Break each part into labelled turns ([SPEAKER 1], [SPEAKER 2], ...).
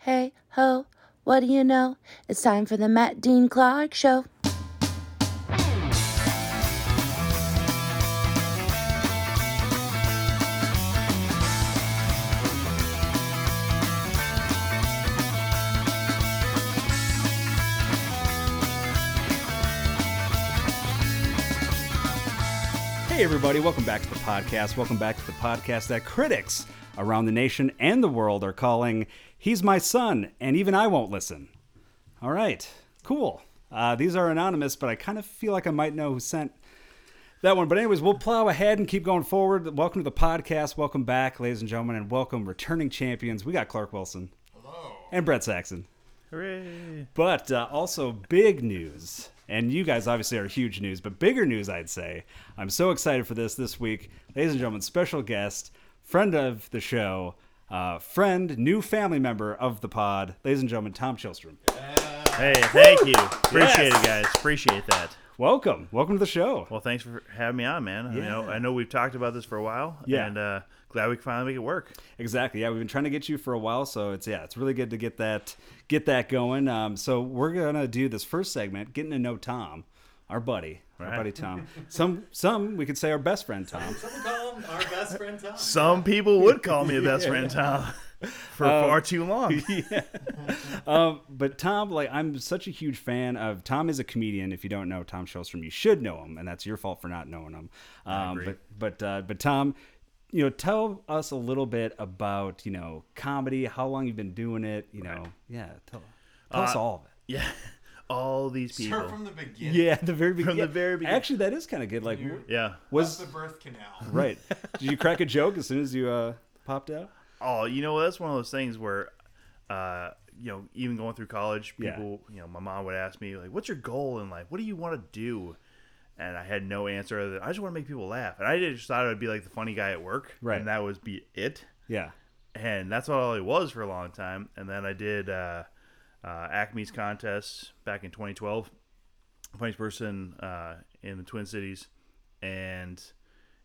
[SPEAKER 1] Hey ho, what do you know? It's time for the Matt Dean Clark Show.
[SPEAKER 2] Hey, everybody, welcome back to the podcast. Welcome back to the podcast that critics around the nation and the world are calling He's My Son, and Even I Won't Listen. All right, cool. Uh, these are anonymous, but I kind of feel like I might know who sent that one. But, anyways, we'll plow ahead and keep going forward. Welcome to the podcast. Welcome back, ladies and gentlemen, and welcome, returning champions. We got Clark Wilson. And Brett Saxon.
[SPEAKER 3] Hooray!
[SPEAKER 2] But uh, also big news, and you guys obviously are huge news, but bigger news, I'd say. I'm so excited for this this week, ladies and gentlemen. Special guest, friend of the show, uh, friend, new family member of the pod, ladies and gentlemen, Tom Chilstrom.
[SPEAKER 3] Hey, thank you. Appreciate it, guys. Appreciate that.
[SPEAKER 2] Welcome, welcome to the show.
[SPEAKER 3] Well, thanks for having me on, man. I know I know we've talked about this for a while,
[SPEAKER 2] Yeah.
[SPEAKER 3] and uh, glad we can finally make it work.
[SPEAKER 2] Exactly. Yeah, we've been trying to get you for a while, so it's yeah, it's really good to get that get that going. Um, so we're gonna do this first segment, getting to know Tom, our buddy, our
[SPEAKER 3] Right.
[SPEAKER 2] buddy Tom. some some we could say our best friend Tom.
[SPEAKER 4] Someone call him our best friend Tom.
[SPEAKER 3] Some people would call me a best friend, Tom, for far too long.
[SPEAKER 2] Um, but Tom, like, I'm such a huge fan of Tom is a comedian. If you don't know Tom Shellstrom, you should know him, and that's your fault for not knowing him. Um, but but uh, but Tom, you know, tell us a little bit about you know comedy, how long you've been doing it. You know, yeah, tell, tell us all of it.
[SPEAKER 3] Yeah, all these people.
[SPEAKER 4] Start from the beginning.
[SPEAKER 2] Yeah, the very beginning.
[SPEAKER 3] the very beginning.
[SPEAKER 2] Actually, that is kind of good. Like,
[SPEAKER 4] You-
[SPEAKER 3] yeah.
[SPEAKER 4] Was
[SPEAKER 2] was
[SPEAKER 4] the birth canal.
[SPEAKER 2] right. Did you crack a joke as soon as you uh, popped out?
[SPEAKER 3] Oh, you know that's one of those things where, uh, you know, even going through college,
[SPEAKER 2] Yeah.
[SPEAKER 3] people, you know, my mom would ask me like, "What's your goal in life? What do you want to do?" And I had no answer other than I just want to make people laugh, and I just thought I'd be like the funny guy at work,
[SPEAKER 2] Right.
[SPEAKER 3] And that would be it,
[SPEAKER 2] Yeah.
[SPEAKER 3] and that's all I was for a long time. And then I did uh, uh, Acme's contest back in 2012, funniest person uh, in the Twin Cities, and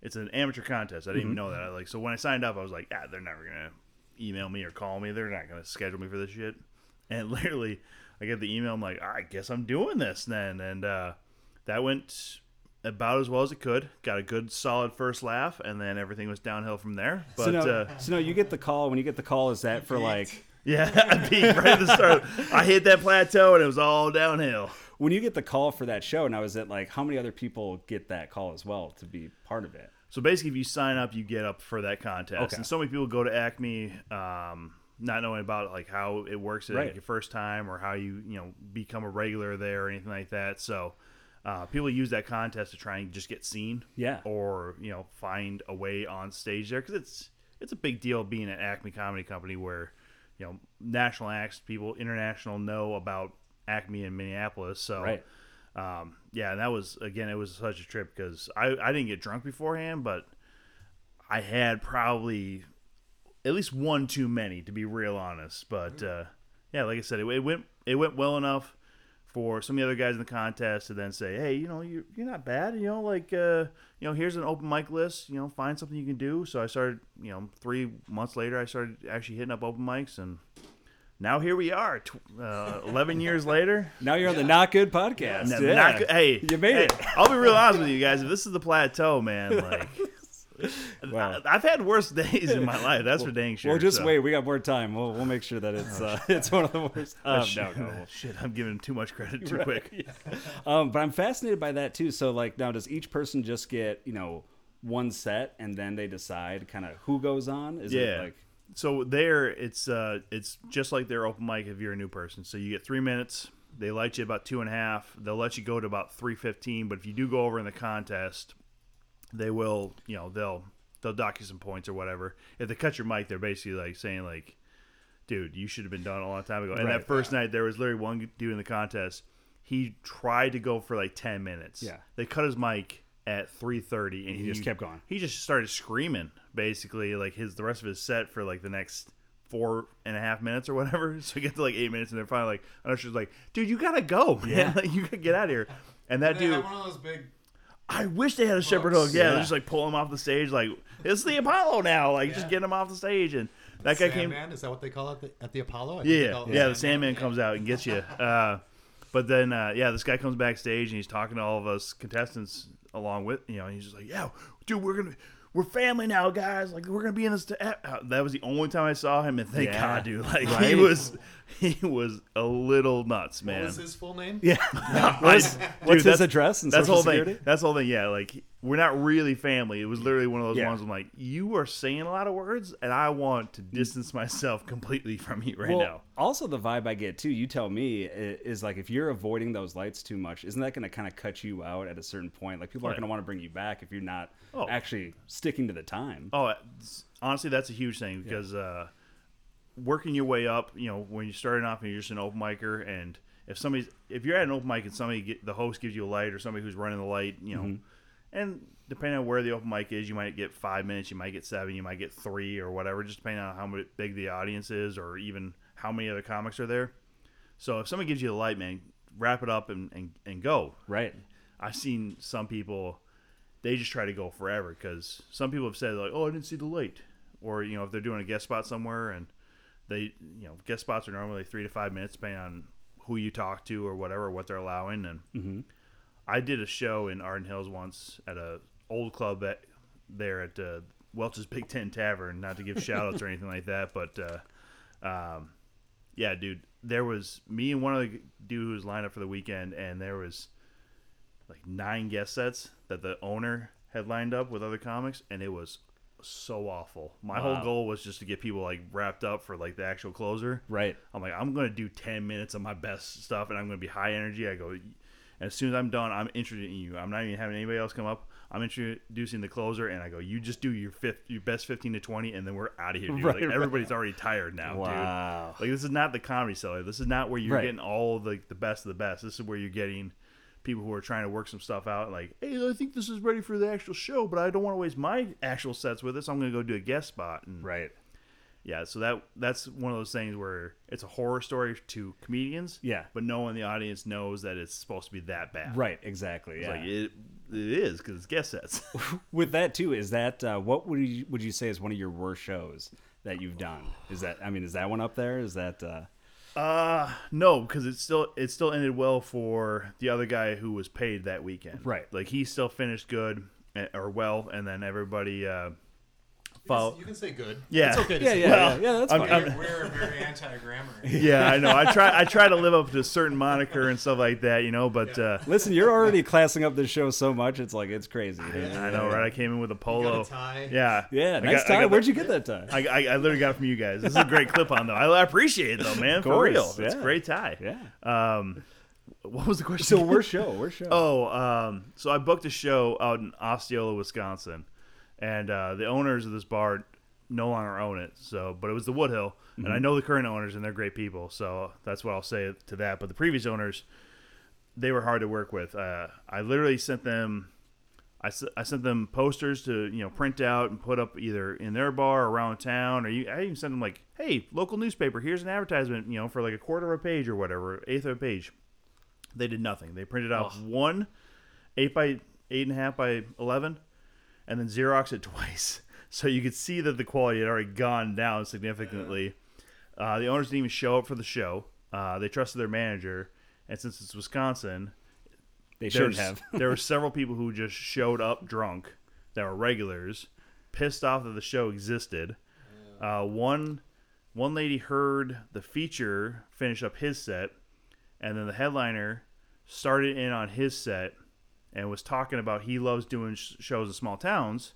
[SPEAKER 3] it's an amateur contest. I didn't even know that. I like so when I signed up, I was like, ah, they're never gonna email me or call me. They're not gonna schedule me for this shit. And literally, I get the email. I'm like, "Ah, I guess I'm doing this then. And uh, that went about as well as it could. Got a good solid first laugh, and then everything was downhill from there. But
[SPEAKER 2] so no,
[SPEAKER 3] uh,
[SPEAKER 2] so no, you get the call. When you get the call, is that for like?
[SPEAKER 3] yeah, I peaked right at the start. I hit that plateau, and it was all downhill.
[SPEAKER 2] when you get the call for that show now is it like how many other people get that call as well to be part of it
[SPEAKER 3] So basically, if you sign up, you get up for that contest.
[SPEAKER 2] Okay.
[SPEAKER 3] And so many people go to Acme, um, not knowing about like how it works at
[SPEAKER 2] Right.
[SPEAKER 3] your first time or how you you know become a regular there or anything like that. So uh, people use that contest to try and just get seen.
[SPEAKER 2] Yeah.
[SPEAKER 3] Or you know find a way on stage there because it's it's a big deal being at Acme Comedy Company where you know national acts, people international know about Acme in Minneapolis. So
[SPEAKER 2] Right.
[SPEAKER 3] um, yeah, and that was again, it was such a trip because I I didn't get drunk beforehand, but I had probably at least one too many to be real honest. But uh, yeah, like I said, it, it went it went well enough for some of the other guys in the contest to then say, hey, you know, you're you're not bad, you know, like uh, you know, here's an open mic list, you know, find something you can do. So I started, you know, three months later, I started actually hitting up open mics and. Now here we are, tw- uh, eleven years later.
[SPEAKER 2] now you're on the not good podcast
[SPEAKER 3] No,
[SPEAKER 2] yeah.
[SPEAKER 3] not good- hey,
[SPEAKER 2] You made
[SPEAKER 3] hey,
[SPEAKER 2] it.
[SPEAKER 3] I'll be real honest with you guys. If this is the plateau, man, like
[SPEAKER 2] Wow.
[SPEAKER 3] I, have had worse days in my life. That's for dang sure.
[SPEAKER 2] well just
[SPEAKER 3] so- Oh,
[SPEAKER 2] wait we got more time we'll, we'll make sure that it's uh, it's one of the worst um, no, no, we'll-
[SPEAKER 3] Shit, I'm giving too much credit too quick.
[SPEAKER 2] um, but i'm fascinated by that too so like now does each person just get you know one set and then they decide kind of who goes on is it
[SPEAKER 3] Yeah.
[SPEAKER 2] like
[SPEAKER 3] so there, it's uh, it's just like their open mic if you're a new person. So you get three minutes. They light you about two and a half. They'll let you go to about three fifteen. But if you do go over in the contest, they will, you know, they'll they'll dock you some points or whatever. If they cut your mic, they're basically like saying like, dude, you should have been done a long time ago. And
[SPEAKER 2] Right.
[SPEAKER 3] that first night, there was literally one dude in the contest. He tried to go for like ten minutes.
[SPEAKER 2] Yeah.
[SPEAKER 3] they cut his mic at three thirty, and he,
[SPEAKER 2] just kept going.
[SPEAKER 3] He just started screaming basically like his the rest of his set for like the next four and a half minutes or whatever. So we get to like eight minutes, and they're finally like, Usher's like, dude, you gotta go, man. like, you gotta get out of here. And that
[SPEAKER 4] They
[SPEAKER 3] dude,
[SPEAKER 4] had one of those big.
[SPEAKER 3] I wish they had a shepherd hook.
[SPEAKER 4] Hooks.
[SPEAKER 3] Yeah,
[SPEAKER 2] Yeah.
[SPEAKER 3] just like pull him off the stage. Like it's the Apollo now. Like just
[SPEAKER 4] Yeah.
[SPEAKER 3] get him off the stage. And that guy came.
[SPEAKER 5] Sandman, is that what they call it the, at the Apollo? I think
[SPEAKER 3] Yeah,
[SPEAKER 5] they
[SPEAKER 3] yeah,
[SPEAKER 5] call it
[SPEAKER 3] yeah. The Sandman comes out and gets you. Uh, but then, uh, yeah, this guy comes backstage and he's talking to all of us contestants along with you know. And he's just like, "Yeah, dude, we're gonna." We're family now, guys. Like we're gonna be in this. To- uh, that was the only time I saw him, and thank
[SPEAKER 2] Yeah.
[SPEAKER 3] God, dude. Like he
[SPEAKER 2] Right?
[SPEAKER 3] was, he was a little nuts, man.
[SPEAKER 5] What was his full name?
[SPEAKER 2] Yeah. What's, what's his
[SPEAKER 3] that's-
[SPEAKER 2] address and
[SPEAKER 3] that's
[SPEAKER 2] social
[SPEAKER 3] the whole
[SPEAKER 2] security?
[SPEAKER 3] thing. That's the whole thing. Yeah, like we're not really family. It was literally one of those
[SPEAKER 2] Yeah.
[SPEAKER 3] ones. I'm like, you are saying a lot of words, and I want to distance myself completely from you right
[SPEAKER 2] Mm. Well,
[SPEAKER 3] now.
[SPEAKER 2] also the vibe I get too. You tell me i- is like if you're avoiding those lights too much, isn't that going to kind of cut you out at a certain point? Like people aren't
[SPEAKER 3] Right.
[SPEAKER 2] going to want to bring you back if you're not
[SPEAKER 3] Oh.
[SPEAKER 2] actually sticking to the time.
[SPEAKER 3] Oh, it's- honestly, that's a huge thing because uh, working your way up, you know, when you're starting off and you're just an open micer, and if somebody's if you're at an open mic and somebody get, the host gives you a light or somebody who's running the light, you know, and depending on where the open mic is, you might get five minutes, you might get seven, you might get three or whatever, just depending on how mu- big the audience is or even how many other comics are there. So if somebody gives you the light, man, wrap it up and and, and go.
[SPEAKER 2] Right.
[SPEAKER 3] I've seen some people they just try to go forever because some people have said like, "Oh, I didn't see the light," or you know, if they're doing a guest spot somewhere and they, you know, guest spots are normally three to five minutes, depending on who you talk to or whatever, what they're allowing. And I did a show in Arden Hills once at a old club at, there at uh, Welch's Big Ten Tavern. Not to give shout outs or anything like that, but uh, um, yeah, dude, there was me and one other dude who was lined up for the weekend, and there was like nine guest sets that the owner had lined up with other comics, and it was so awful. My whole goal was just to get people like wrapped up for like the actual closer.
[SPEAKER 2] Right.
[SPEAKER 3] I'm like, I'm gonna do ten minutes of my best stuff, and I'm gonna be high energy. I go, and as soon as I'm done, I'm introducing you. I'm not even having anybody else come up. I'm introducing the closer, and I go, you just do your fifth, your best fifteen to twenty, and then we're out of here. Dude.
[SPEAKER 2] Right,
[SPEAKER 3] like
[SPEAKER 2] right.
[SPEAKER 3] everybody's already tired now, dude.
[SPEAKER 2] Wow.
[SPEAKER 3] Like this is not the comedy cellar. This is not where you're
[SPEAKER 2] Right.
[SPEAKER 3] getting all the the best of the best. This is where you're getting people who are trying to work some stuff out. Like, hey, I think this is ready for the actual show, but I don't want to waste my actual sets with this. I'm going to go do a guest spot. And
[SPEAKER 2] Right.
[SPEAKER 3] yeah, so that that's one of those things where it's a horror story to comedians.
[SPEAKER 2] Yeah.
[SPEAKER 3] but no one in the audience knows that it's supposed to be that bad.
[SPEAKER 2] Right. Exactly.
[SPEAKER 3] It's
[SPEAKER 2] Yeah.
[SPEAKER 3] Like it, it is because it's guest sets.
[SPEAKER 2] With that too, is that uh, what would you would you say is one of your worst shows that you've done? Is that I mean, is that one up there? Is that uh,
[SPEAKER 3] Uh no, because it still it still ended well for the other guy who was paid that weekend.
[SPEAKER 2] Right.
[SPEAKER 3] like he still finished good eh, or well, and then everybody. Uh,
[SPEAKER 5] Well,
[SPEAKER 3] follow.
[SPEAKER 5] you can say good.
[SPEAKER 3] Yeah.
[SPEAKER 5] It's okay to
[SPEAKER 2] yeah,
[SPEAKER 5] say
[SPEAKER 2] yeah,
[SPEAKER 5] good.
[SPEAKER 2] yeah, yeah, that's
[SPEAKER 3] I'm-
[SPEAKER 2] fine.
[SPEAKER 3] I'm-
[SPEAKER 4] We're very anti-grammar.
[SPEAKER 3] Yeah, I know. I try I try to live up to a certain moniker and stuff like that, you know. But uh,
[SPEAKER 2] Listen, you're already classing up this show so much; it's like it's crazy.
[SPEAKER 3] I know, right? I came in with a polo
[SPEAKER 5] tie.
[SPEAKER 3] Yeah,
[SPEAKER 2] Yeah,
[SPEAKER 3] I
[SPEAKER 2] next
[SPEAKER 3] got- I got
[SPEAKER 2] time,
[SPEAKER 3] the-
[SPEAKER 2] where'd you get that uh, tie?
[SPEAKER 3] I, I, I literally got it from you guys. This is a great clip on though. I, I appreciate it though, man. for
[SPEAKER 2] course,
[SPEAKER 3] real, it's a
[SPEAKER 2] yeah.
[SPEAKER 3] great tie.
[SPEAKER 2] yeah.
[SPEAKER 3] Um, what was the question?
[SPEAKER 2] So we're show, we're show.
[SPEAKER 3] Oh, um, so I booked a show out in Osceola, Wisconsin, and uh, the owners of this bar no longer own it. So, but it was the Woodhill, and I know the current owners, and they're great people. So that's what I'll say to that. But the previous owners, they were hard to work with. Uh, I literally sent them. I, s- I sent them posters to you know print out and put up either in their bar or around town or you, I even sent them like hey local newspaper here's an advertisement you know for like a quarter of a page or whatever eighth of a page they did nothing. They printed out one eight by eight and a half by eleven, and then Xerox it twice, so you could see that the quality had already gone down significantly. Uh, the owners didn't even show up for the show. Uh, they trusted their manager, and since it's Wisconsin,
[SPEAKER 2] they
[SPEAKER 3] there
[SPEAKER 2] should
[SPEAKER 3] was-
[SPEAKER 2] have.
[SPEAKER 3] there were several people who just showed up drunk that were regulars, pissed off that the show existed. Uh, one one lady heard the feature finish up his set, and then the headliner started in on his set and was talking about he loves doing sh- shows in small towns,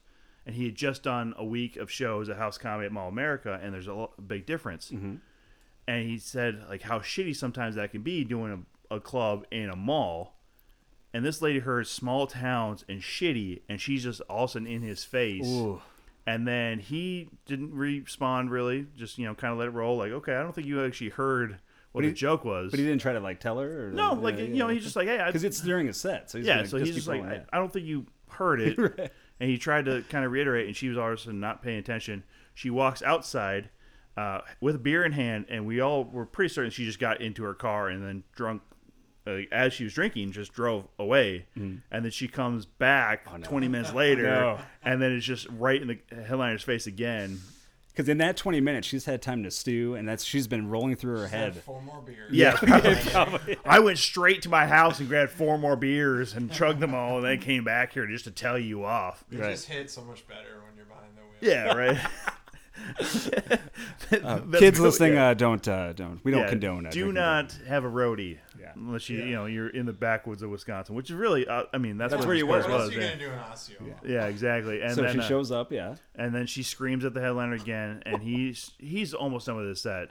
[SPEAKER 3] and he had just done a week of shows at House Comedy at Mall America, and there's a lo- big difference
[SPEAKER 2] Mm-hmm.
[SPEAKER 3] and he said like how shitty sometimes that can be doing a, a club in a mall and this lady heard small towns and shitty and she's just all of a sudden in his face and then he didn't respond really just you know kind of let it roll like okay i don't think you actually heard what the joke was
[SPEAKER 2] But he didn't try to like tell her. Or,
[SPEAKER 3] no like you know he's just like hey I,
[SPEAKER 2] because it's during a set, so he's
[SPEAKER 3] yeah
[SPEAKER 2] gonna
[SPEAKER 3] so he's
[SPEAKER 2] keep
[SPEAKER 3] just like
[SPEAKER 2] going,
[SPEAKER 3] I, I don't think you heard it and he tried to kind of reiterate and she was all of a sudden not paying attention she walks outside uh, with a beer in hand and we all were pretty certain she just got into her car and then drunk uh, as she was drinking just drove away and then she comes back 20 minutes later
[SPEAKER 2] Mm. Oh, No.
[SPEAKER 3] and then it's just right in the headliner's face again
[SPEAKER 2] Because in that 20 minutes, she's had time to stew, and that's she's been rolling through her head.
[SPEAKER 4] Four more beers.
[SPEAKER 3] Yeah, probably. I went straight to my house and grabbed four more beers and chugged them all, and then came back here just to tell you off.
[SPEAKER 5] It just hits so much better when you're behind the wheel.
[SPEAKER 3] Yeah, right. That's
[SPEAKER 2] Kids
[SPEAKER 3] really-
[SPEAKER 2] listening,
[SPEAKER 3] yeah.
[SPEAKER 2] uh, don't uh, don't we don't
[SPEAKER 3] Yeah,
[SPEAKER 2] condone it.
[SPEAKER 3] Do not have a roadie
[SPEAKER 2] Yeah.
[SPEAKER 3] unless you you know you're in the backwoods of Wisconsin, which is really uh, I mean that's,
[SPEAKER 2] That's
[SPEAKER 3] what
[SPEAKER 2] where
[SPEAKER 3] this
[SPEAKER 2] you
[SPEAKER 3] place
[SPEAKER 2] were.
[SPEAKER 5] What else are
[SPEAKER 3] was.
[SPEAKER 5] you
[SPEAKER 3] Yeah.
[SPEAKER 5] gonna do in Osseo?
[SPEAKER 3] Yeah, exactly. And
[SPEAKER 2] So
[SPEAKER 3] then
[SPEAKER 2] she
[SPEAKER 3] uh,
[SPEAKER 2] shows up, yeah.
[SPEAKER 3] and then she screams at the headliner again and he's he's almost done with his set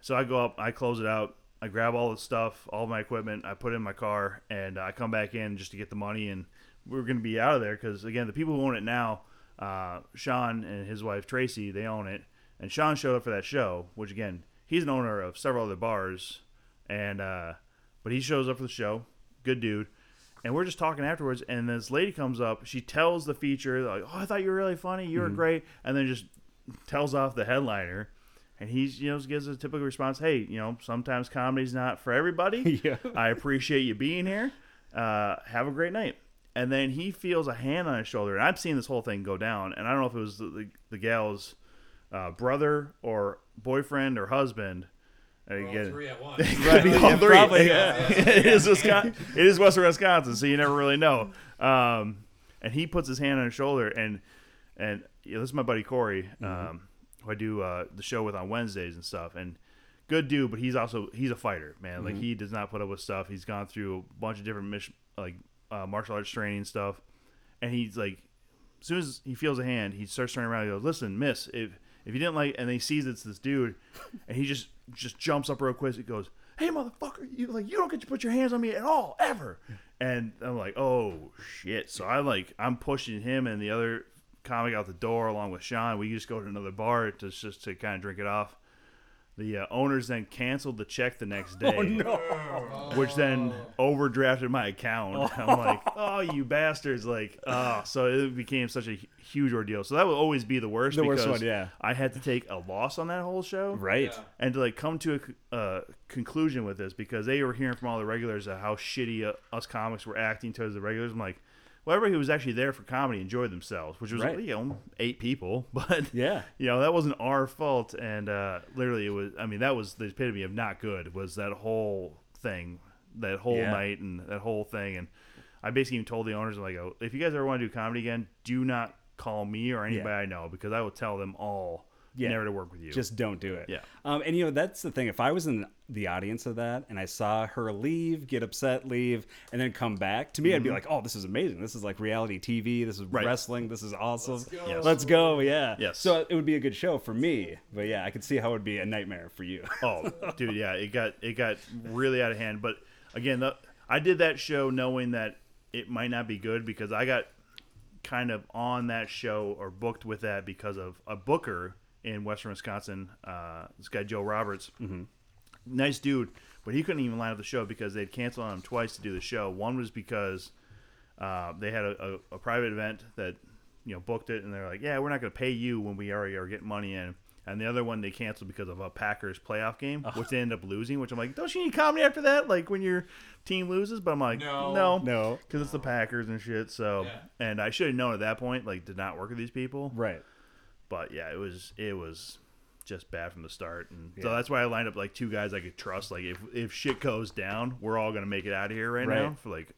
[SPEAKER 3] so i go up i close it out i grab all the stuff all my equipment i put it in my car and i come back in just to get the money and we're gonna be out of there because again the people who own it now uh, sean and his wife tracy they own it and sean showed up for that show which again he's an owner of several other bars and uh, but he shows up for the show good dude and we're just talking afterwards and this lady comes up she tells the feature like oh i thought you were really funny you were great and then just tells off the headliner and he's you know gives a typical response hey you know sometimes comedy's not for everybody
[SPEAKER 2] Yeah.
[SPEAKER 3] i appreciate you being here uh, have a great night and then he feels a hand on his shoulder and i've seen this whole thing go down and i don't know if it was the, the, the gal's uh, brother or boyfriend or husband Uh,
[SPEAKER 5] All
[SPEAKER 3] again-
[SPEAKER 5] three at once.
[SPEAKER 3] Right, all
[SPEAKER 2] yeah,
[SPEAKER 3] three.
[SPEAKER 2] probably,
[SPEAKER 3] Yeah. it is Wisconsin. It is Western Wisconsin, so you never really know. Um, and he puts his hand on his shoulder, and and you know, this is my buddy Corey, um, who I do uh, the show with on Wednesdays and stuff. And good dude, but he's also he's a fighter, man. Like he does not put up with stuff. He's gone through a bunch of different mis- like uh, martial arts training and stuff, and he's like as soon as he feels a hand, he starts turning around. and goes, "Listen, miss, if if you didn't like," and then he sees it's this dude, and he just just jumps up real quick. He goes, "Hey, motherfucker! You like you don't get to put your hands on me at all, ever." And I'm like, "Oh shit!" So I like I'm pushing him and the other comic out the door along with Sean. We just go to another bar to just to kind of drink it off. The uh, owners then canceled the check the next
[SPEAKER 2] Oh,
[SPEAKER 3] day which then overdrafted my account. I'm like, oh, you bastards! Like, oh, so it became such a hu- huge ordeal. So that would always be the worst.
[SPEAKER 2] The worst
[SPEAKER 3] because
[SPEAKER 2] one, yeah.
[SPEAKER 3] I had to take a loss on that whole show,
[SPEAKER 2] Right.
[SPEAKER 3] And to like come to a c- uh, conclusion with this because they were hearing from all the regulars of how shitty uh, us comics were acting towards the regulars. I'm like, well, everybody who was actually there for comedy enjoyed themselves, which was
[SPEAKER 2] Right.
[SPEAKER 3] you know eight people, but
[SPEAKER 2] Yeah.
[SPEAKER 3] you know that wasn't our fault and uh literally it was i mean that was the epitome of not good was that whole thing that whole
[SPEAKER 2] Yeah.
[SPEAKER 3] night and that whole thing and i basically even told the owners like oh, if you guys ever want to do comedy again do not call me or anybody i know because i will tell them all
[SPEAKER 2] Yeah.
[SPEAKER 3] never to work with you
[SPEAKER 2] Just don't do it.
[SPEAKER 3] Yeah.
[SPEAKER 2] Um, and you know that's the thing. If I was in the audience of that and I saw her leave, get upset, leave, and then come back, to me I'd be like, "Oh, this is amazing. This is like reality TV. This is
[SPEAKER 3] Mm-hmm. Right.
[SPEAKER 2] wrestling. This is awesome. Let's go.
[SPEAKER 5] go. Yes.
[SPEAKER 2] Yeah.
[SPEAKER 3] Yes.
[SPEAKER 2] So it would be a good show for me. But yeah, I could see how it would be a nightmare for you.
[SPEAKER 3] oh dude yeah it got it got really out of hand but again the, i did that show knowing that it might not be good because i got kind of on that show or booked with that because of a booker in western wisconsin uh, this guy joe roberts mm-hmm. nice dude but he couldn't even line up the show because they'd canceled on him twice to do the show one was because uh, they had a, a, a private event that you know booked it, and they're like, "Yeah, we're not going to pay you when we already are getting money in." And the other one they canceled because of a Packers playoff game, which they ended up losing. Which I'm like, "Don't you need comedy after that? Like when your team loses?" But I'm like, "No,
[SPEAKER 5] No.
[SPEAKER 3] no,
[SPEAKER 2] No.
[SPEAKER 3] because it's the Packers and shit." So,
[SPEAKER 5] Yeah.
[SPEAKER 3] and I should have known at that point, like, did not work with these people.
[SPEAKER 2] right.
[SPEAKER 3] But yeah, it was it was just bad from the start, and so that's why I lined up like two guys I could trust. Like if if shit goes down, we're all gonna make it out of here right, now.
[SPEAKER 2] Right.
[SPEAKER 3] For like,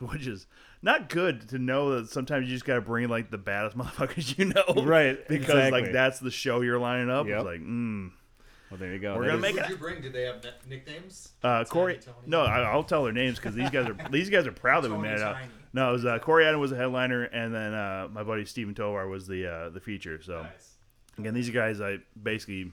[SPEAKER 3] which is not good to know that sometimes you just gotta bring like the baddest motherfuckers you know,
[SPEAKER 2] Right,
[SPEAKER 3] Because
[SPEAKER 2] exactly.
[SPEAKER 3] like that's the show you're lining up.
[SPEAKER 2] Yep.
[SPEAKER 3] It's like, mm.
[SPEAKER 2] Well, there you go.
[SPEAKER 3] We're
[SPEAKER 2] That
[SPEAKER 3] gonna
[SPEAKER 2] is-
[SPEAKER 3] make
[SPEAKER 5] Who'd
[SPEAKER 3] it-
[SPEAKER 5] you bring? Did they have nick- nicknames?
[SPEAKER 3] uh, Corey.
[SPEAKER 5] Tony.
[SPEAKER 3] No, I, I'll tell their names because these guys are these guys are proud that we made it out.
[SPEAKER 4] Tiny.
[SPEAKER 3] No, it was uh, Corey Adam was the headliner, and then uh, my buddy Steven Tovar was the uh, the feature. So.
[SPEAKER 5] Nice.
[SPEAKER 3] Again, these guys, I basically,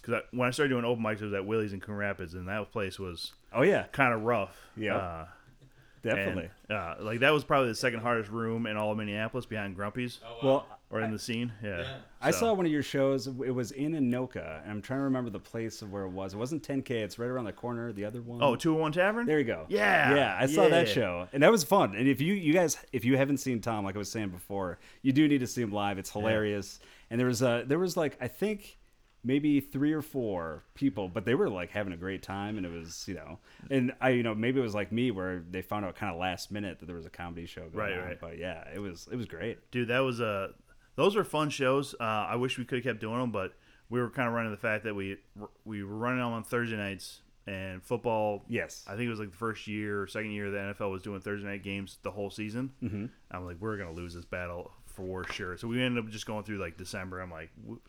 [SPEAKER 3] because I, when I started doing open mics, it was at Willie's in Coon Rapids, and that place was
[SPEAKER 2] Oh yeah,
[SPEAKER 3] kind of rough.
[SPEAKER 2] Yeah.
[SPEAKER 3] Uh, and,
[SPEAKER 2] definitely.
[SPEAKER 3] uh, like that was probably the second hardest room in all of Minneapolis, behind Grumpy's,
[SPEAKER 5] Oh, wow.
[SPEAKER 2] well,
[SPEAKER 3] or in the scene. Yeah.
[SPEAKER 5] Yeah.
[SPEAKER 2] I
[SPEAKER 3] So,
[SPEAKER 2] saw one of your shows. It was in Anoka, and I'm trying to remember the place of where it was. It wasn't 10K. It's right around the corner. The other one.
[SPEAKER 3] Oh, 201 Tavern.
[SPEAKER 2] There you go.
[SPEAKER 3] Yeah.
[SPEAKER 2] Yeah, I saw that
[SPEAKER 3] Yeah.
[SPEAKER 2] show. And that was fun. And if you you guys if you haven't seen Tom like I was saying before, you do need to see him live. It's hilarious. And there was a there was like I think maybe 3 or 4 people, but they were like having a great time and it was, you know. And I you know, maybe it was like me where they found out kind of last minute that there was a comedy show going
[SPEAKER 3] Right,
[SPEAKER 2] on,
[SPEAKER 3] right.
[SPEAKER 2] but yeah, it was it was great.
[SPEAKER 3] dude that was uh, those were fun shows. Uh, I wish we could have kept doing them, but we were kind of running the fact that we we were running them on Thursday nights and football.
[SPEAKER 2] Yes.
[SPEAKER 3] I think it was like the first year, or second year the NFL was doing Thursday night games the whole season. Mm-hmm. I'm like, we're gonna lose this battle for sure. So we ended up just going through like December. I'm like, w-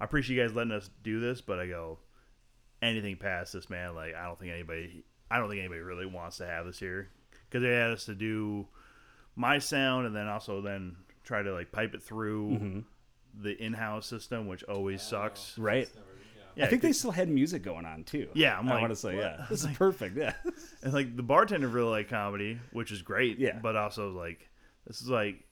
[SPEAKER 3] I appreciate you guys letting us do this, but I go anything past this, man. Like, I don't think anybody, I don't think anybody really wants to have this here because they had us to do my sound and then also then try to like pipe it through the in-house system, which always sucks.
[SPEAKER 2] Right.
[SPEAKER 3] Yeah,
[SPEAKER 2] I think
[SPEAKER 3] it-
[SPEAKER 2] they still had music going on too.
[SPEAKER 3] Yeah, I'm
[SPEAKER 2] I
[SPEAKER 3] like,
[SPEAKER 2] want to say yeah. This is perfect. Yeah,
[SPEAKER 3] And like the bartender really liked comedy, which is great.
[SPEAKER 2] Yeah.
[SPEAKER 3] But also like this is like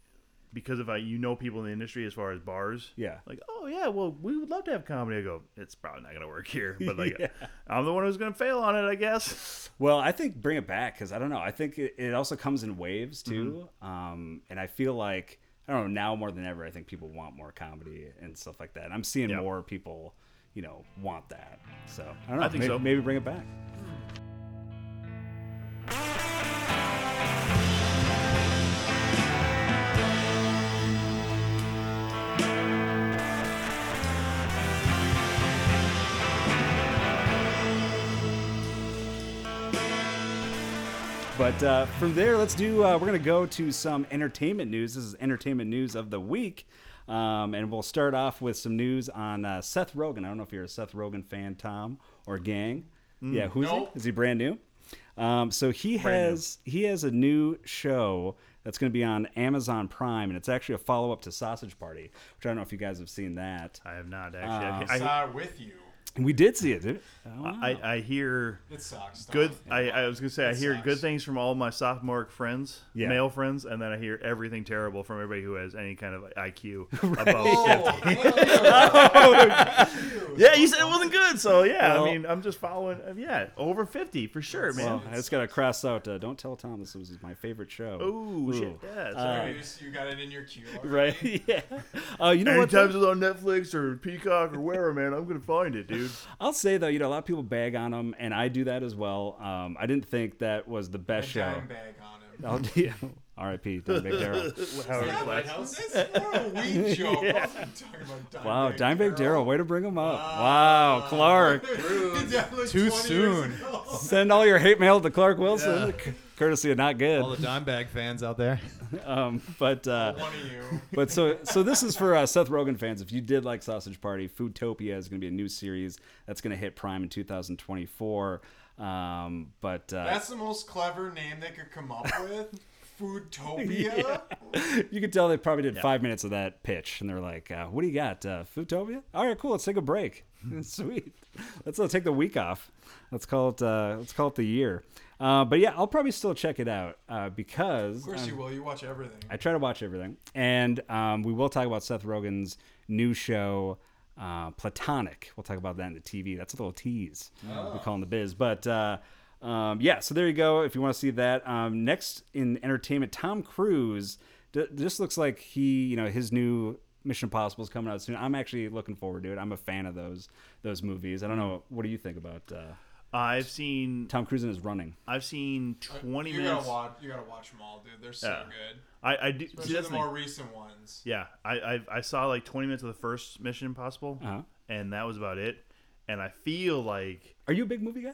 [SPEAKER 3] because if I you know people in the industry as far as bars.
[SPEAKER 2] Yeah.
[SPEAKER 3] Like, oh yeah, well we would love to have comedy. I go, it's probably not gonna work here. But like I'm the one who's gonna fail on it, I guess.
[SPEAKER 2] Well, I think bring it back because I don't know. I think it, it also comes in waves too,
[SPEAKER 3] Mm-hmm.
[SPEAKER 2] um, and I feel like I don't know now more than ever. I think people want more comedy and stuff like that. And I'm seeing
[SPEAKER 3] Yeah.
[SPEAKER 2] more people, you know, want that. So I don't know.
[SPEAKER 3] I think
[SPEAKER 2] maybe,
[SPEAKER 3] so.
[SPEAKER 2] maybe bring it back. But uh, from there, let's do. Uh, we're gonna go to some entertainment news. This is entertainment news of the week, um, and we'll start off with some news on uh, Seth Rogen. I don't know if you're a Seth Rogen fan, Tom or Gang. yeah, who's
[SPEAKER 5] No.
[SPEAKER 2] he? Is he brand new? Um, so he has he has a new show that's going to be on Amazon Prime, and it's actually a follow up to Sausage Party, which I don't know if you guys have seen that.
[SPEAKER 3] I have not actually.
[SPEAKER 5] I
[SPEAKER 3] I,
[SPEAKER 5] saw with you.
[SPEAKER 2] We did see it, dude. Oh, wow.
[SPEAKER 3] I, I I hear
[SPEAKER 5] It sucks. Tom.
[SPEAKER 3] good I, I was gonna say I
[SPEAKER 5] It
[SPEAKER 3] hear good
[SPEAKER 5] sucks.
[SPEAKER 3] things from all my sophomore friends,
[SPEAKER 2] Yeah.
[SPEAKER 3] male friends, and then I hear everything terrible from everybody who has any kind of IQ
[SPEAKER 5] Oh,
[SPEAKER 3] above
[SPEAKER 5] well,
[SPEAKER 3] Yeah, you said it wasn't good, so yeah.
[SPEAKER 2] Well-
[SPEAKER 3] I mean, I'm just following. uh, Yeah, over fifty for sure, man.
[SPEAKER 2] Well, I just got to cross out. Uh, don't tell Tom this was my favorite show.
[SPEAKER 3] Ooh, Oh, Uh, shit.
[SPEAKER 2] Ooh.
[SPEAKER 3] Yeah,
[SPEAKER 5] you, s- you got it in your queue. already.
[SPEAKER 2] right? Yeah. Uh, you know what?
[SPEAKER 3] Anytime it's
[SPEAKER 2] though?
[SPEAKER 3] on Netflix or Peacock or wherever, man, I'm gonna find it, dude.
[SPEAKER 2] I'll say though, you know, a lot of people bag on him, and I do that as well. Um, I didn't think that was the
[SPEAKER 5] A
[SPEAKER 2] best show.
[SPEAKER 5] dime bag on him.
[SPEAKER 2] I'll do. R.I.P. Dimebag Daryl.
[SPEAKER 5] Yeah,
[SPEAKER 3] Howard
[SPEAKER 5] but
[SPEAKER 3] Flex.
[SPEAKER 5] how's this for a weed joke? I'm talking about Dimebag
[SPEAKER 2] Wow, Dimebag Daryl, way to bring him up.
[SPEAKER 5] Ah.
[SPEAKER 2] wow, Clark.
[SPEAKER 5] Too soon.
[SPEAKER 2] Send all your hate mail to Clark Wilson, courtesy of not good.
[SPEAKER 6] All the Dimebag fans out there.
[SPEAKER 2] Um, but uh,
[SPEAKER 5] One of you.
[SPEAKER 2] but so so this is for uh, Seth Rogen fans. If you did like Sausage Party, Foodtopia is going to be a new series that's going to hit Prime in 2024. Um, but uh,
[SPEAKER 5] That's the most clever name they could come up with. Foodtopia.
[SPEAKER 2] you could tell they probably did five minutes of that pitch, and they're like, uh, "What do you got, uh, Futopia? All right, cool. Let's take a break. Sweet. Let's uh, take the week off. Let's call it. Uh, let's call it the year. Uh, but yeah, I'll probably still check it out uh, because
[SPEAKER 5] Of course you will. You watch everything.
[SPEAKER 2] I try to watch everything, and um, we will talk about Seth Rogen's new show, uh, Platonic. We'll talk about that in the TV. That's a little tease we call in the biz, but. Uh, um, yeah, so there you go. If you want to see that, um, next in entertainment, Tom Cruise. D- this looks like he, you know, his new Mission Impossible is coming out soon. I'm actually looking forward to it. I'm a fan of those those movies. I don't know. What do you think about uh,
[SPEAKER 3] I've seen,
[SPEAKER 2] Tom Cruise and his running?
[SPEAKER 3] I've seen twenty
[SPEAKER 5] you
[SPEAKER 3] minutes.
[SPEAKER 5] Gotta watch, you gotta watch them all, dude. They're so
[SPEAKER 3] Yeah.
[SPEAKER 5] good.
[SPEAKER 3] I, I do. see,
[SPEAKER 5] Especially
[SPEAKER 3] that's
[SPEAKER 5] the
[SPEAKER 3] the thing.
[SPEAKER 5] more recent ones.
[SPEAKER 3] Yeah, I, I I saw like 20 minutes of the first Mission Impossible,
[SPEAKER 2] Uh-huh.
[SPEAKER 3] and that was about it. And I feel like
[SPEAKER 2] Are you a big movie guy?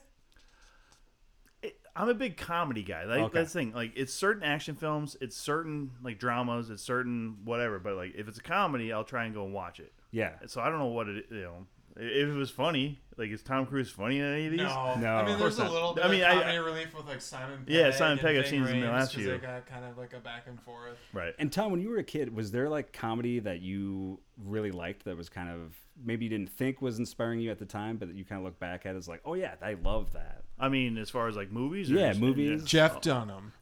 [SPEAKER 3] it, I'm a big comedy guy. Like
[SPEAKER 2] Okay.
[SPEAKER 3] that's the thing. Like it's certain action films, it's certain like dramas, it's certain whatever. But like if it's a comedy, I'll try and go and watch it.
[SPEAKER 2] Yeah.
[SPEAKER 3] So I don't know what it you know. If it was funny, like is Tom Cruise funny in any of these?
[SPEAKER 5] No,
[SPEAKER 2] No.
[SPEAKER 5] I
[SPEAKER 2] Of
[SPEAKER 5] mean, there's
[SPEAKER 3] course
[SPEAKER 5] a
[SPEAKER 3] not.
[SPEAKER 5] little bit
[SPEAKER 3] I mean, I-
[SPEAKER 5] of comedy relief with like Simon. Pegg
[SPEAKER 3] Yeah, Simon
[SPEAKER 5] and
[SPEAKER 3] Pegg, I've
[SPEAKER 5] Ving
[SPEAKER 3] seen him in the
[SPEAKER 5] Rhames,
[SPEAKER 3] last
[SPEAKER 5] 'cause
[SPEAKER 3] few.
[SPEAKER 5] They got kind of like a back and forth.
[SPEAKER 3] Right.
[SPEAKER 2] And Tom, when you were a kid, was there like comedy that you really liked that was kind of maybe you didn't think was inspiring you at the time, but that you kind of look back at as like, oh yeah, I love that.
[SPEAKER 3] I mean, as far as like movies, or
[SPEAKER 2] Yeah,
[SPEAKER 3] just-
[SPEAKER 2] movies.
[SPEAKER 3] yeah.
[SPEAKER 6] Jeff Dunham.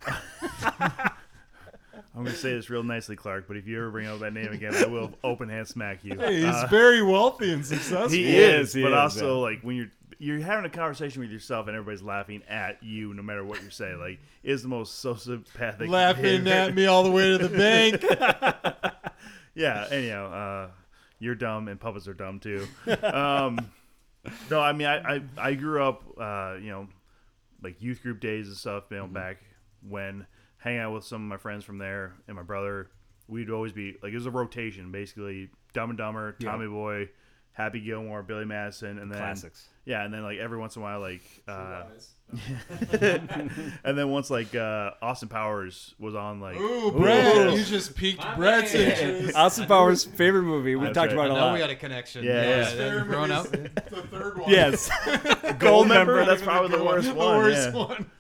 [SPEAKER 3] I'm gonna say this real nicely, Clark. But if you ever bring up that name again, I will open hand smack you.
[SPEAKER 6] He's
[SPEAKER 3] Uh,
[SPEAKER 6] very wealthy and successful.
[SPEAKER 3] He
[SPEAKER 2] is,
[SPEAKER 3] is,
[SPEAKER 2] he
[SPEAKER 3] but
[SPEAKER 2] is,
[SPEAKER 3] also
[SPEAKER 2] yeah.
[SPEAKER 3] like when you're you're having a conversation with yourself and everybody's laughing at you, no matter what you say. Like, is the most sociopathic
[SPEAKER 6] laughing
[SPEAKER 3] behavior.
[SPEAKER 6] at me all the way to the bank.
[SPEAKER 3] Yeah. Anyhow, uh, you're dumb, and puppets are dumb too. Um, no, I mean, I I, I grew up, uh, you know, like youth Mm-hmm. group days and stuff. You know, back when hanging out with some of my friends from there and my brother, we'd always be like it was a rotation basically. Dumb and Dumber, Tommy Boy, Happy Gilmore, Billy Madison, and then
[SPEAKER 2] Classics.
[SPEAKER 3] Yeah, and then like every once in a while, like uh, and then once like uh, Austin Powers was on like
[SPEAKER 6] Ooh, Brett,
[SPEAKER 3] Ooh.
[SPEAKER 6] you just piqued
[SPEAKER 4] My
[SPEAKER 6] Brett's
[SPEAKER 4] man.
[SPEAKER 6] interest.
[SPEAKER 2] Austin Powers' favorite movie. We
[SPEAKER 3] That's
[SPEAKER 2] talked about
[SPEAKER 3] right.
[SPEAKER 2] it a
[SPEAKER 7] Now we
[SPEAKER 2] lot.
[SPEAKER 7] got a connection.
[SPEAKER 3] Yeah, yeah.
[SPEAKER 7] that was grown up.
[SPEAKER 5] the third one.
[SPEAKER 2] Yes,
[SPEAKER 3] Gold Member. That's probably the
[SPEAKER 6] Good one.
[SPEAKER 3] worst
[SPEAKER 6] The
[SPEAKER 3] one.
[SPEAKER 6] worst
[SPEAKER 3] yeah.
[SPEAKER 6] one.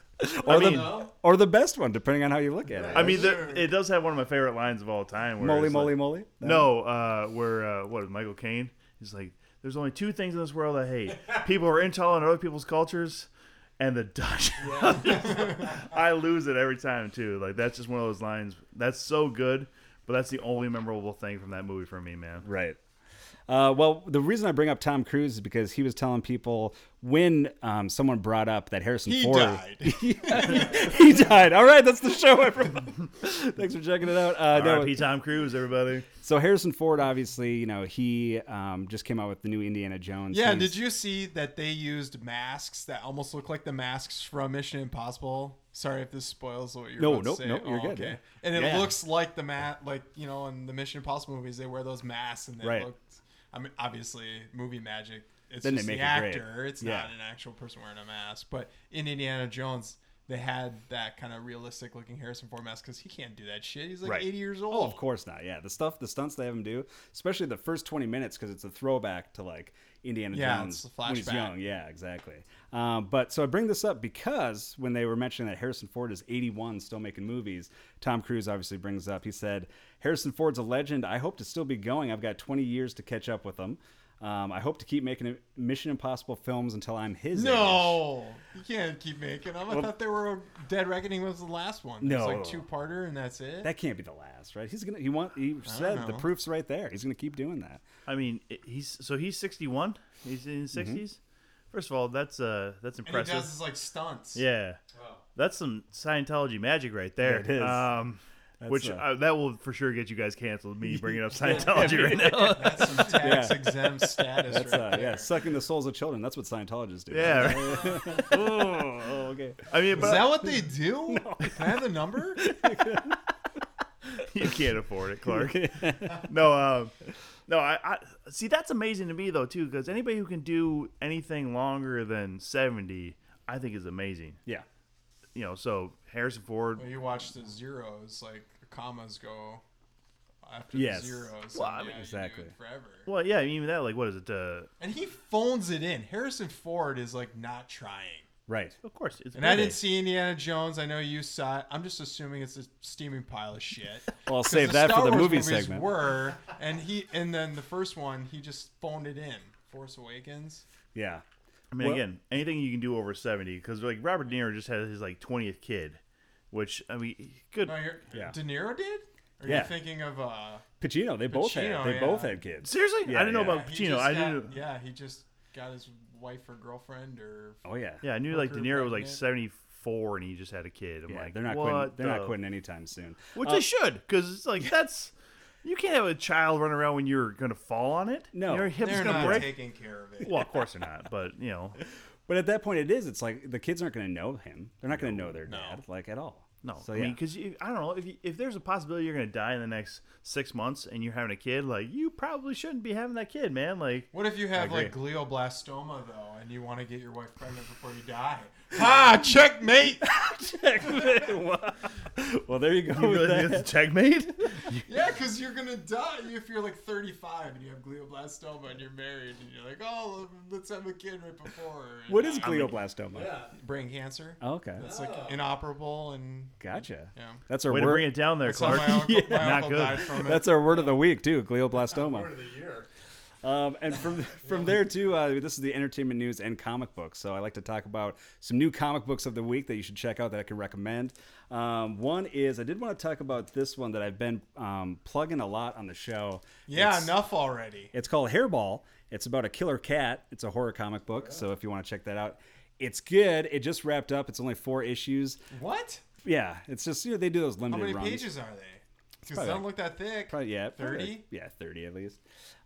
[SPEAKER 2] or
[SPEAKER 3] mean-
[SPEAKER 2] the or the best one, depending on how you look at it.
[SPEAKER 3] I mean, there, it does have one of my favorite lines of all time. Where
[SPEAKER 2] moly,
[SPEAKER 3] it's
[SPEAKER 2] moly,
[SPEAKER 3] like,
[SPEAKER 2] moly.
[SPEAKER 3] No, uh, where uh, what Michael Caine? He's like, there's only two things in this world I hate: people who are intolerant of other people's cultures, and the Dutch. I lose it every time too. Like that's just one of those lines. That's so good, but that's the only memorable thing from that movie for me, man.
[SPEAKER 2] Right. Uh, well, the reason I bring up Tom Cruise is because he was telling people when um, someone brought up that Harrison
[SPEAKER 5] He
[SPEAKER 2] Ford
[SPEAKER 5] died.
[SPEAKER 2] he died. All right, that's the show, everyone. Thanks for checking it out. Uh, no,
[SPEAKER 3] R.I.P. Tom Cruise, everybody.
[SPEAKER 2] so Harrison Ford, obviously, you know, he um, just came out with the new Indiana Jones.
[SPEAKER 6] Yeah,
[SPEAKER 5] Yeah,
[SPEAKER 2] He's-
[SPEAKER 5] did you see that they used masks that almost look like the masks from Mission Impossible? Sorry if this spoils what you're
[SPEAKER 2] No,
[SPEAKER 5] about to
[SPEAKER 2] nope,
[SPEAKER 5] say.
[SPEAKER 2] nope, you're
[SPEAKER 5] Oh,
[SPEAKER 2] good, yeah.
[SPEAKER 5] Okay. And it
[SPEAKER 2] Yeah.
[SPEAKER 5] looks like the mat, like you know, in the Mission Impossible movies, they wear those masks and they
[SPEAKER 2] Right.
[SPEAKER 5] look. I mean, obviously, movie magic. It's
[SPEAKER 2] Then they
[SPEAKER 5] just
[SPEAKER 2] make
[SPEAKER 5] the
[SPEAKER 2] it great.
[SPEAKER 5] actor. It's
[SPEAKER 2] Yeah.
[SPEAKER 5] not an actual person wearing a mask. But in Indiana Jones, they had that kind of realistic looking Harrison Ford mask because he can't do that shit. He's like
[SPEAKER 2] Right.
[SPEAKER 5] 80 years old.
[SPEAKER 2] Oh, of course not. Yeah, the stuff, the stunts they have him do, especially the first twenty minutes, because it's a throwback to like Indiana
[SPEAKER 5] Yeah,
[SPEAKER 2] Jones
[SPEAKER 5] it's a
[SPEAKER 2] when he's
[SPEAKER 5] flashback.
[SPEAKER 2] young. Yeah, exactly. Um, but so I bring this up because when they were mentioning that Harrison Ford is eighty-one, still making movies, Tom Cruise obviously brings up. He said, "Harrison Ford's a legend. I hope to still be going. I've got twenty years to catch up with him." Um, I hope to keep making Mission Impossible films until I'm his age.
[SPEAKER 5] No, you can't keep making them. I thought they were Dead Reckoning was the last one.
[SPEAKER 2] No.
[SPEAKER 5] it's like two parter, and that's it.
[SPEAKER 2] that can't be the last, right? He's gonna. He want. He said the
[SPEAKER 5] know.
[SPEAKER 2] proof's right there. He's gonna keep doing that.
[SPEAKER 3] I mean, it- he's so he's 61. He's in his 60s. First of all, that's uh that's
[SPEAKER 5] and he
[SPEAKER 3] impressive.
[SPEAKER 5] does his like stunts.
[SPEAKER 3] Yeah, that's some Scientology magic right there.
[SPEAKER 2] It is.
[SPEAKER 3] Um, which
[SPEAKER 2] uh,
[SPEAKER 3] uh, that will for sure get you guys canceled. Me bringing up Scientology right now.
[SPEAKER 5] that's some tax exempt status.
[SPEAKER 2] That's
[SPEAKER 5] right
[SPEAKER 2] uh,
[SPEAKER 5] there.
[SPEAKER 2] yeah, sucking the souls of children. That's what Scientologists do.
[SPEAKER 3] Yeah.
[SPEAKER 2] oh, okay.
[SPEAKER 3] I mean,
[SPEAKER 5] Is
[SPEAKER 3] but
[SPEAKER 5] that what they do? Can I have the number?
[SPEAKER 3] you can't afford it, Clark. no, um, no. I, I see. That's amazing to me though too, because anybody who can do anything longer than 70, I think is amazing.
[SPEAKER 2] Yeah.
[SPEAKER 3] You know, so Harrison Ford.
[SPEAKER 5] Well, you watch the zeros, like the commas go after
[SPEAKER 2] Yes.
[SPEAKER 5] the zeros.
[SPEAKER 3] Well,
[SPEAKER 5] and
[SPEAKER 3] I mean,
[SPEAKER 5] yeah, you do it
[SPEAKER 2] exactly.
[SPEAKER 5] Forever.
[SPEAKER 3] Well, yeah, even that. Like, what is it? Uh,
[SPEAKER 5] And he phones it in. Harrison Ford is like not trying.
[SPEAKER 2] Right.
[SPEAKER 3] of course, it's.
[SPEAKER 5] And I
[SPEAKER 3] Mayday.
[SPEAKER 5] didn't see Indiana Jones. I know you saw it. I'm just assuming it's a steaming pile of shit.
[SPEAKER 2] Well, I'll
[SPEAKER 5] 'Cause
[SPEAKER 2] save
[SPEAKER 5] the
[SPEAKER 2] that
[SPEAKER 5] Star
[SPEAKER 2] for the
[SPEAKER 5] Wars
[SPEAKER 2] movie
[SPEAKER 5] movies
[SPEAKER 2] segment.
[SPEAKER 5] Were and he and then the first one he just phoned it in. Force Awakens.
[SPEAKER 2] Yeah.
[SPEAKER 3] I mean,
[SPEAKER 2] Well-
[SPEAKER 3] again, anything you can do over seventy, because like Robert De Niro just had his like twentieth kid, which I mean, good.
[SPEAKER 5] No, you're,
[SPEAKER 2] Yeah.
[SPEAKER 5] De Niro did. Or
[SPEAKER 2] Yeah.
[SPEAKER 5] you thinking of uh?
[SPEAKER 2] Pacino. They both
[SPEAKER 5] Pacino,
[SPEAKER 2] had. They
[SPEAKER 5] yeah.
[SPEAKER 2] both had kids.
[SPEAKER 3] Seriously,
[SPEAKER 2] Yeah,
[SPEAKER 3] I didn't
[SPEAKER 2] yeah.
[SPEAKER 3] know about
[SPEAKER 5] he
[SPEAKER 3] Pacino.
[SPEAKER 5] just
[SPEAKER 3] I
[SPEAKER 5] got-
[SPEAKER 3] knew.
[SPEAKER 5] Yeah, he just got his wife or girlfriend or.
[SPEAKER 2] Oh yeah.
[SPEAKER 3] Yeah, I knew like De
[SPEAKER 5] Hooker
[SPEAKER 3] Niro was like
[SPEAKER 5] pregnant.
[SPEAKER 3] seventy four, and he just had a kid. I'm
[SPEAKER 2] Yeah,
[SPEAKER 3] like,
[SPEAKER 2] they're not
[SPEAKER 3] what
[SPEAKER 2] quitting. They're
[SPEAKER 3] the-
[SPEAKER 2] not quitting anytime soon.
[SPEAKER 3] which
[SPEAKER 2] Uh,
[SPEAKER 3] they should, because it's like that's you can't have a child run around when you're gonna fall on it.
[SPEAKER 2] No.
[SPEAKER 3] your hip's
[SPEAKER 5] They're
[SPEAKER 3] gonna
[SPEAKER 5] not
[SPEAKER 3] break.
[SPEAKER 5] taking care of it.
[SPEAKER 3] well, of course they're not, but you know,
[SPEAKER 2] But at that point, it is. It's like the kids aren't going to know him. They're not going to know their dad, like at all.
[SPEAKER 3] no.
[SPEAKER 2] So
[SPEAKER 3] I
[SPEAKER 2] yeah.
[SPEAKER 3] mean, because I don't know if you, if there's a possibility you're gonna die in the next six months and you're having a kid, like you probably shouldn't be having that kid, man. Like,
[SPEAKER 5] What if you have like glioblastoma though, and you want to get your wife pregnant before you die? Ha! Checkmate.
[SPEAKER 2] well, there you go.
[SPEAKER 3] you
[SPEAKER 2] with
[SPEAKER 3] really think
[SPEAKER 2] that.
[SPEAKER 3] that's checkmate?
[SPEAKER 5] Yeah, because you're gonna die if you're like 35 and you have glioblastoma and you're married and you're like, oh, let's have a kid right before. and
[SPEAKER 2] What is
[SPEAKER 5] die.
[SPEAKER 2] glioblastoma?
[SPEAKER 5] brain cancer?
[SPEAKER 2] Oh, okay.
[SPEAKER 5] It's like inoperable and
[SPEAKER 2] Gotcha.
[SPEAKER 5] Yeah.
[SPEAKER 2] That's our
[SPEAKER 3] Way to
[SPEAKER 2] word.
[SPEAKER 3] bring it down there,
[SPEAKER 5] That's how
[SPEAKER 3] Clark.
[SPEAKER 5] my uncle, my
[SPEAKER 3] Not
[SPEAKER 5] uncle
[SPEAKER 3] good.
[SPEAKER 5] died from it.
[SPEAKER 2] That's our word of the week too. Glioblastoma.
[SPEAKER 4] of the year.
[SPEAKER 2] Um, and from from there too, uh, this is the entertainment news and comic books. So I like to talk about some new comic books of the week that you should check out that I can recommend. Um, one is I did want to talk about this one that I've been um, plugging a lot on the show.
[SPEAKER 5] yeah,
[SPEAKER 2] It's-
[SPEAKER 5] enough already.
[SPEAKER 2] it's called Hairball. It's about a killer cat. It's a horror comic book. So if you want to check that out, it's good. It just wrapped up. It's only four issues.
[SPEAKER 5] What?
[SPEAKER 2] Yeah, it's just you know they do those
[SPEAKER 5] How
[SPEAKER 2] limited
[SPEAKER 5] many
[SPEAKER 2] runs.
[SPEAKER 5] pages are they? Because they
[SPEAKER 2] probably
[SPEAKER 5] don't look that thick.
[SPEAKER 2] Probably yeah, probably,
[SPEAKER 5] 30?
[SPEAKER 2] yeah, thirty at least.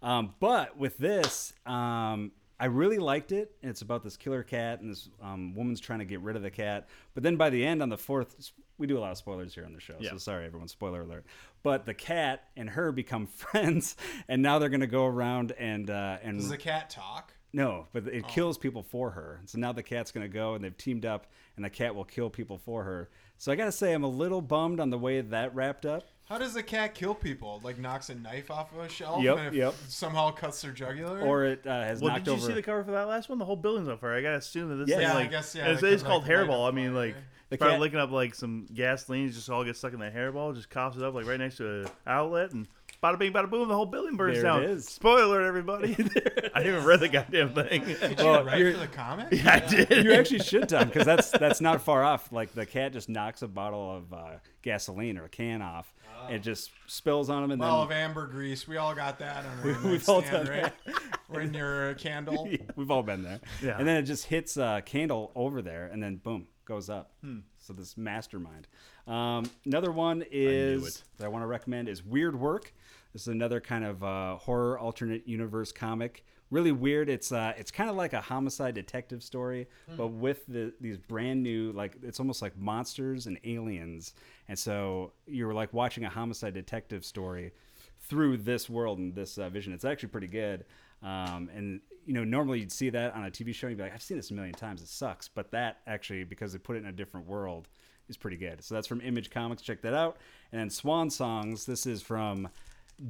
[SPEAKER 2] Um, but with this, um, I really liked it, and it's about this killer cat and this um, woman's trying to get rid of the cat. But then by the end, on the fourth, we do a lot of spoilers here on the show, so
[SPEAKER 3] Yeah.
[SPEAKER 2] sorry everyone, spoiler alert. But the cat and her become friends, and now they're gonna go around and uh, and
[SPEAKER 5] Does the cat talk?
[SPEAKER 2] no, but
[SPEAKER 3] Oh.
[SPEAKER 2] it kills people for her. So now the cat's going to go and they've teamed up and the cat will kill people for her. So I got to say, I'm a little bummed on the way that wrapped up.
[SPEAKER 5] How does the cat kill people? Like knocks a knife off of a shelf
[SPEAKER 2] Yep,
[SPEAKER 5] and it
[SPEAKER 2] yep.
[SPEAKER 5] somehow cuts their jugular?
[SPEAKER 2] Or it uh, has
[SPEAKER 3] Well,
[SPEAKER 2] knocked
[SPEAKER 3] did you
[SPEAKER 2] over.
[SPEAKER 3] see the cover for that last one? The whole building's on fire. I gotta assume that this
[SPEAKER 2] Yeah.
[SPEAKER 3] thing,
[SPEAKER 2] Yeah, I
[SPEAKER 3] like,
[SPEAKER 5] guess, yeah,
[SPEAKER 3] it's,
[SPEAKER 5] like,
[SPEAKER 3] it's
[SPEAKER 5] like,
[SPEAKER 3] called
[SPEAKER 5] light up
[SPEAKER 3] hairball. I mean,
[SPEAKER 5] fire.
[SPEAKER 3] like,
[SPEAKER 2] The
[SPEAKER 3] probably
[SPEAKER 2] cat-
[SPEAKER 3] licking up like some gasoline, just all gets stuck in that hairball, just coughs it up like right next to an outlet, and bada bing, bada boom, the whole building burns
[SPEAKER 2] There it
[SPEAKER 3] down.
[SPEAKER 2] is.
[SPEAKER 3] Spoiler, alert, everybody! I didn't even read the goddamn thing.
[SPEAKER 5] Did you
[SPEAKER 2] Well,
[SPEAKER 5] write
[SPEAKER 2] oh, you're-
[SPEAKER 5] for the comic?
[SPEAKER 3] I did.
[SPEAKER 2] you actually should, Tom, because that's that's not far off. Like the cat just knocks a bottle of uh, gasoline or a can off, and it just spills on him, and
[SPEAKER 5] Well, of
[SPEAKER 2] then
[SPEAKER 5] ambergrease, we all got that on our
[SPEAKER 2] we've all
[SPEAKER 5] nightstand,
[SPEAKER 2] done
[SPEAKER 5] right? Or in your candle.
[SPEAKER 2] we've all been there.
[SPEAKER 3] Yeah.
[SPEAKER 2] And then it just hits a candle over there, and then boom, goes up.
[SPEAKER 3] Hmm.
[SPEAKER 2] So this mastermind. Um, another one is
[SPEAKER 3] it.
[SPEAKER 2] that I want to recommend is Weird Work. This is another kind of uh, horror alternate universe comic. Really weird. It's uh, it's kind of like a homicide detective story,
[SPEAKER 3] Hmm.
[SPEAKER 2] but with the, these brand new like it's almost like monsters and aliens. And so you're like watching a homicide detective story through this world and this uh, vision. It's actually pretty good. Um, and you know, normally you'd see that on a TV show and you'd be like, I've seen this a million times. It sucks. But that actually, because they put it in a different world, is pretty good. So that's from Image Comics. Check that out. And then Swan Songs. This is from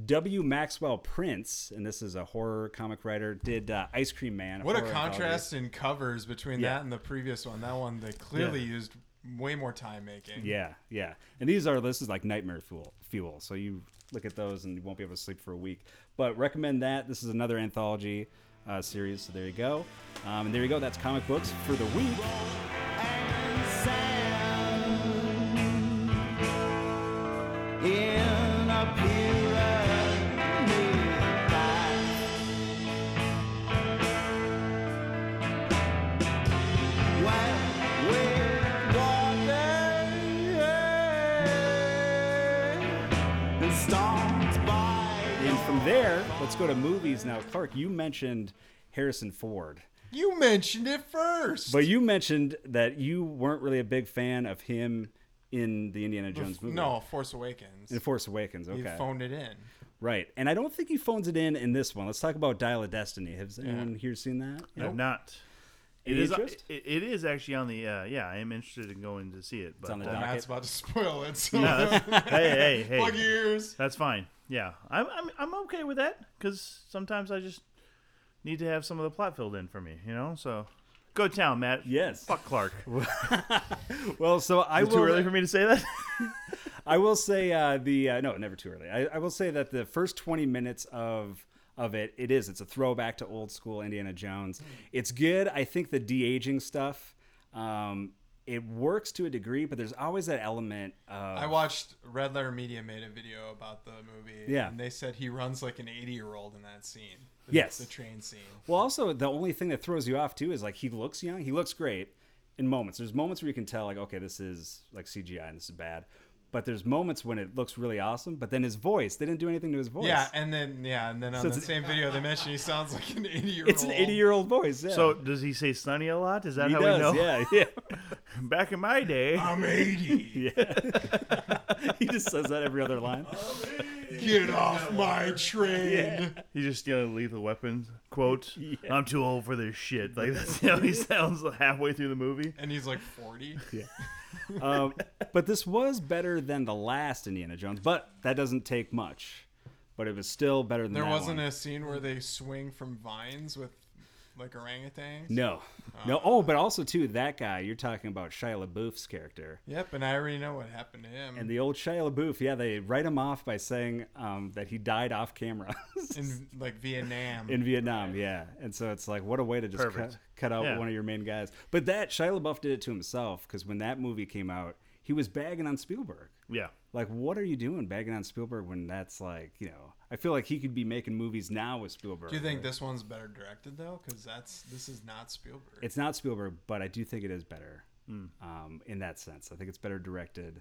[SPEAKER 2] W. Maxwell Prince, and this is a horror comic writer. Did uh, Ice Cream Man?
[SPEAKER 5] What a
[SPEAKER 2] horror anthology.
[SPEAKER 5] contrast in covers between
[SPEAKER 2] Yeah.
[SPEAKER 5] that and the previous one. That one they clearly used way more time making.
[SPEAKER 2] Yeah, yeah. And these are this is like nightmare fuel fuel. So you look at those and you won't be able to sleep for a week. But recommend that. This is another anthology uh, series. So there you go. Um, and there you go. That's comic books for the week. And from there, let's go to movies now. Clark, you mentioned Harrison Ford.
[SPEAKER 5] You mentioned it first.
[SPEAKER 2] But you mentioned that you weren't really a big fan of him in the Indiana Jones movie.
[SPEAKER 5] no, Force Awakens.
[SPEAKER 2] In Force Awakens, okay.
[SPEAKER 5] You phoned it in.
[SPEAKER 2] right. And I don't think he phones it in in this one. Let's talk about Dial of Destiny. Has anyone here seen that?
[SPEAKER 3] I'm not. It
[SPEAKER 2] Any
[SPEAKER 3] is, it,
[SPEAKER 2] interest?
[SPEAKER 3] it is actually on the uh, yeah I am interested in going to see it but
[SPEAKER 2] on the
[SPEAKER 3] uh,
[SPEAKER 2] docket.
[SPEAKER 5] Matt's about to spoil it. So
[SPEAKER 3] no, that's- hey hey hey
[SPEAKER 5] plug ears.
[SPEAKER 3] That's fine. Yeah, I'm I'm, I'm okay with that because sometimes I just need to have some of the plot filled in for me, you know. So go to town, Matt.
[SPEAKER 2] Yes.
[SPEAKER 3] Fuck Clark. Is
[SPEAKER 2] Well, so I
[SPEAKER 3] it
[SPEAKER 2] will.
[SPEAKER 3] too early for me to say that?
[SPEAKER 2] I will say uh, the uh, no, never too early. I, I will say that the first twenty minutes of of it, it is. It's a throwback to old school Indiana Jones. It's good. I think the de aging stuff, um, it works to a degree, but there's always that element of
[SPEAKER 5] I watched Red Letter Media made a video about the movie.
[SPEAKER 2] Yeah.
[SPEAKER 5] And they said he runs like an 80 year old in that scene. The-
[SPEAKER 2] Yes.
[SPEAKER 5] The train scene.
[SPEAKER 2] Well, also the only thing that throws you off too is like he looks young. He looks great in moments. There's moments where you can tell like okay, this is like CGI and this is bad. But there's moments when it looks really awesome. But then his voice, they didn't do anything to his voice.
[SPEAKER 5] Yeah. And then, yeah. And then on
[SPEAKER 2] So
[SPEAKER 5] the
[SPEAKER 2] it's-
[SPEAKER 5] same video they mentioned he sounds like an 80 year old.
[SPEAKER 2] it's an 80 year old voice. Yeah.
[SPEAKER 3] so does he say Sonny a lot? Is that
[SPEAKER 2] he
[SPEAKER 3] how
[SPEAKER 2] does.
[SPEAKER 3] we know?
[SPEAKER 2] Yeah, yeah.
[SPEAKER 3] Back in my day,
[SPEAKER 5] I'm 80.
[SPEAKER 2] he just says that every other line.
[SPEAKER 5] Get off my train.
[SPEAKER 3] he's just stealing lethal weapons. Quote: I'm too old for this shit. Like that's how he sounds halfway through the movie.
[SPEAKER 5] And he's like 40.
[SPEAKER 2] Um, but this was better than the last Indiana Jones, but that doesn't take much. But it was still better than
[SPEAKER 5] There
[SPEAKER 2] that
[SPEAKER 5] wasn't
[SPEAKER 2] one.
[SPEAKER 5] a scene where they swing from vines with like orangutans.
[SPEAKER 2] no, no. Oh, but also too that guy you're talking about Shia LaBeouf's character.
[SPEAKER 5] Yep, and I already know what happened to him.
[SPEAKER 2] And the old Shia LaBeouf, yeah, they write him off by saying um, that he died off camera
[SPEAKER 5] in like Vietnam.
[SPEAKER 2] in Vietnam, yeah. And so it's like, what a way to just cut,
[SPEAKER 3] Perfect.
[SPEAKER 2] cut out
[SPEAKER 3] Yeah.
[SPEAKER 2] one of your main guys. But that Shia LaBeouf did it to himself because when that movie came out, he was bagging on Spielberg.
[SPEAKER 3] Yeah.
[SPEAKER 2] Like, what are you doing bagging on Spielberg when that's like, you know, I feel like he could be making movies now with Spielberg.
[SPEAKER 5] Do you think this one's better directed though? Because that's this is not Spielberg.
[SPEAKER 2] It's not Spielberg, but I do think it is better um, in that sense. I think it's better directed.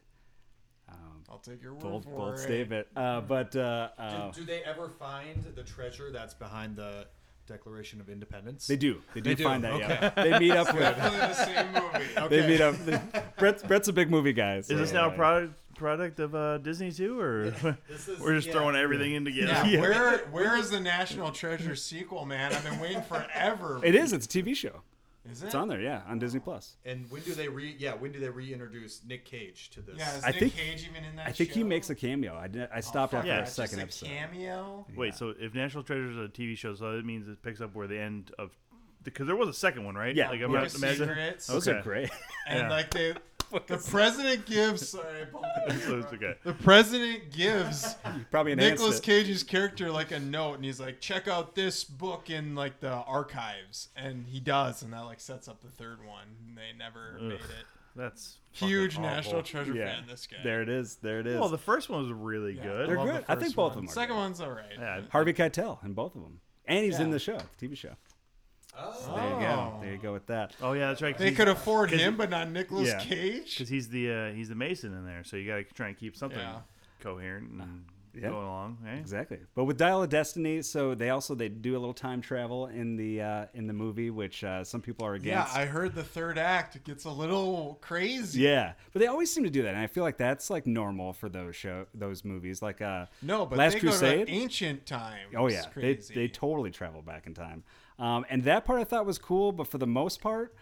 [SPEAKER 5] I'll take your word
[SPEAKER 2] Bold,
[SPEAKER 5] for
[SPEAKER 2] bold
[SPEAKER 5] it.
[SPEAKER 2] statement. Uh, but uh, uh,
[SPEAKER 4] Do they ever find the treasure that's behind the
[SPEAKER 6] Declaration of Independence?
[SPEAKER 2] They do. They do,
[SPEAKER 6] do,
[SPEAKER 2] find that. Yeah,
[SPEAKER 6] okay.
[SPEAKER 2] they meet up with.
[SPEAKER 5] Definitely the same movie.
[SPEAKER 2] They meet up. Brett's, Brett's a big movie guy. so- uh,
[SPEAKER 3] Is this now a product product of uh, Disney too, or
[SPEAKER 4] This is-
[SPEAKER 3] we're just
[SPEAKER 4] yeah.
[SPEAKER 3] throwing everything in together?
[SPEAKER 5] Yeah, where where is the National Treasure sequel, man? I've been waiting forever.
[SPEAKER 2] It is. It's a TV show.
[SPEAKER 5] Is
[SPEAKER 2] It's
[SPEAKER 5] it?
[SPEAKER 2] on there. Yeah, on Disney Plus.
[SPEAKER 6] And when do they re? Yeah, when do they reintroduce Nick Cage to this?
[SPEAKER 5] Yeah, is
[SPEAKER 2] I
[SPEAKER 5] Nick
[SPEAKER 2] think-
[SPEAKER 5] Cage even in that?
[SPEAKER 2] I think he
[SPEAKER 5] show?
[SPEAKER 2] makes a cameo. I did, I stopped after
[SPEAKER 3] yeah,
[SPEAKER 2] the
[SPEAKER 3] it's
[SPEAKER 5] Just
[SPEAKER 2] second
[SPEAKER 5] a
[SPEAKER 2] episode.
[SPEAKER 5] cameo.
[SPEAKER 3] Wait, so if National Treasure is a TV show, so that means it picks up where the end of because there was a second one, right?
[SPEAKER 2] Yeah.
[SPEAKER 3] like
[SPEAKER 5] Book
[SPEAKER 3] not
[SPEAKER 5] of
[SPEAKER 3] imagine-
[SPEAKER 5] Secrets.
[SPEAKER 2] Those
[SPEAKER 3] Okay.
[SPEAKER 2] are great.
[SPEAKER 5] And
[SPEAKER 3] Yeah.
[SPEAKER 5] like they, the president gives. Sorry, I bumped the
[SPEAKER 3] so it's okay.
[SPEAKER 5] The president gives
[SPEAKER 2] Probably enhanced
[SPEAKER 5] Nicolas
[SPEAKER 2] it.
[SPEAKER 5] Cage's character like a note, and he's like, "Check out this book in like the archives," and he does, and that like sets up the third one. And they never made it.
[SPEAKER 3] That's fucking
[SPEAKER 5] Huge
[SPEAKER 3] awful.
[SPEAKER 5] national treasure
[SPEAKER 2] Yeah.
[SPEAKER 5] fan. This guy.
[SPEAKER 2] There it is. There it is.
[SPEAKER 3] Well, the first one was really
[SPEAKER 5] Yeah.
[SPEAKER 3] good.
[SPEAKER 2] They're
[SPEAKER 5] love
[SPEAKER 2] good.
[SPEAKER 5] the
[SPEAKER 2] I think
[SPEAKER 5] first
[SPEAKER 2] both
[SPEAKER 5] one.
[SPEAKER 2] of them are.
[SPEAKER 5] Second
[SPEAKER 2] good.
[SPEAKER 5] one's all right.
[SPEAKER 3] Yeah,
[SPEAKER 2] Harvey Keitel in both of them, and he's in
[SPEAKER 5] Yeah.
[SPEAKER 2] the show, TV show.
[SPEAKER 5] Oh.
[SPEAKER 2] There you go. There you go with that.
[SPEAKER 3] Oh yeah, that's right.
[SPEAKER 5] They could afford
[SPEAKER 3] 'cause-
[SPEAKER 5] him, but not Nicolas
[SPEAKER 2] Yeah.
[SPEAKER 5] Cage.
[SPEAKER 3] because he's the uh, he's the Mason in there, so you got to try and keep something
[SPEAKER 5] Yeah.
[SPEAKER 3] coherent and
[SPEAKER 2] Yeah.
[SPEAKER 3] going along. Right?
[SPEAKER 2] Exactly. But with Dial of Destiny, so they also they do a little time travel in the uh, in the movie, which uh, some people are
[SPEAKER 5] Yeah,
[SPEAKER 2] against.
[SPEAKER 5] I heard the third act gets a little crazy.
[SPEAKER 2] Yeah, but they always seem to do that, and I feel like that's like normal for those show those movies. Like uh,
[SPEAKER 5] No, but
[SPEAKER 2] Last
[SPEAKER 5] they go
[SPEAKER 2] Crusade.
[SPEAKER 5] to ancient times.
[SPEAKER 2] oh yeah, they
[SPEAKER 5] crazy.
[SPEAKER 2] they totally travel back in time, um, and that part I thought was cool. But for the most part,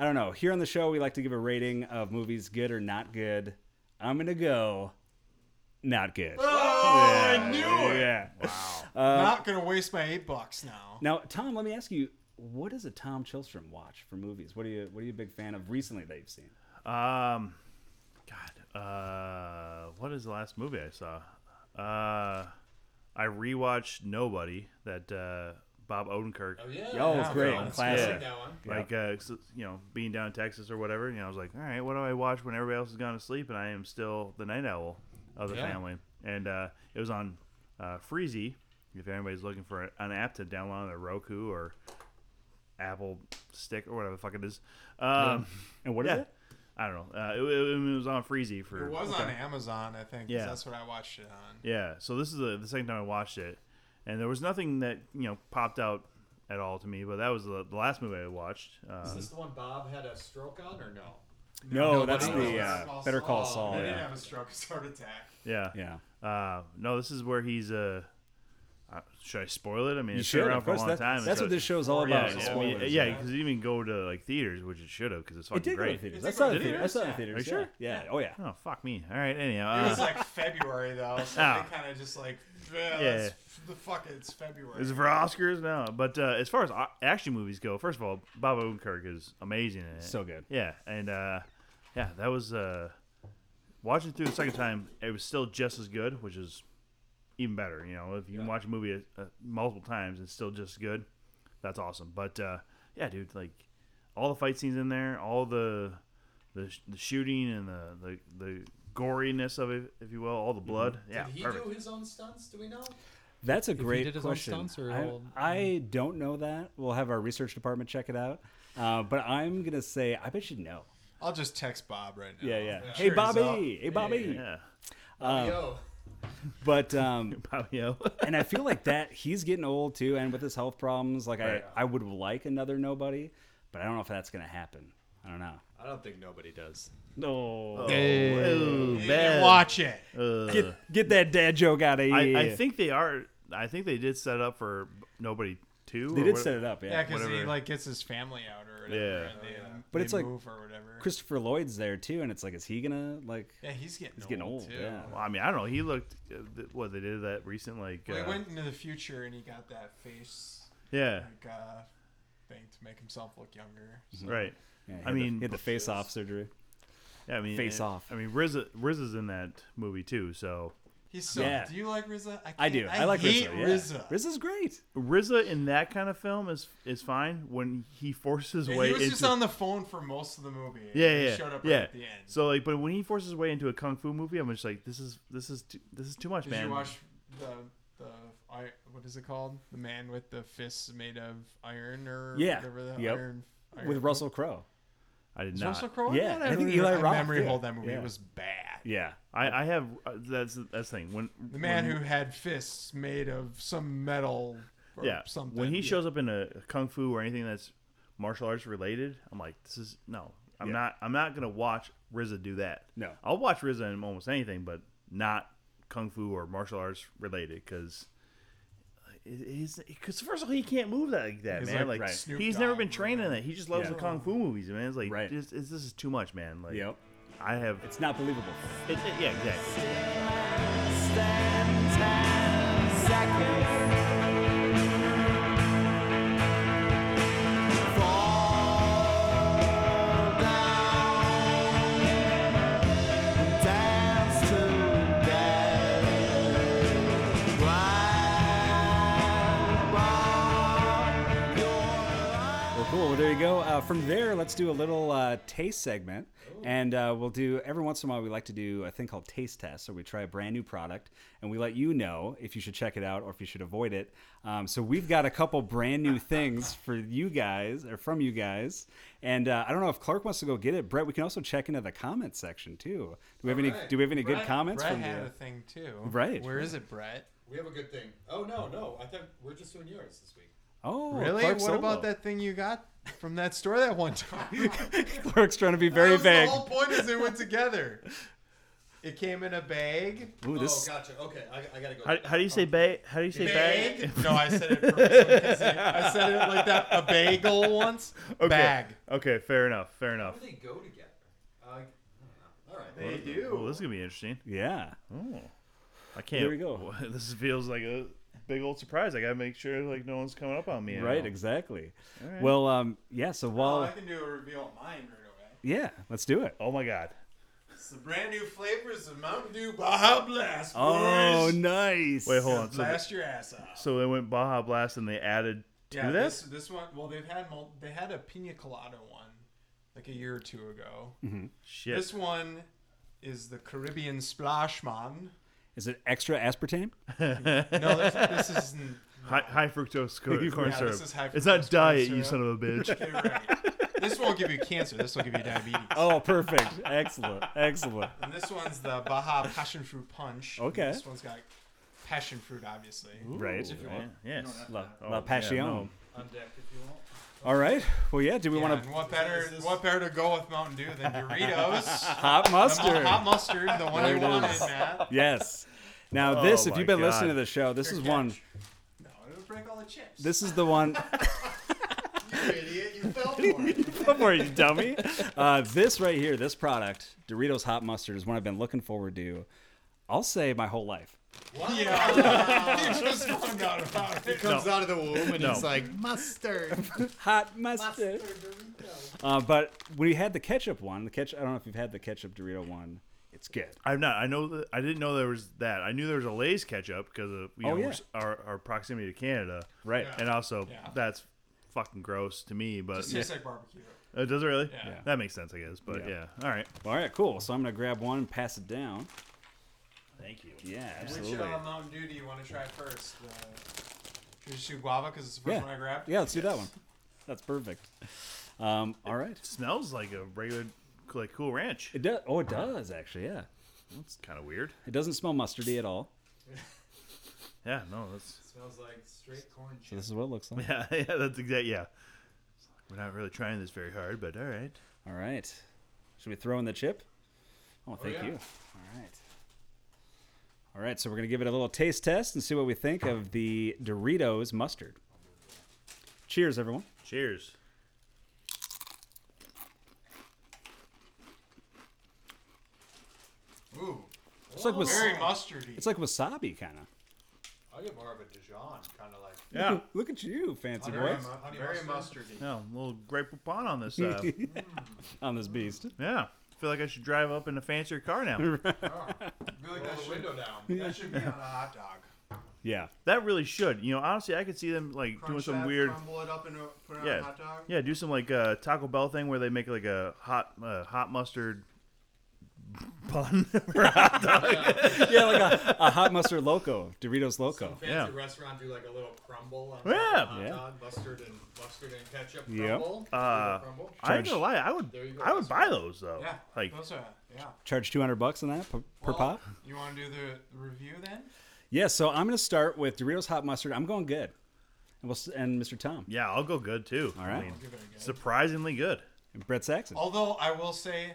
[SPEAKER 2] I don't know. Here on the show, we like to give a rating of movies good or not good. I'm gonna go not good.
[SPEAKER 5] oh, I knew it.
[SPEAKER 2] yeah.
[SPEAKER 5] not gonna waste my eight bucks now.
[SPEAKER 2] Now, Tom, let me ask you. What does a Tom Chilstrom watch for movies? What are you What are you a big fan of recently that you've seen?
[SPEAKER 3] Um, God, uh, what is the last movie I saw? Uh, I rewatched Nobody, that uh, Bob Odenkirk,
[SPEAKER 4] Oh yeah.
[SPEAKER 2] Oh, it's
[SPEAKER 5] Yeah,
[SPEAKER 2] great,
[SPEAKER 5] that's
[SPEAKER 2] classic.
[SPEAKER 3] good.
[SPEAKER 4] That one.
[SPEAKER 3] like uh, s- you know, being down in Texas or whatever. You know, I was like, all right, what do I watch when everybody else has gone to sleep and I am still the night owl of the
[SPEAKER 5] Yeah.
[SPEAKER 3] family? And uh, it was on uh, Freezy. If anybody's looking for an app to download on their Roku or Apple Stick or whatever the fuck it is, um,
[SPEAKER 2] And what is
[SPEAKER 3] yeah,
[SPEAKER 2] it?
[SPEAKER 3] I don't know. Uh, it, it- it was on Freezy for
[SPEAKER 5] It was
[SPEAKER 3] okay.
[SPEAKER 5] on Amazon, I think. 'cause
[SPEAKER 3] Yeah.
[SPEAKER 5] that's what I watched it on.
[SPEAKER 3] Yeah, so this is the, the second time I watched it, and there was nothing that you know popped out at all to me. But that was the, the last movie I watched.
[SPEAKER 4] Is
[SPEAKER 3] Uh,
[SPEAKER 4] this the one Bob had a stroke on or no?
[SPEAKER 2] No, that's
[SPEAKER 5] Nobody
[SPEAKER 2] the
[SPEAKER 5] knows.
[SPEAKER 2] uh, Better Call Saul.
[SPEAKER 5] They didn't
[SPEAKER 2] yeah.
[SPEAKER 5] have a stroke, it's heart attack.
[SPEAKER 3] yeah,
[SPEAKER 2] yeah.
[SPEAKER 3] Uh, no, this is where he's Uh, uh, should I spoil it? I mean,
[SPEAKER 2] You
[SPEAKER 3] it's
[SPEAKER 2] should,
[SPEAKER 3] been around
[SPEAKER 2] of
[SPEAKER 3] for a
[SPEAKER 2] course.
[SPEAKER 3] long
[SPEAKER 2] That,
[SPEAKER 3] time. and
[SPEAKER 2] that's
[SPEAKER 3] so-
[SPEAKER 2] what this show's all
[SPEAKER 3] Yeah,
[SPEAKER 2] about. is
[SPEAKER 3] yeah, I mean,
[SPEAKER 2] spoilers,
[SPEAKER 3] yeah, because it didn't even go to like theaters, which it should have, because it's
[SPEAKER 2] It
[SPEAKER 3] fucking
[SPEAKER 2] did go to
[SPEAKER 3] great.
[SPEAKER 2] theaters.
[SPEAKER 5] It
[SPEAKER 2] That's
[SPEAKER 5] did
[SPEAKER 2] not
[SPEAKER 5] go
[SPEAKER 2] in
[SPEAKER 5] to
[SPEAKER 2] theaters. That's
[SPEAKER 5] theaters,
[SPEAKER 2] not in
[SPEAKER 5] yeah.
[SPEAKER 2] theaters.
[SPEAKER 3] Are you
[SPEAKER 2] yeah.
[SPEAKER 3] sure?
[SPEAKER 2] Yeah. Oh yeah.
[SPEAKER 3] Oh fuck me! All right, anyhow,
[SPEAKER 5] It
[SPEAKER 3] uh,
[SPEAKER 5] was like February though, so
[SPEAKER 3] Ah.
[SPEAKER 5] they kind of just like,
[SPEAKER 3] Yeah.
[SPEAKER 5] yeah, that's f- the fuck it, it's February.
[SPEAKER 3] Is it for Oscars? No. But uh, as far as o- action movies go, first of all, Bob Odenkirk is amazing in it.
[SPEAKER 2] So good.
[SPEAKER 3] Yeah, and uh, yeah, that was uh, watching through the second time. It was still just as good, which is even better. You know, if you can watch a movie uh, multiple times and it's still just as good, that's awesome. But uh, yeah, dude, like all the fight scenes in there, all the the, sh- the shooting and the, the the goriness of it, if you will, all the blood. Yeah,
[SPEAKER 4] Did he
[SPEAKER 3] perfect.
[SPEAKER 4] do his own stunts? Do we know?
[SPEAKER 2] That's a
[SPEAKER 7] he
[SPEAKER 2] great
[SPEAKER 7] did his own
[SPEAKER 2] question.
[SPEAKER 7] stunts or
[SPEAKER 2] I,
[SPEAKER 7] all-
[SPEAKER 2] I don't know that. We'll have our research department check it out. Uh, but I'm gonna say I bet you know.
[SPEAKER 5] I'll just text Bob right now.
[SPEAKER 2] Yeah, yeah.
[SPEAKER 5] I'm
[SPEAKER 2] Hey
[SPEAKER 5] sure he's up.
[SPEAKER 2] Bobby. Hey Bobby.
[SPEAKER 3] yeah,
[SPEAKER 4] Yo.
[SPEAKER 2] But um,
[SPEAKER 3] Bobby O.
[SPEAKER 2] and I feel like that he's getting old too, and with his health problems, like I, I would like another nobody, but I don't know if that's gonna happen. I don't know.
[SPEAKER 4] I don't think nobody does.
[SPEAKER 2] No,
[SPEAKER 5] Oh.
[SPEAKER 2] Oh,
[SPEAKER 3] Ooh, bad.
[SPEAKER 5] You didn't watch it.
[SPEAKER 3] Ugh.
[SPEAKER 2] get, get that dad joke out of here.
[SPEAKER 3] I, I think they are. I think they did set up for nobody two.
[SPEAKER 2] they
[SPEAKER 3] or
[SPEAKER 2] did
[SPEAKER 3] what-
[SPEAKER 2] set it up, yeah.
[SPEAKER 5] Yeah, because he
[SPEAKER 3] whatever. Oh,
[SPEAKER 5] like gets his family out or whatever.
[SPEAKER 3] Yeah.
[SPEAKER 5] and they,
[SPEAKER 2] But
[SPEAKER 5] they
[SPEAKER 2] it's like-
[SPEAKER 5] move or whatever.
[SPEAKER 2] Christopher Lloyd's there too, and it's like, is he gonna like?
[SPEAKER 5] yeah, he's getting
[SPEAKER 2] He's getting old.
[SPEAKER 5] too.
[SPEAKER 2] Yeah.
[SPEAKER 3] Well, I mean, I don't know. He looked. Uh, th- what they did that recent, like
[SPEAKER 5] Well,
[SPEAKER 3] uh,
[SPEAKER 5] he went into the future and he got that face
[SPEAKER 3] yeah,
[SPEAKER 5] like uh, thing to make himself look younger. So
[SPEAKER 3] right.
[SPEAKER 2] Yeah, he
[SPEAKER 3] I
[SPEAKER 2] had the-
[SPEAKER 3] mean,
[SPEAKER 2] he had the face off surgery.
[SPEAKER 3] yeah, I mean,
[SPEAKER 2] Face
[SPEAKER 3] uh,
[SPEAKER 2] Off.
[SPEAKER 3] I mean, Riz, Riz is in that movie too. So
[SPEAKER 5] He's so.
[SPEAKER 2] Yeah.
[SPEAKER 5] Do you like RZA? I,
[SPEAKER 2] I
[SPEAKER 5] can't-
[SPEAKER 2] do. I, like
[SPEAKER 5] hate
[SPEAKER 2] RZA. Yeah.
[SPEAKER 5] RZA.
[SPEAKER 2] RZA's great.
[SPEAKER 3] RZA in that kind of film is is fine when he forces his
[SPEAKER 5] He
[SPEAKER 3] way
[SPEAKER 5] was
[SPEAKER 3] into.
[SPEAKER 5] just on the phone for most of the movie.
[SPEAKER 3] yeah, yeah,
[SPEAKER 5] He
[SPEAKER 3] yeah.
[SPEAKER 5] showed up
[SPEAKER 3] yeah.
[SPEAKER 5] right at the end.
[SPEAKER 3] So like, but when he forces his way into a kung fu movie, I'm just like, this is this is too, this is too much,
[SPEAKER 5] Did
[SPEAKER 3] man.
[SPEAKER 5] you watch the the I what is it called? The man with the fists made of iron or
[SPEAKER 2] Yeah.
[SPEAKER 5] whatever the
[SPEAKER 2] Yep.
[SPEAKER 5] iron, iron
[SPEAKER 2] With Russell Crowe.
[SPEAKER 3] I did
[SPEAKER 5] Is
[SPEAKER 3] not.
[SPEAKER 5] Russell Crowe. in
[SPEAKER 2] Yeah,
[SPEAKER 5] that?
[SPEAKER 2] I think
[SPEAKER 5] don't even-
[SPEAKER 2] Eli
[SPEAKER 5] my
[SPEAKER 2] Roth,
[SPEAKER 5] memory
[SPEAKER 2] yeah.
[SPEAKER 5] hold that movie
[SPEAKER 2] Yeah.
[SPEAKER 5] was bad.
[SPEAKER 2] Yeah.
[SPEAKER 3] I, I have uh, that's that's the thing when
[SPEAKER 5] The man who had fists made of some metal or
[SPEAKER 3] yeah.
[SPEAKER 5] something.
[SPEAKER 3] When he
[SPEAKER 5] Yeah.
[SPEAKER 3] shows up in a kung fu or anything that's martial arts related, I'm like, this is no. I'm
[SPEAKER 2] Yeah.
[SPEAKER 3] not. I'm not gonna watch RZA do that.
[SPEAKER 2] No.
[SPEAKER 3] I'll watch RZA in almost anything, but not kung fu or martial arts related because. Because first of all, he can't move that like that,
[SPEAKER 5] He's
[SPEAKER 3] man.
[SPEAKER 5] like
[SPEAKER 3] Like,
[SPEAKER 5] Right. Snoop
[SPEAKER 3] he's never
[SPEAKER 5] Dogg
[SPEAKER 3] been
[SPEAKER 5] or
[SPEAKER 3] training
[SPEAKER 5] whatever.
[SPEAKER 3] that. He just loves
[SPEAKER 2] Yeah.
[SPEAKER 3] the kung fu movies, man. It's like
[SPEAKER 2] Right.
[SPEAKER 3] this, is- this is too much, man. Like,
[SPEAKER 2] Yep.
[SPEAKER 3] I have.
[SPEAKER 2] It's not believable.
[SPEAKER 3] It, it, yeah, exactly.
[SPEAKER 2] Well, cool. Well, there you go. Uh, from there, let's do a little uh, taste segment. And uh, we'll do, every once in a while, we like to do a thing called taste test. So we try a brand new product and we let you know if you should check it out or if you should avoid it. Um, so we've got a couple brand new things for you guys or from you guys. And uh, I don't know if Clark wants to go get it. Brett, we can also check into the comment section too. Do we have any,
[SPEAKER 6] Alright.
[SPEAKER 2] do we have any good
[SPEAKER 6] Brett-
[SPEAKER 2] comments?
[SPEAKER 5] Brett
[SPEAKER 2] from
[SPEAKER 5] had a
[SPEAKER 2] the,
[SPEAKER 5] thing too.
[SPEAKER 2] Right.
[SPEAKER 5] Where is it, Brett?
[SPEAKER 6] We have a good thing. Oh no, no. I thought we're just doing yours this week.
[SPEAKER 2] oh,
[SPEAKER 5] Really?
[SPEAKER 2] Clark
[SPEAKER 5] what
[SPEAKER 2] solo.
[SPEAKER 5] about that thing you got from that store that one time?
[SPEAKER 2] Clark's trying to be very
[SPEAKER 5] That was
[SPEAKER 2] vague.
[SPEAKER 5] The whole point is they went together. It came in a bag.
[SPEAKER 2] Ooh, this,
[SPEAKER 6] Oh, gotcha. Okay, I, I gotta go.
[SPEAKER 3] How, how do
[SPEAKER 5] Oh.
[SPEAKER 3] you say bag? How do you say bag?
[SPEAKER 5] Bag? No, I said it. Purposely 'cause it- I said it like that. A bagel once.
[SPEAKER 3] Okay.
[SPEAKER 5] Bag.
[SPEAKER 3] Okay, fair enough. Fair enough.
[SPEAKER 6] How do they go together? Uh, I don't know. All right.
[SPEAKER 5] They
[SPEAKER 3] Well,
[SPEAKER 5] do.
[SPEAKER 3] this is gonna be interesting.
[SPEAKER 2] yeah.
[SPEAKER 3] I can't.
[SPEAKER 2] There we go.
[SPEAKER 3] This feels like a big old surprise. I gotta make sure like no one's coming up on me.
[SPEAKER 2] Right,
[SPEAKER 3] Exactly.
[SPEAKER 2] exactly. Well, um, yeah, so while,
[SPEAKER 5] can do a reveal on mine right away.
[SPEAKER 2] yeah, let's do it.
[SPEAKER 3] oh my god.
[SPEAKER 5] It's the brand new flavors of Mountain Dew Baja Blast.
[SPEAKER 2] Oh,
[SPEAKER 5] boys.
[SPEAKER 2] nice.
[SPEAKER 3] Wait, hold on. So, they-
[SPEAKER 5] Blast your ass off.
[SPEAKER 3] so they went Baja Blast and they added to
[SPEAKER 5] Yeah,
[SPEAKER 3] this.
[SPEAKER 5] this this one. Well, they've had mul- they had a pina colada one like a year or two ago.
[SPEAKER 3] Shit.
[SPEAKER 5] This one is the Caribbean Splash Man.
[SPEAKER 2] Is it extra aspartame?
[SPEAKER 5] No, this, this isn't.
[SPEAKER 3] high, high fructose co-
[SPEAKER 2] Yeah,
[SPEAKER 3] corn
[SPEAKER 5] this
[SPEAKER 3] syrup.
[SPEAKER 5] is high
[SPEAKER 3] it's
[SPEAKER 5] fructose
[SPEAKER 3] not
[SPEAKER 5] corn
[SPEAKER 3] diet, you
[SPEAKER 5] syrup.
[SPEAKER 3] son of a bitch.
[SPEAKER 5] You're right. This won't give you cancer. This will give you diabetes.
[SPEAKER 2] Oh, perfect. excellent. Excellent.
[SPEAKER 5] And this one's the Baja Passion Fruit Punch.
[SPEAKER 2] Okay.
[SPEAKER 5] And this one's got passion fruit, obviously.
[SPEAKER 2] Right.
[SPEAKER 3] Yeah, yes.
[SPEAKER 2] La,
[SPEAKER 3] Oh,
[SPEAKER 2] la
[SPEAKER 3] yeah,
[SPEAKER 2] passion.
[SPEAKER 3] no.
[SPEAKER 6] On deck, if you want.
[SPEAKER 2] All right. Well, yeah, do we
[SPEAKER 5] Yeah,
[SPEAKER 2] want
[SPEAKER 5] and
[SPEAKER 2] to
[SPEAKER 5] what better
[SPEAKER 6] Is this-
[SPEAKER 5] what better to go with Mountain Dew than Doritos?
[SPEAKER 2] hot
[SPEAKER 5] The mo-
[SPEAKER 2] mustard?
[SPEAKER 5] Hot mustard, the one you
[SPEAKER 2] it
[SPEAKER 5] wanted,
[SPEAKER 2] is.
[SPEAKER 5] Matt.
[SPEAKER 2] yes. Now,
[SPEAKER 3] Oh,
[SPEAKER 2] this, if
[SPEAKER 3] my
[SPEAKER 2] you've been
[SPEAKER 3] God.
[SPEAKER 2] listening to the show, this is one.
[SPEAKER 5] No, it'll break all the chips.
[SPEAKER 2] This is the one.
[SPEAKER 6] You idiot! You fell for it.
[SPEAKER 2] Come here, you dummy. Uh, this right here, this product, Doritos Hot Mustard, is one I've been looking forward to, I'll say, my whole life.
[SPEAKER 6] What?
[SPEAKER 5] yeah. you just found out about it.
[SPEAKER 6] Comes out of the womb and
[SPEAKER 3] No.
[SPEAKER 6] it's like mustard.
[SPEAKER 2] Hot mustard. Uh, but when you had the ketchup one, the ketchup, I don't know if you've had the ketchup Dorito one. It's good.
[SPEAKER 3] I've not. I know that. I didn't know there was that. I knew there was a Lay's ketchup because of you
[SPEAKER 2] Oh,
[SPEAKER 3] know,
[SPEAKER 2] yeah.
[SPEAKER 3] we're s- our our proximity to Canada,
[SPEAKER 2] Right.
[SPEAKER 3] and also
[SPEAKER 5] Yeah.
[SPEAKER 3] that's fucking gross to me. But
[SPEAKER 5] It tastes like barbecue.
[SPEAKER 3] Uh, does it really?
[SPEAKER 5] Yeah.
[SPEAKER 3] That makes sense, I guess. But
[SPEAKER 2] Yeah.
[SPEAKER 3] yeah. All right.
[SPEAKER 2] All right, cool. So I'm going to grab one and pass it down.
[SPEAKER 3] Thank you.
[SPEAKER 2] Yeah, absolutely.
[SPEAKER 5] Which uh, Mountain Dew do you want to try first? uh, The Jujitsu Guava, because it's the first
[SPEAKER 2] yeah.
[SPEAKER 5] one I grabbed?
[SPEAKER 2] yeah, let's do that one. That's perfect. Um, all right.
[SPEAKER 3] Smells like a regular, like Cool Ranch.
[SPEAKER 2] It does. Oh, it does actually. Yeah,
[SPEAKER 3] It's kind of weird.
[SPEAKER 2] it doesn't smell mustardy at all.
[SPEAKER 3] Yeah. No. That's
[SPEAKER 6] Smells like straight corn
[SPEAKER 2] So
[SPEAKER 6] chips.
[SPEAKER 2] this is what it looks like.
[SPEAKER 3] yeah. Yeah. That's exact. Yeah. We're not really trying this very hard, but all right.
[SPEAKER 2] All right. Should we throw in the chip? Oh, thank
[SPEAKER 6] yeah.
[SPEAKER 2] you. All right. All right. So we're gonna give it a little taste test and see what we think of the Doritos mustard. Cheers, everyone.
[SPEAKER 3] Cheers.
[SPEAKER 5] Ooh.
[SPEAKER 2] It's like was-
[SPEAKER 5] Very mustardy.
[SPEAKER 2] It's like wasabi kind of.
[SPEAKER 6] I get more of a Dijon kind of like.
[SPEAKER 3] Yeah.
[SPEAKER 2] Look at you, fancy
[SPEAKER 6] Very
[SPEAKER 2] boy,
[SPEAKER 6] mu- honey
[SPEAKER 5] Very
[SPEAKER 6] mustard.
[SPEAKER 5] mustardy.
[SPEAKER 3] No. A little grape poupon on this. Uh,
[SPEAKER 2] Mm. on this beast.
[SPEAKER 3] yeah. Feel like I should drive up in a fancier car now.
[SPEAKER 5] I feel like
[SPEAKER 6] Roll
[SPEAKER 5] that
[SPEAKER 6] the
[SPEAKER 5] should,
[SPEAKER 6] window down.
[SPEAKER 5] that should be on a hot dog.
[SPEAKER 2] Yeah.
[SPEAKER 3] that really should. You know, honestly, I could see them like doing
[SPEAKER 5] Crunch
[SPEAKER 3] some
[SPEAKER 5] that,
[SPEAKER 3] weird.
[SPEAKER 5] Crumble it up and uh, put it on
[SPEAKER 3] Yeah.
[SPEAKER 5] a hot dog.
[SPEAKER 3] Yeah. Do some like uh, Taco Bell thing where they make like a hot, uh, hot mustard bun.
[SPEAKER 2] yeah, like a, a hot mustard loco, Doritos
[SPEAKER 6] Some
[SPEAKER 2] loco.
[SPEAKER 6] fancy
[SPEAKER 3] Yeah.
[SPEAKER 6] restaurant do like a little crumble on
[SPEAKER 3] Yeah.
[SPEAKER 6] top of hot
[SPEAKER 2] Yeah.
[SPEAKER 6] dog, mustard and mustard and ketchup
[SPEAKER 2] Yep.
[SPEAKER 6] crumble.
[SPEAKER 3] Uh,
[SPEAKER 6] crumble.
[SPEAKER 3] I ain't gonna lie. I would.
[SPEAKER 6] There you go,
[SPEAKER 3] I would
[SPEAKER 6] that's
[SPEAKER 3] buy those though.
[SPEAKER 5] Yeah.
[SPEAKER 3] Like.
[SPEAKER 5] those are, yeah.
[SPEAKER 2] Charge 200 bucks on that per, per
[SPEAKER 5] Well,
[SPEAKER 2] pop.
[SPEAKER 5] You want to do the review then?
[SPEAKER 2] Yeah, so I'm going to start with Doritos hot mustard. I'm going good. and we'll s- and Mr. Tom
[SPEAKER 3] Yeah, I'll go good too. All
[SPEAKER 2] right.
[SPEAKER 3] I mean,
[SPEAKER 5] Give it a go.
[SPEAKER 3] surprisingly good.
[SPEAKER 2] and Brett Saxon.
[SPEAKER 5] Although I will say,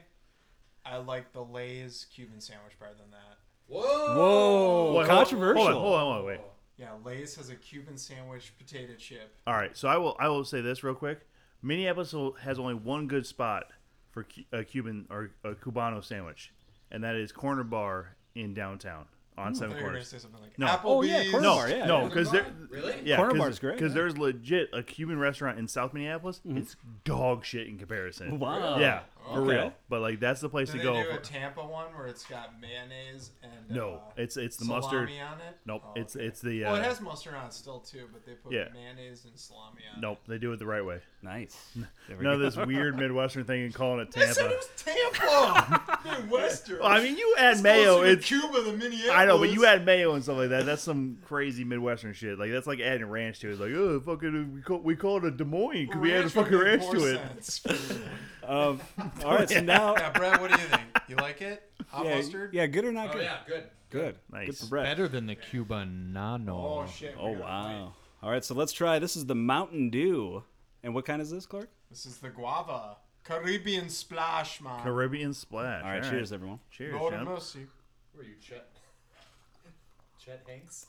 [SPEAKER 5] I like the Lay's Cuban sandwich better than that.
[SPEAKER 6] Whoa!
[SPEAKER 2] Whoa,
[SPEAKER 3] Wait, hold-
[SPEAKER 2] Oh, controversial.
[SPEAKER 3] Hold on, hold on, hold on, wait.
[SPEAKER 5] Yeah, Lay's has a Cuban sandwich potato chip.
[SPEAKER 3] All right, so I will I will say this real quick. Minneapolis will- has only one good spot for Cu- a Cuban or a Cubano sandwich, and that is Corner Bar in downtown on
[SPEAKER 5] Hmm. I thought
[SPEAKER 3] Seven
[SPEAKER 5] you were gonna
[SPEAKER 3] Corners.
[SPEAKER 5] say something like
[SPEAKER 3] No.
[SPEAKER 5] Applebee's.
[SPEAKER 2] Oh, yeah, Corner
[SPEAKER 3] No,
[SPEAKER 2] Bar, yeah,
[SPEAKER 3] no,
[SPEAKER 2] yeah.
[SPEAKER 3] because there,
[SPEAKER 6] Really?
[SPEAKER 3] yeah,
[SPEAKER 2] Corner
[SPEAKER 3] 'cause-
[SPEAKER 2] Bar's great,
[SPEAKER 3] Because
[SPEAKER 2] yeah. Mm-hmm.
[SPEAKER 3] there's legit a Cuban restaurant in South Minneapolis. It's dog shit in comparison.
[SPEAKER 2] Wow.
[SPEAKER 3] Yeah, for
[SPEAKER 2] Okay.
[SPEAKER 3] real. But like that's the place
[SPEAKER 5] Do
[SPEAKER 3] to
[SPEAKER 5] they
[SPEAKER 3] go.
[SPEAKER 5] do
[SPEAKER 3] for-
[SPEAKER 5] a Tampa one where it's got mayonnaise and
[SPEAKER 3] no,
[SPEAKER 5] uh,
[SPEAKER 3] it's it's the
[SPEAKER 5] salami
[SPEAKER 3] mustard.
[SPEAKER 5] on it?
[SPEAKER 3] Nope,
[SPEAKER 5] Oh,
[SPEAKER 3] it's
[SPEAKER 5] okay.
[SPEAKER 3] it's the. Uh,
[SPEAKER 5] Well, it has mustard on it still too, but they put
[SPEAKER 3] Yeah.
[SPEAKER 5] mayonnaise and salami on.
[SPEAKER 3] nope, they do it the right way.
[SPEAKER 2] nice. There we
[SPEAKER 3] None of
[SPEAKER 2] go.
[SPEAKER 3] this weird Midwestern thing and calling it
[SPEAKER 5] it. I said
[SPEAKER 3] Tampa.
[SPEAKER 5] it was Tampa, Midwestern.
[SPEAKER 3] Well, I mean, you add
[SPEAKER 5] It's
[SPEAKER 3] mayo,
[SPEAKER 5] closer to
[SPEAKER 3] it's
[SPEAKER 5] Cuba than Minneapolis.
[SPEAKER 3] I know, but you add mayo and stuff like that. That's some crazy Midwestern shit. Like that's like adding ranch to it. It's like, oh, fucking, we call, we call it a Des Moines because we added fucking
[SPEAKER 5] would make
[SPEAKER 3] ranch
[SPEAKER 5] more
[SPEAKER 3] to it.
[SPEAKER 5] sense for you.
[SPEAKER 2] Um, all right, so now
[SPEAKER 5] yeah, Brett, what do you think? You like it? Hot
[SPEAKER 2] yeah,
[SPEAKER 5] mustard?
[SPEAKER 2] yeah, good or not
[SPEAKER 6] Oh
[SPEAKER 2] good?
[SPEAKER 6] yeah, good.
[SPEAKER 2] Good.
[SPEAKER 3] Nice.
[SPEAKER 2] Good for Brett.
[SPEAKER 7] Better than the Cubanano.
[SPEAKER 5] Oh shit. we
[SPEAKER 2] Oh
[SPEAKER 5] gotta wait.
[SPEAKER 2] wow! All right, so let's try. This is the Mountain Dew, and what kind is this, Clark?
[SPEAKER 5] This is the guava. Caribbean splash, man.
[SPEAKER 3] Caribbean splash.
[SPEAKER 2] All right, cheers, everyone.
[SPEAKER 3] Cheers,
[SPEAKER 5] Lord have
[SPEAKER 3] champ.
[SPEAKER 5] mercy.
[SPEAKER 6] Who are you, Chet? Chet Hanks?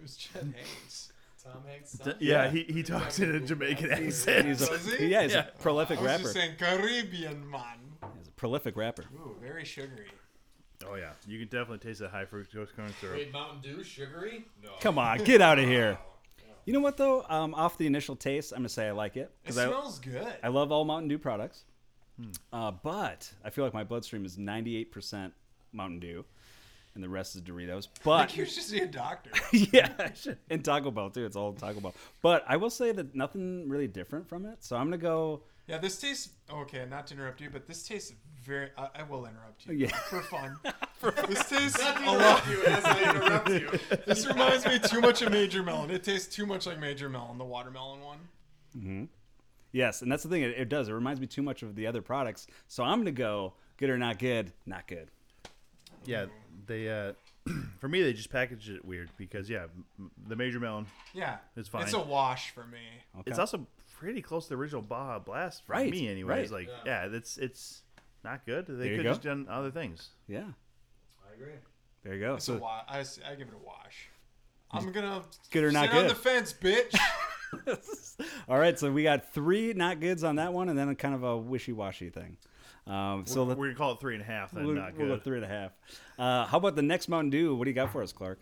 [SPEAKER 5] Who's Chet Hanks?
[SPEAKER 6] Tom Hanks? son?
[SPEAKER 3] Yeah, he, he talks in a Jamaican accent.
[SPEAKER 2] He's a,
[SPEAKER 5] Does he?
[SPEAKER 2] Yeah, he's a prolific
[SPEAKER 5] I was
[SPEAKER 2] rapper.
[SPEAKER 5] just saying Caribbean man.
[SPEAKER 2] He's a prolific rapper.
[SPEAKER 5] Ooh, very sugary.
[SPEAKER 3] Oh yeah, you can definitely taste the high fructose corn syrup.
[SPEAKER 6] Made Mountain Dew sugary? No.
[SPEAKER 2] Come on, get out of here. You know what though? Um, off the initial taste, I'm gonna say I like it I
[SPEAKER 5] It smells good.
[SPEAKER 2] I love all Mountain Dew products,
[SPEAKER 3] Hmm.
[SPEAKER 2] uh, but I feel like my bloodstream is 98% Mountain Dew, and the rest is Doritos.
[SPEAKER 5] I
[SPEAKER 2] But
[SPEAKER 5] think you should see a doctor.
[SPEAKER 2] yeah, I should. and Taco Bell too. It's all Taco Bell. But I will say that nothing really different from it. So I'm gonna go.
[SPEAKER 5] yeah, this tastes okay. Not to interrupt you, but this tastes very. I, I will interrupt you
[SPEAKER 2] Yeah.
[SPEAKER 5] for fun. this tastes
[SPEAKER 6] Not to
[SPEAKER 7] Oh,
[SPEAKER 5] a lot.
[SPEAKER 6] interrupt you as I interrupt you.
[SPEAKER 5] This reminds me too much of Major Melon. It tastes too much like Major Melon, the watermelon one.
[SPEAKER 2] Yes, and that's the thing. It, it does. It reminds me too much of the other products. So I'm gonna go good or not good. Not good.
[SPEAKER 3] Yeah, they uh, for me they just packaged it weird because yeah, m- the major melon.
[SPEAKER 5] Yeah,
[SPEAKER 3] It's fine.
[SPEAKER 5] It's a wash for me.
[SPEAKER 3] It's also pretty close to the original Baja Blast for
[SPEAKER 2] Right,
[SPEAKER 3] me, anyways.
[SPEAKER 2] right.
[SPEAKER 3] Like yeah, that's it's not good.
[SPEAKER 2] you
[SPEAKER 3] They could
[SPEAKER 2] go.
[SPEAKER 3] just done other things.
[SPEAKER 2] Yeah.
[SPEAKER 6] I agree.
[SPEAKER 2] There you go.
[SPEAKER 5] It's a
[SPEAKER 2] So
[SPEAKER 5] wa- I, s- I give it a wash. I'm gonna
[SPEAKER 2] Good or not
[SPEAKER 5] sit on
[SPEAKER 2] good?
[SPEAKER 5] the fence, bitch.
[SPEAKER 2] all right. So we got three not goods on that one, and then a kind of a wishy washy thing. Um, so
[SPEAKER 3] We're
[SPEAKER 2] let's
[SPEAKER 3] gonna call it three and a half. Then
[SPEAKER 2] we'll,
[SPEAKER 3] not
[SPEAKER 2] we'll
[SPEAKER 3] good.
[SPEAKER 2] go three and a half. Uh, how about the next Mountain Dew? What do you got for us, Clark?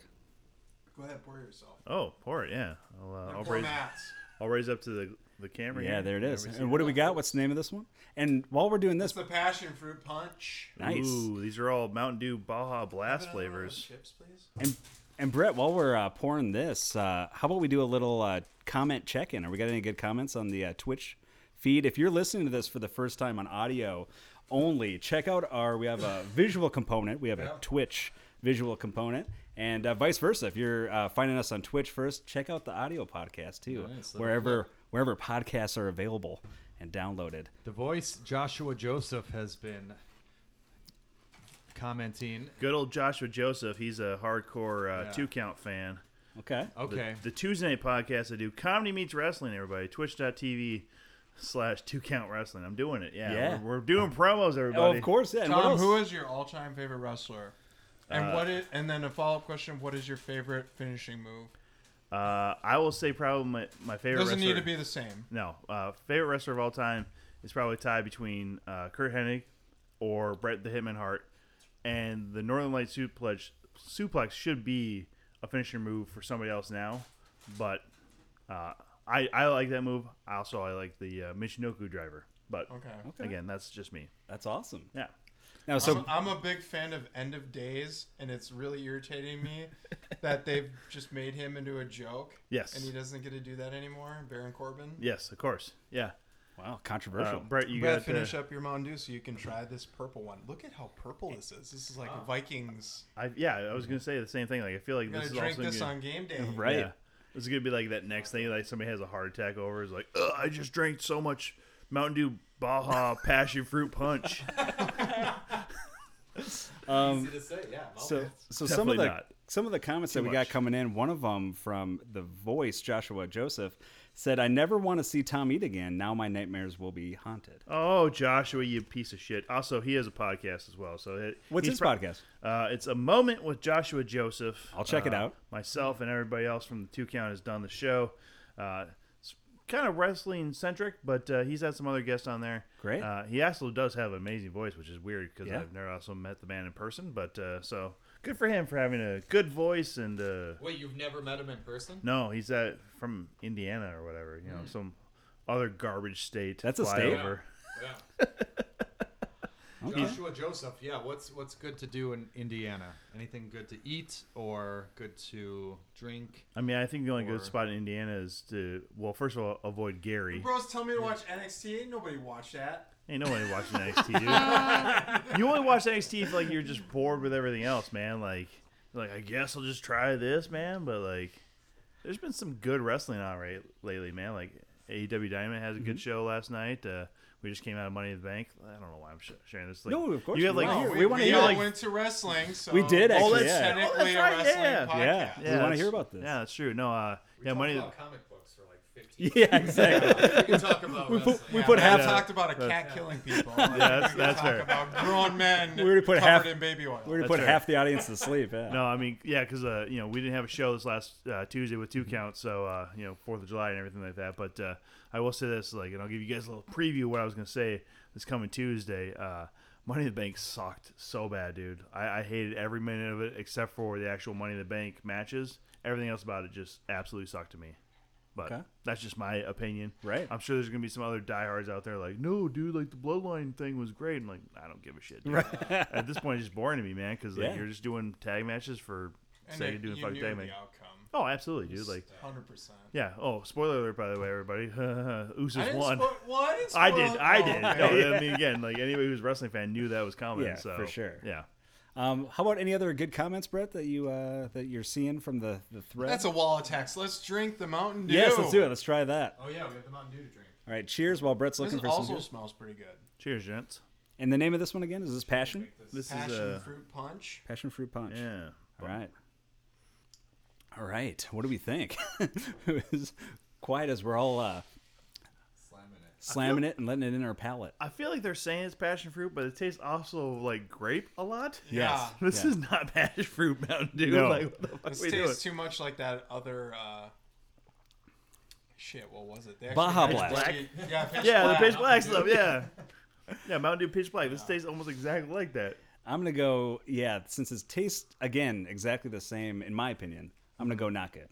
[SPEAKER 5] Go ahead, pour yourself.
[SPEAKER 3] Oh, pour it. Yeah, I'll, uh, I'll
[SPEAKER 5] Pour
[SPEAKER 3] raise.
[SPEAKER 5] Matt's.
[SPEAKER 3] I'll raise up to the the camera.
[SPEAKER 2] Yeah,
[SPEAKER 3] here.
[SPEAKER 2] there it is. Oh,
[SPEAKER 3] we see
[SPEAKER 2] And what do we got? What's the name of this one? And while we're doing
[SPEAKER 5] It's
[SPEAKER 2] this,
[SPEAKER 5] the passion fruit punch.
[SPEAKER 2] nice.
[SPEAKER 3] Ooh, these are all Mountain Dew Baja Blast
[SPEAKER 5] Banana
[SPEAKER 3] flavors.
[SPEAKER 5] Chips, please.
[SPEAKER 2] And and Brett, while we're uh, pouring this, uh, how about we do a little uh, comment check-in? Are we got any good comments on the uh, Twitch feed? If you're listening to this for the first time on audio only, check out our. We have a visual component. We have a Twitch visual component. And uh, vice versa, if you're uh, finding us on Twitch first, check out the audio podcast too, wherever wherever podcasts are available and downloaded.
[SPEAKER 7] The voice Joshua Joseph has been commenting.
[SPEAKER 3] Good old Joshua Joseph. He's a hardcore uh,
[SPEAKER 7] Yeah.
[SPEAKER 3] two count fan.
[SPEAKER 2] Okay,
[SPEAKER 3] The-
[SPEAKER 7] Okay.
[SPEAKER 3] The, Tuesday night podcast I do, Comedy Meets Wrestling, everybody. Twitch.tv slash two count wrestling. I'm doing it. Yeah.
[SPEAKER 2] Yeah.
[SPEAKER 3] We're, we're doing promos,
[SPEAKER 2] oh,
[SPEAKER 3] everybody.
[SPEAKER 2] of course, yeah. And what
[SPEAKER 5] Tom,
[SPEAKER 2] else?
[SPEAKER 5] who is your all-time favorite wrestler? And what it? And then a follow-up question: What is your favorite finishing move?
[SPEAKER 3] Uh, I will say probably my, my favorite
[SPEAKER 5] Doesn't
[SPEAKER 3] wrestler.
[SPEAKER 5] need to be the same.
[SPEAKER 3] no. Uh, favorite wrestler of all time is probably tied between uh, Kurt Hennig or Brett the Hitman Hart. And the Northern Light suplex, suplex should be a finisher move for somebody else now. But uh, I, I like that move. Also, I like the uh, Michinoku driver. But
[SPEAKER 5] Okay.
[SPEAKER 3] again, that's just me.
[SPEAKER 2] That's awesome.
[SPEAKER 3] Yeah.
[SPEAKER 2] Now, so
[SPEAKER 5] So I'm a big fan of End of Days, and it's really irritating me that they've just made him into a joke.
[SPEAKER 3] Yes.
[SPEAKER 5] And he doesn't get to do that anymore, Baron Corbin.
[SPEAKER 3] Yes, of course. Yeah.
[SPEAKER 2] wow,
[SPEAKER 3] Uh,
[SPEAKER 2] controversial.
[SPEAKER 3] Brett, you
[SPEAKER 5] Brad,
[SPEAKER 3] got
[SPEAKER 5] finish
[SPEAKER 3] uh,
[SPEAKER 5] up your Mountain Dew so you can try this purple one. Look at how purple this is. This is like Vikings.
[SPEAKER 3] I, yeah, I was gonna say the same thing. Like I feel like
[SPEAKER 5] You're
[SPEAKER 3] this
[SPEAKER 5] gonna
[SPEAKER 3] is
[SPEAKER 5] drink
[SPEAKER 3] also
[SPEAKER 5] this
[SPEAKER 3] gonna,
[SPEAKER 5] on game day.
[SPEAKER 2] Right.
[SPEAKER 3] Yeah. This is gonna be like that next thing. Like somebody has a heart attack over. Is like, Ugh, I just drank so much Mountain Dew Baja Passion Fruit Punch.
[SPEAKER 4] Easy to say, yeah. Mouth
[SPEAKER 2] So, so some of
[SPEAKER 3] Oh, Definitely
[SPEAKER 2] the
[SPEAKER 3] not.
[SPEAKER 2] some of the comments that we
[SPEAKER 3] much.
[SPEAKER 2] got coming in, one of them from the voice Joshua Joseph said, "I never want to see Tom eat again. Now my nightmares will be haunted."
[SPEAKER 3] Oh, Joshua, you piece of shit. Also, he has a podcast as well. So it,
[SPEAKER 2] What's
[SPEAKER 3] he's
[SPEAKER 2] his
[SPEAKER 3] pro-
[SPEAKER 2] podcast?
[SPEAKER 3] Uh, it's a moment with Joshua Joseph.
[SPEAKER 2] I'll check it
[SPEAKER 3] Uh,
[SPEAKER 2] out.
[SPEAKER 3] Myself and everybody else from the Two Count has done the show. Uh, it's kind of wrestling centric, but uh, he's had some other guests on there.
[SPEAKER 2] Great.
[SPEAKER 3] Uh, he also does have an amazing voice, which is weird because
[SPEAKER 2] Yeah.
[SPEAKER 3] I've never also met the man in person. But uh, so good for him for having a good voice and. Uh,
[SPEAKER 4] Wait, you've never met him in person?
[SPEAKER 3] no, he's at from Indiana or whatever. You know, some other garbage state.
[SPEAKER 2] Hmm. That's a state?
[SPEAKER 3] flyover.
[SPEAKER 6] Yeah. Joshua Joseph, yeah. What's what's good to do in Indiana? Anything good to eat or good to drink?
[SPEAKER 3] I mean, I think the only
[SPEAKER 6] Or-
[SPEAKER 3] good spot in Indiana is to well, first of all, avoid Gary.
[SPEAKER 5] Bros tell me to watch NXT. Ain't nobody watch that.
[SPEAKER 3] Ain't nobody watching NXT, dude. you only watch NXT if like you're just bored with everything else, man. Like, like I guess I'll just try this, man. But like, there's been some good wrestling on right lately, man. Like AEW Diamond has a E
[SPEAKER 2] Mm-hmm.
[SPEAKER 3] good show last night. Uh, we just came out of Money in the Bank. I don't know why I'm sh- sharing this. Like,
[SPEAKER 2] No, of course
[SPEAKER 3] you have
[SPEAKER 2] we
[SPEAKER 3] like
[SPEAKER 2] are.
[SPEAKER 5] No,
[SPEAKER 2] hear-
[SPEAKER 5] we,
[SPEAKER 2] we wanna
[SPEAKER 5] we
[SPEAKER 2] hear,
[SPEAKER 5] all
[SPEAKER 2] like-
[SPEAKER 5] went to wrestling, so
[SPEAKER 2] We did
[SPEAKER 5] Oh,
[SPEAKER 2] actually,
[SPEAKER 5] that's
[SPEAKER 2] yeah.
[SPEAKER 5] technically
[SPEAKER 3] Oh, that's right,
[SPEAKER 5] a wrestling
[SPEAKER 3] yeah.
[SPEAKER 2] Yeah,
[SPEAKER 5] podcast.
[SPEAKER 2] we want to
[SPEAKER 3] that's-
[SPEAKER 2] hear about this.
[SPEAKER 3] Yeah, that's true. No, uh,
[SPEAKER 4] We
[SPEAKER 3] yeah,
[SPEAKER 4] talked
[SPEAKER 3] money.
[SPEAKER 4] about comic books for like 15
[SPEAKER 2] Yeah, exactly.
[SPEAKER 4] We can talk about
[SPEAKER 2] we put,
[SPEAKER 4] wrestling.
[SPEAKER 2] we
[SPEAKER 5] Yeah,
[SPEAKER 2] put
[SPEAKER 5] we
[SPEAKER 2] half.
[SPEAKER 5] talked about a cat killing people. yeah,
[SPEAKER 3] that's- that's
[SPEAKER 5] talk
[SPEAKER 3] fair.
[SPEAKER 5] About grown men we
[SPEAKER 2] already put
[SPEAKER 5] covered
[SPEAKER 2] half-
[SPEAKER 5] in baby oil.
[SPEAKER 2] We already
[SPEAKER 3] That's
[SPEAKER 2] put
[SPEAKER 3] right.
[SPEAKER 2] half the audience to sleep. Yeah.
[SPEAKER 3] No, I mean, yeah, because uh, you know we didn't have a show this last uh, Tuesday with
[SPEAKER 2] Mm-hmm.
[SPEAKER 3] two counts, so uh, you know Fourth of July and everything like that. But uh, I will say this, like, and I'll give you guys a little preview of what I was gonna say this coming Tuesday. Uh, Money in the Bank sucked so bad, dude. I, I hated every minute of it except for the actual Money in the Bank matches. Everything else about it just absolutely sucked to me. But
[SPEAKER 2] Okay.
[SPEAKER 3] that's just my opinion.
[SPEAKER 2] Right.
[SPEAKER 3] I'm sure there's gonna be some other diehards out there like, no, dude, like the bloodline thing was great. I'm like, I don't give a shit. Dude. At this point, it's just boring to me, man, because like,
[SPEAKER 2] Yeah.
[SPEAKER 3] you're just doing tag matches for
[SPEAKER 5] And
[SPEAKER 3] sake
[SPEAKER 5] it-
[SPEAKER 3] of doing
[SPEAKER 5] you
[SPEAKER 3] fucking
[SPEAKER 5] knew
[SPEAKER 3] tag
[SPEAKER 5] the
[SPEAKER 3] match.
[SPEAKER 5] outcome.
[SPEAKER 3] Oh, absolutely, dude. Like,
[SPEAKER 5] Hundred percent.
[SPEAKER 3] yeah. Oh, spoiler alert, by the way, everybody.
[SPEAKER 5] I
[SPEAKER 3] Usos
[SPEAKER 5] didn't
[SPEAKER 3] won.
[SPEAKER 5] spo- well, I didn't.
[SPEAKER 3] I
[SPEAKER 5] spoil-
[SPEAKER 3] did. I
[SPEAKER 5] oh,
[SPEAKER 3] did.
[SPEAKER 5] okay.
[SPEAKER 3] No, I mean, again, like anybody who's a wrestling fan knew that was coming.
[SPEAKER 2] Yeah,
[SPEAKER 3] so
[SPEAKER 2] for sure.
[SPEAKER 3] Yeah.
[SPEAKER 2] Um, how about any other good comments, Brett, that you uh, that you're seeing from the the thread?
[SPEAKER 5] That's a wall of text. Let's drink the Mountain Dew.
[SPEAKER 2] yes. Let's do it. Let's try that.
[SPEAKER 6] Oh yeah, we have the Mountain Dew to drink.
[SPEAKER 2] All right. Cheers. While Brett's
[SPEAKER 5] This
[SPEAKER 2] looking for some.
[SPEAKER 5] also
[SPEAKER 2] Good.
[SPEAKER 5] smells pretty good.
[SPEAKER 3] Cheers, gents.
[SPEAKER 2] And the name of this one again is this passion,
[SPEAKER 3] This
[SPEAKER 5] Passion
[SPEAKER 3] is uh,
[SPEAKER 5] fruit punch.
[SPEAKER 2] passion fruit punch.
[SPEAKER 3] yeah.
[SPEAKER 2] All right. All right. What do we think? it was quiet as we're all uh,
[SPEAKER 6] Slamming it.
[SPEAKER 2] slamming it and letting it in our palate.
[SPEAKER 3] I feel like they're saying it's passion fruit, but it tastes also like grape a lot.
[SPEAKER 5] Yeah.
[SPEAKER 3] This
[SPEAKER 2] Yeah.
[SPEAKER 3] is not passion fruit Mountain Dew.
[SPEAKER 2] No.
[SPEAKER 3] Like, what the fuck
[SPEAKER 5] This
[SPEAKER 3] we doing?
[SPEAKER 5] tastes too much like that other. Uh, shit, what was it? They actually
[SPEAKER 2] Baja
[SPEAKER 5] had
[SPEAKER 2] Blast.
[SPEAKER 5] whiskey- Yeah, pitch
[SPEAKER 3] Yeah, the pitch
[SPEAKER 5] Mountain
[SPEAKER 3] black
[SPEAKER 5] Dew.
[SPEAKER 3] stuff. Yeah, yeah, Mountain Dew pitch black. This tastes almost exactly like that.
[SPEAKER 2] I'm gonna go. Yeah. Since it tastes again exactly the same, in my opinion, I'm gonna go knock it.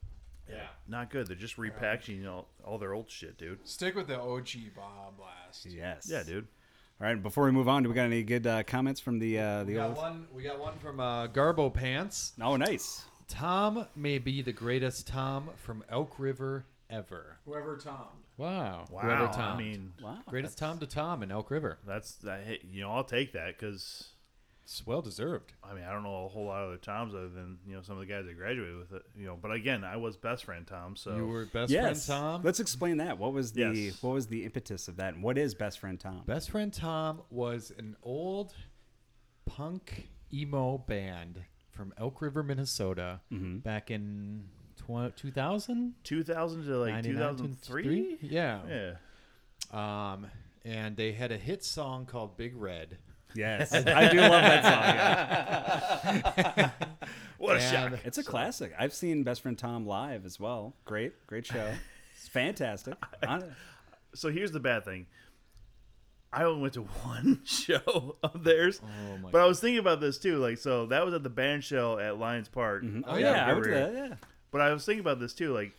[SPEAKER 4] yeah.
[SPEAKER 3] Not good. They're just repackaging all, all their old shit, dude.
[SPEAKER 5] Stick with the OG Baja Blast.
[SPEAKER 2] Yes.
[SPEAKER 3] Yeah, dude.
[SPEAKER 2] All right. Before we move on, do we got any good uh, comments from the uh, the
[SPEAKER 6] We got
[SPEAKER 2] old?
[SPEAKER 6] one. We got one from uh,
[SPEAKER 7] Garbo Pants.
[SPEAKER 2] Oh, nice.
[SPEAKER 7] Tom may be the greatest Tom from Elk River ever.
[SPEAKER 5] Whoever Tom.
[SPEAKER 7] Wow.
[SPEAKER 3] Wow.
[SPEAKER 7] Whoever Tom.
[SPEAKER 3] I mean,
[SPEAKER 2] Wow.
[SPEAKER 7] greatest Tom to Tom in Elk River.
[SPEAKER 3] that's that. Hit, you know, I'll take that because
[SPEAKER 7] It's well deserved.
[SPEAKER 3] I mean, I don't know a whole lot of other Toms other than you know some of the guys I graduated with. It, you know, but again, I was best friend Tom. So
[SPEAKER 7] You were best
[SPEAKER 2] Yes.
[SPEAKER 7] friend Tom.
[SPEAKER 2] Let's explain that. What was the
[SPEAKER 3] Yes.
[SPEAKER 2] what was the impetus of that? And what is best friend Tom?
[SPEAKER 7] Best Friend Tom was an old punk emo band from Elk River, Minnesota,
[SPEAKER 2] Mm-hmm.
[SPEAKER 7] back in tw- 2000,
[SPEAKER 3] 2000 to like 2003.
[SPEAKER 7] Yeah.
[SPEAKER 3] Yeah.
[SPEAKER 7] Um, and they had a hit song called Big Red.
[SPEAKER 2] Yes, I do love that song.
[SPEAKER 3] What a
[SPEAKER 7] And-
[SPEAKER 3] shock.
[SPEAKER 2] It's a classic. I've seen Best Friend Tom live as well. Great, great show. It's fantastic. Hon-
[SPEAKER 3] So here's the bad thing. I only went to one show of theirs,
[SPEAKER 7] Oh my
[SPEAKER 3] but I was thinking about this too. Like, so that was at the band shell at Lions Park.
[SPEAKER 7] Mm-hmm.
[SPEAKER 2] Oh yeah, I would do that. Yeah.
[SPEAKER 3] But I was thinking about this too. Like,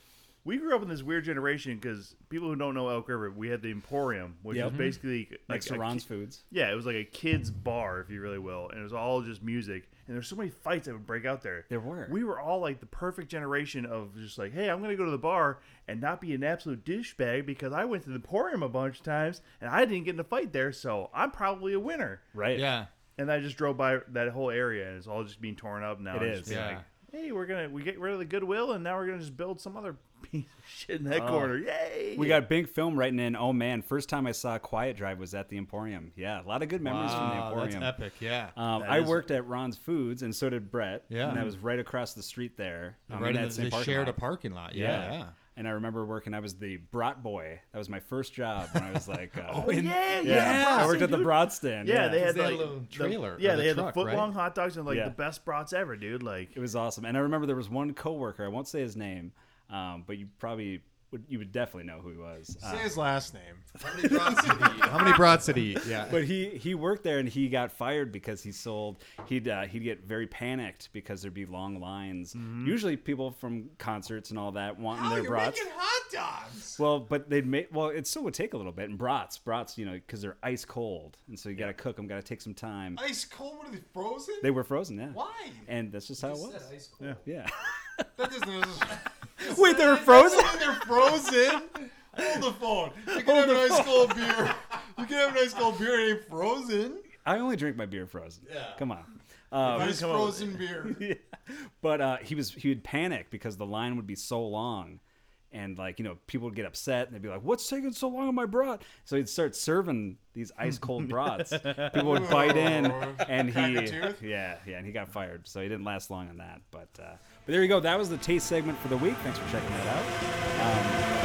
[SPEAKER 3] we grew up in this weird generation because people who don't know Elk River, we had the Emporium, which
[SPEAKER 2] Yep. Mhm.
[SPEAKER 3] was basically like
[SPEAKER 2] Next to
[SPEAKER 3] a
[SPEAKER 2] Ron's
[SPEAKER 3] ki-
[SPEAKER 2] Foods.
[SPEAKER 3] yeah, it was like a kids' bar, if you really will, and it was all just music. And there's so many fights that would break out there.
[SPEAKER 2] There were.
[SPEAKER 3] We were all like the perfect generation of just like, hey, I'm gonna go to the bar and not be an absolute douchebag because I went to the Emporium a bunch of times and I didn't get in a fight there, so I'm probably a winner.
[SPEAKER 2] Right.
[SPEAKER 7] Yeah.
[SPEAKER 3] And I just drove by that whole area and it's all just being torn up now.
[SPEAKER 2] It
[SPEAKER 3] and
[SPEAKER 2] is.
[SPEAKER 3] just being
[SPEAKER 7] Yeah.
[SPEAKER 3] like, hey, we're gonna we get rid of the goodwill and now we're gonna just build some other piece of shit in that corner. Yay!
[SPEAKER 2] Oh. We got Bink Film writing in. Oh man, first time I saw Quiet Drive was at the Emporium. Yeah, a lot of good memories from the
[SPEAKER 5] Wow, that's
[SPEAKER 2] Emporium.
[SPEAKER 5] epic. Yeah.
[SPEAKER 2] Um,
[SPEAKER 3] That
[SPEAKER 2] I
[SPEAKER 3] is-
[SPEAKER 2] worked at Ron's Foods, and so did Brett.
[SPEAKER 5] Yeah.
[SPEAKER 2] and I was right across the street there. Um,
[SPEAKER 5] right
[SPEAKER 2] in
[SPEAKER 5] in
[SPEAKER 2] that
[SPEAKER 5] the,
[SPEAKER 2] same
[SPEAKER 5] they
[SPEAKER 2] parking
[SPEAKER 5] shared
[SPEAKER 2] lot.
[SPEAKER 5] a parking lot.
[SPEAKER 2] Yeah.
[SPEAKER 5] Yeah. yeah.
[SPEAKER 2] And I remember working. I was the brat boy. That was my first job when I was like, uh,
[SPEAKER 3] Oh, yeah, yeah.
[SPEAKER 2] I worked at the brat stand.
[SPEAKER 3] Yeah, they had
[SPEAKER 5] they had
[SPEAKER 3] like
[SPEAKER 5] a little
[SPEAKER 3] the-
[SPEAKER 5] trailer,
[SPEAKER 3] Yeah,
[SPEAKER 5] or the
[SPEAKER 3] they had
[SPEAKER 5] truck,
[SPEAKER 3] the foot
[SPEAKER 5] right?
[SPEAKER 3] long hot dogs and like
[SPEAKER 2] Yeah.
[SPEAKER 3] the best brats ever, dude. Like
[SPEAKER 2] It was awesome. And I remember there was one coworker. I won't say his name, um, but you probably would. You would definitely know who he was. Uh,
[SPEAKER 5] Say his last name.
[SPEAKER 6] How many drops did he eat?
[SPEAKER 5] How many brats did he eat? Yeah.
[SPEAKER 2] but he he worked there and he got fired because he sold he'd uh, he'd get very panicked because there'd be long lines usually people from concerts and all that wanting
[SPEAKER 5] Oh,
[SPEAKER 2] their
[SPEAKER 5] you're
[SPEAKER 2] brats
[SPEAKER 5] making hot dogs.
[SPEAKER 2] well but they'd make well it still would take a little bit and brats brats you know because they're ice cold and so you gotta cook them gotta take some time
[SPEAKER 5] Ice cold? What are they frozen?
[SPEAKER 2] they were frozen yeah
[SPEAKER 5] Why?
[SPEAKER 2] and that's just how it
[SPEAKER 6] He said
[SPEAKER 2] was
[SPEAKER 6] ice cold.
[SPEAKER 3] Yeah.
[SPEAKER 2] yeah
[SPEAKER 5] That doesn't.
[SPEAKER 2] wait they were frozen
[SPEAKER 5] That's when they're frozen. Hold the phone. You can have an ice cold beer. You can have an ice cold beer. It ain't frozen.
[SPEAKER 2] i only drink my beer frozen
[SPEAKER 6] Yeah.
[SPEAKER 2] come on um,
[SPEAKER 5] Ice
[SPEAKER 3] come up with
[SPEAKER 5] frozen beer.
[SPEAKER 2] But uh, he was he would panic because the line would be so long, and like you know people would get upset and they'd be like, "What's taking so long on my brat?" So he'd start serving these ice cold brats. people would bite in, and
[SPEAKER 5] Crack a
[SPEAKER 2] he
[SPEAKER 5] tooth?
[SPEAKER 2] yeah yeah, and he got fired. So he didn't last long on that. But uh, but there you go. That was the taste segment for the week. Thanks for checking that out.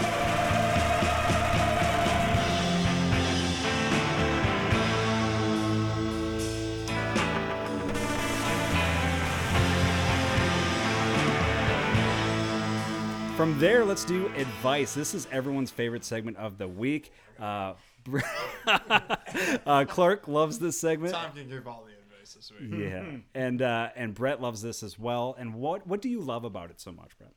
[SPEAKER 2] From there, let's do advice. This is everyone's favorite segment of the week. Uh, Br- uh, Clark loves this segment.
[SPEAKER 5] Tom can give all the advice this week.
[SPEAKER 7] Mm-hmm.
[SPEAKER 2] Yeah, and uh, and Brett loves this as well. And what what do you love about it so much, Brett?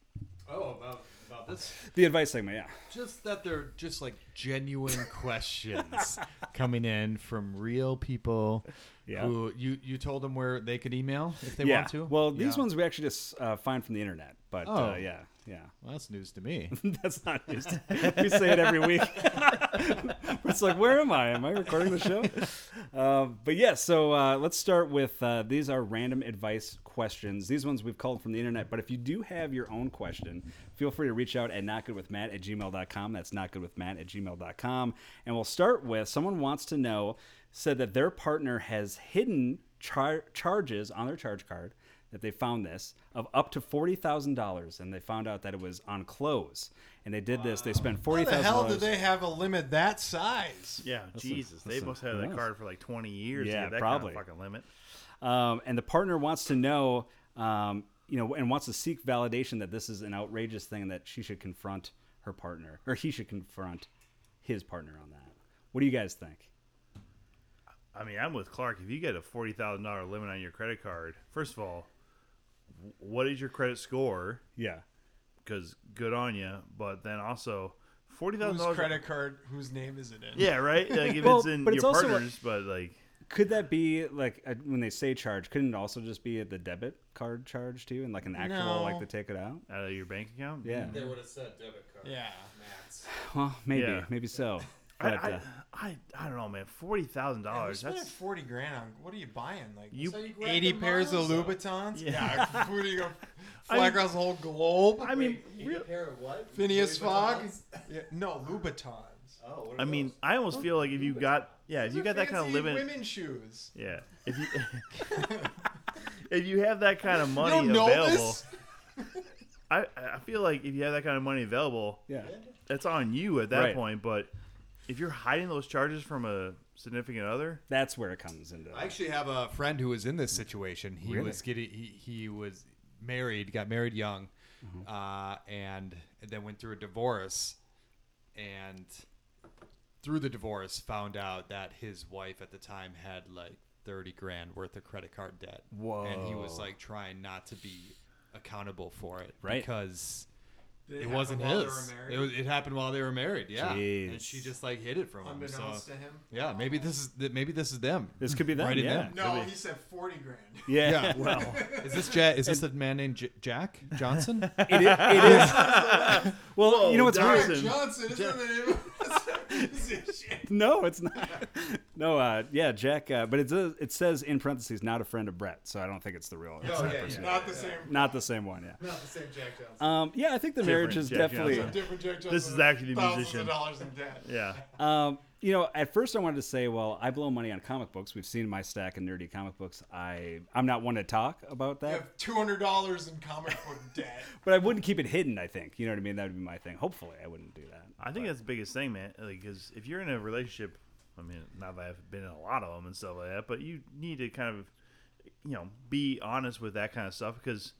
[SPEAKER 6] Oh, about, about this.
[SPEAKER 2] The advice segment, yeah.
[SPEAKER 6] Just that they're just like genuine questions.
[SPEAKER 7] coming in from real people
[SPEAKER 2] Yeah.
[SPEAKER 7] who you, you told them where they could email if they
[SPEAKER 2] yeah.
[SPEAKER 7] want to.
[SPEAKER 2] Well, these
[SPEAKER 7] Yeah.
[SPEAKER 2] ones we actually just uh, find from the internet, but uh,
[SPEAKER 7] Oh.
[SPEAKER 2] yeah, yeah.
[SPEAKER 7] Well, that's news to me.
[SPEAKER 2] That's not news. to- we say it every week. it's like, where am I? Am I recording the show? Uh, but yeah, so uh, let's start with uh, these are random advice questions. These ones we've called from the internet, but if you do have your own question, feel free to reach out at notgoodwithmatt at gmail.com. That's notgoodwithmatt at gmail.com. And we'll start with someone wants to know said that their partner has hidden char- charges on their charge card that they found this of up to forty thousand dollars, and they found out that it was on clothes. And they did this. They spent
[SPEAKER 5] How
[SPEAKER 2] forty
[SPEAKER 5] the
[SPEAKER 2] thousand
[SPEAKER 5] hell
[SPEAKER 2] dollars.
[SPEAKER 5] did they have a limit that size?
[SPEAKER 3] Mm-hmm. yeah, Jesus, they
[SPEAKER 2] that's a-
[SPEAKER 3] must have
[SPEAKER 2] who
[SPEAKER 3] had that
[SPEAKER 2] knows?
[SPEAKER 3] card for like twenty years.
[SPEAKER 2] Yeah,
[SPEAKER 3] to get that
[SPEAKER 2] probably.
[SPEAKER 3] Kind of fucking limit.
[SPEAKER 2] um, and the partner wants to know, um, you know, and wants to seek validation that this is an outrageous thing that she should confront her partner, or he should confront his partner on that. What do you guys think?
[SPEAKER 3] I mean, I'm with Clark. If you get a forty thousand dollar limit on your credit card, first of all, w- what is your credit score?
[SPEAKER 2] Yeah,
[SPEAKER 3] Because good on you, but then also forty thousand
[SPEAKER 5] Whose
[SPEAKER 3] dollars.
[SPEAKER 5] credit card? Whose name is it in?
[SPEAKER 3] Yeah, right. Like if
[SPEAKER 2] Well,
[SPEAKER 3] it's in
[SPEAKER 2] but
[SPEAKER 3] your
[SPEAKER 2] it's also a-
[SPEAKER 3] partners, but like
[SPEAKER 2] could that be like uh, when they say charge? Couldn't it also just be the debit card charge too, and like an actual
[SPEAKER 5] No.
[SPEAKER 2] like they take it out?
[SPEAKER 3] out of your bank account.
[SPEAKER 2] Yeah,
[SPEAKER 4] They would have said debit card.
[SPEAKER 5] Yeah.
[SPEAKER 4] Max.
[SPEAKER 2] well, maybe,
[SPEAKER 3] Yeah.
[SPEAKER 2] maybe so.
[SPEAKER 3] I,
[SPEAKER 2] But,
[SPEAKER 3] I,
[SPEAKER 2] uh,
[SPEAKER 3] I, I don't know, man. Forty thousand
[SPEAKER 5] You
[SPEAKER 3] dollars.
[SPEAKER 5] spent
[SPEAKER 3] Oh, That's
[SPEAKER 5] forty grand on what are you buying? Like
[SPEAKER 3] You-
[SPEAKER 6] So you grab
[SPEAKER 5] 80
[SPEAKER 6] the
[SPEAKER 5] pairs of
[SPEAKER 6] miles up.
[SPEAKER 5] Louboutins?
[SPEAKER 3] Yeah.
[SPEAKER 5] Yeah. what are you gonna fly
[SPEAKER 3] I-
[SPEAKER 5] across the whole globe?
[SPEAKER 3] I mean,
[SPEAKER 4] Wait, you
[SPEAKER 3] real-
[SPEAKER 4] pair of what?
[SPEAKER 5] Phineas
[SPEAKER 4] Louis
[SPEAKER 5] Fogg?
[SPEAKER 4] Vuittons?
[SPEAKER 5] Yeah, no, Louboutins.
[SPEAKER 4] Oh, what are
[SPEAKER 3] I mean,
[SPEAKER 4] those?
[SPEAKER 3] I almost feel like if you got, yeah, if you got that kind of
[SPEAKER 5] Fancy
[SPEAKER 3] limit,
[SPEAKER 5] women's shoes.
[SPEAKER 3] yeah, if you, if you have that kind of
[SPEAKER 5] You
[SPEAKER 3] money
[SPEAKER 5] don't know
[SPEAKER 3] available,
[SPEAKER 5] this?
[SPEAKER 3] I, I feel like if you have that kind of money available,
[SPEAKER 2] yeah,
[SPEAKER 3] that's on you at that
[SPEAKER 2] Right.
[SPEAKER 3] point. But if you're hiding those charges from a significant other,
[SPEAKER 2] that's where it comes into.
[SPEAKER 6] I actually have a friend who was in this situation. He
[SPEAKER 2] Really?
[SPEAKER 6] was getting he, he was married, got married young,
[SPEAKER 2] Mm-hmm.
[SPEAKER 6] uh, and then went through a divorce, and through the divorce found out that his wife at the time had like thirty grand worth of credit card debt. Whoa! And he was like trying not to be accountable for it,
[SPEAKER 2] Right.
[SPEAKER 6] Because
[SPEAKER 5] They
[SPEAKER 6] it
[SPEAKER 5] happened
[SPEAKER 6] wasn't
[SPEAKER 5] while they
[SPEAKER 6] his.
[SPEAKER 5] were
[SPEAKER 6] It,
[SPEAKER 5] married,
[SPEAKER 6] was, it happened while they were married. Yeah,
[SPEAKER 2] Jeez.
[SPEAKER 6] and she just like hid it from him. So
[SPEAKER 5] Unbeknownst to him.
[SPEAKER 6] yeah, maybe this is th- maybe this is them.
[SPEAKER 2] this could be that.
[SPEAKER 6] Right in
[SPEAKER 2] yeah.
[SPEAKER 6] that.
[SPEAKER 5] No, he said forty grand.
[SPEAKER 2] yeah, Well,
[SPEAKER 7] Is this ja- is this a man named J- Jack Johnson?
[SPEAKER 2] it, i- it is. well, you know what's
[SPEAKER 3] Whoa,
[SPEAKER 2] weird?
[SPEAKER 3] Johnson.
[SPEAKER 5] Johnson, isn't that the name? of-
[SPEAKER 2] no, it's not. No, uh, yeah, Jack. Uh, but it does, it says in parentheses, not a friend of Brett. So I don't think it's the real.
[SPEAKER 6] Oh,
[SPEAKER 2] it's not,
[SPEAKER 5] Oh, yeah, not the same.
[SPEAKER 2] not the same one. Yeah.
[SPEAKER 5] Not the same Jack Johnson.
[SPEAKER 2] Um, yeah, I think the marriage is
[SPEAKER 3] Jack
[SPEAKER 2] definitely.
[SPEAKER 3] Johnson.
[SPEAKER 5] Different Jack Johnson.
[SPEAKER 3] Um, This is actually the
[SPEAKER 5] thousands
[SPEAKER 3] musician.
[SPEAKER 5] of dollars in debt.
[SPEAKER 3] Yeah.
[SPEAKER 2] Um, you know, at first I wanted to say, well, I blow money on comic books. We've seen my stack of nerdy comic books. I I'm not one to talk about
[SPEAKER 5] I
[SPEAKER 2] that,
[SPEAKER 5] have two hundred dollars in comic book debt.
[SPEAKER 2] but I wouldn't keep it hidden. I think you know what I mean. That would be my thing. Hopefully, I wouldn't do that.
[SPEAKER 3] I think that's the biggest thing, man. Because if you're in a relationship, I mean, not that I've been in a lot of them and stuff like that, but you need to kind of, you know, be honest with that kind of stuff. Because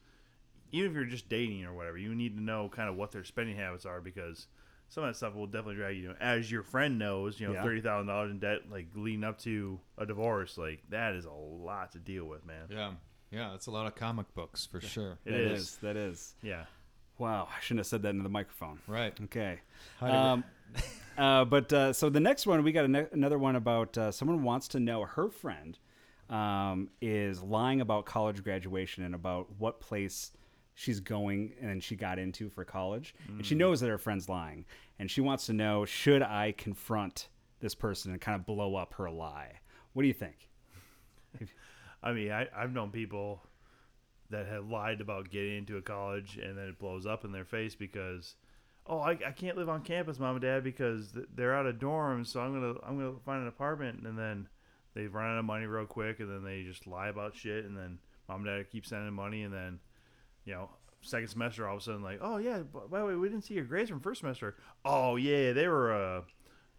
[SPEAKER 3] even if you're just dating or whatever, you need to know kind of what their spending habits are. Because some of that stuff will definitely drag you. down. As your friend knows, you know,
[SPEAKER 2] Yeah.
[SPEAKER 3] thirty thousand dollars in debt, like leading up to a divorce, like that is a lot to deal with, man.
[SPEAKER 6] Yeah, yeah, that's a lot of comic books for sure.
[SPEAKER 3] It
[SPEAKER 2] That
[SPEAKER 3] is.
[SPEAKER 2] is that is.
[SPEAKER 3] Yeah.
[SPEAKER 2] Wow, I shouldn't have said that into the microphone.
[SPEAKER 6] Right.
[SPEAKER 2] Okay. Um, uh, but uh, so the next one, we got an- another one about uh, someone wants to know her friend um, is lying about college graduation and about what place she's going and she got into for college. And
[SPEAKER 3] Mm.
[SPEAKER 2] she knows that her friend's lying. And she wants to know should I confront this person and kind of blow up her lie? What do you think?
[SPEAKER 3] I mean, I, I've known people that have lied about getting into a college and then it blows up in their face because, oh, I, I can't live on campus, mom and dad, because th- they're out of dorms, so I'm gonna I'm gonna find an apartment, and then they run out of money real quick, and then they just lie about shit, and then mom and dad keep sending money, and then, you know. Second semester, all of a sudden, like, oh yeah, b- by the way, we didn't see your grades from first semester. Oh yeah, they were uh,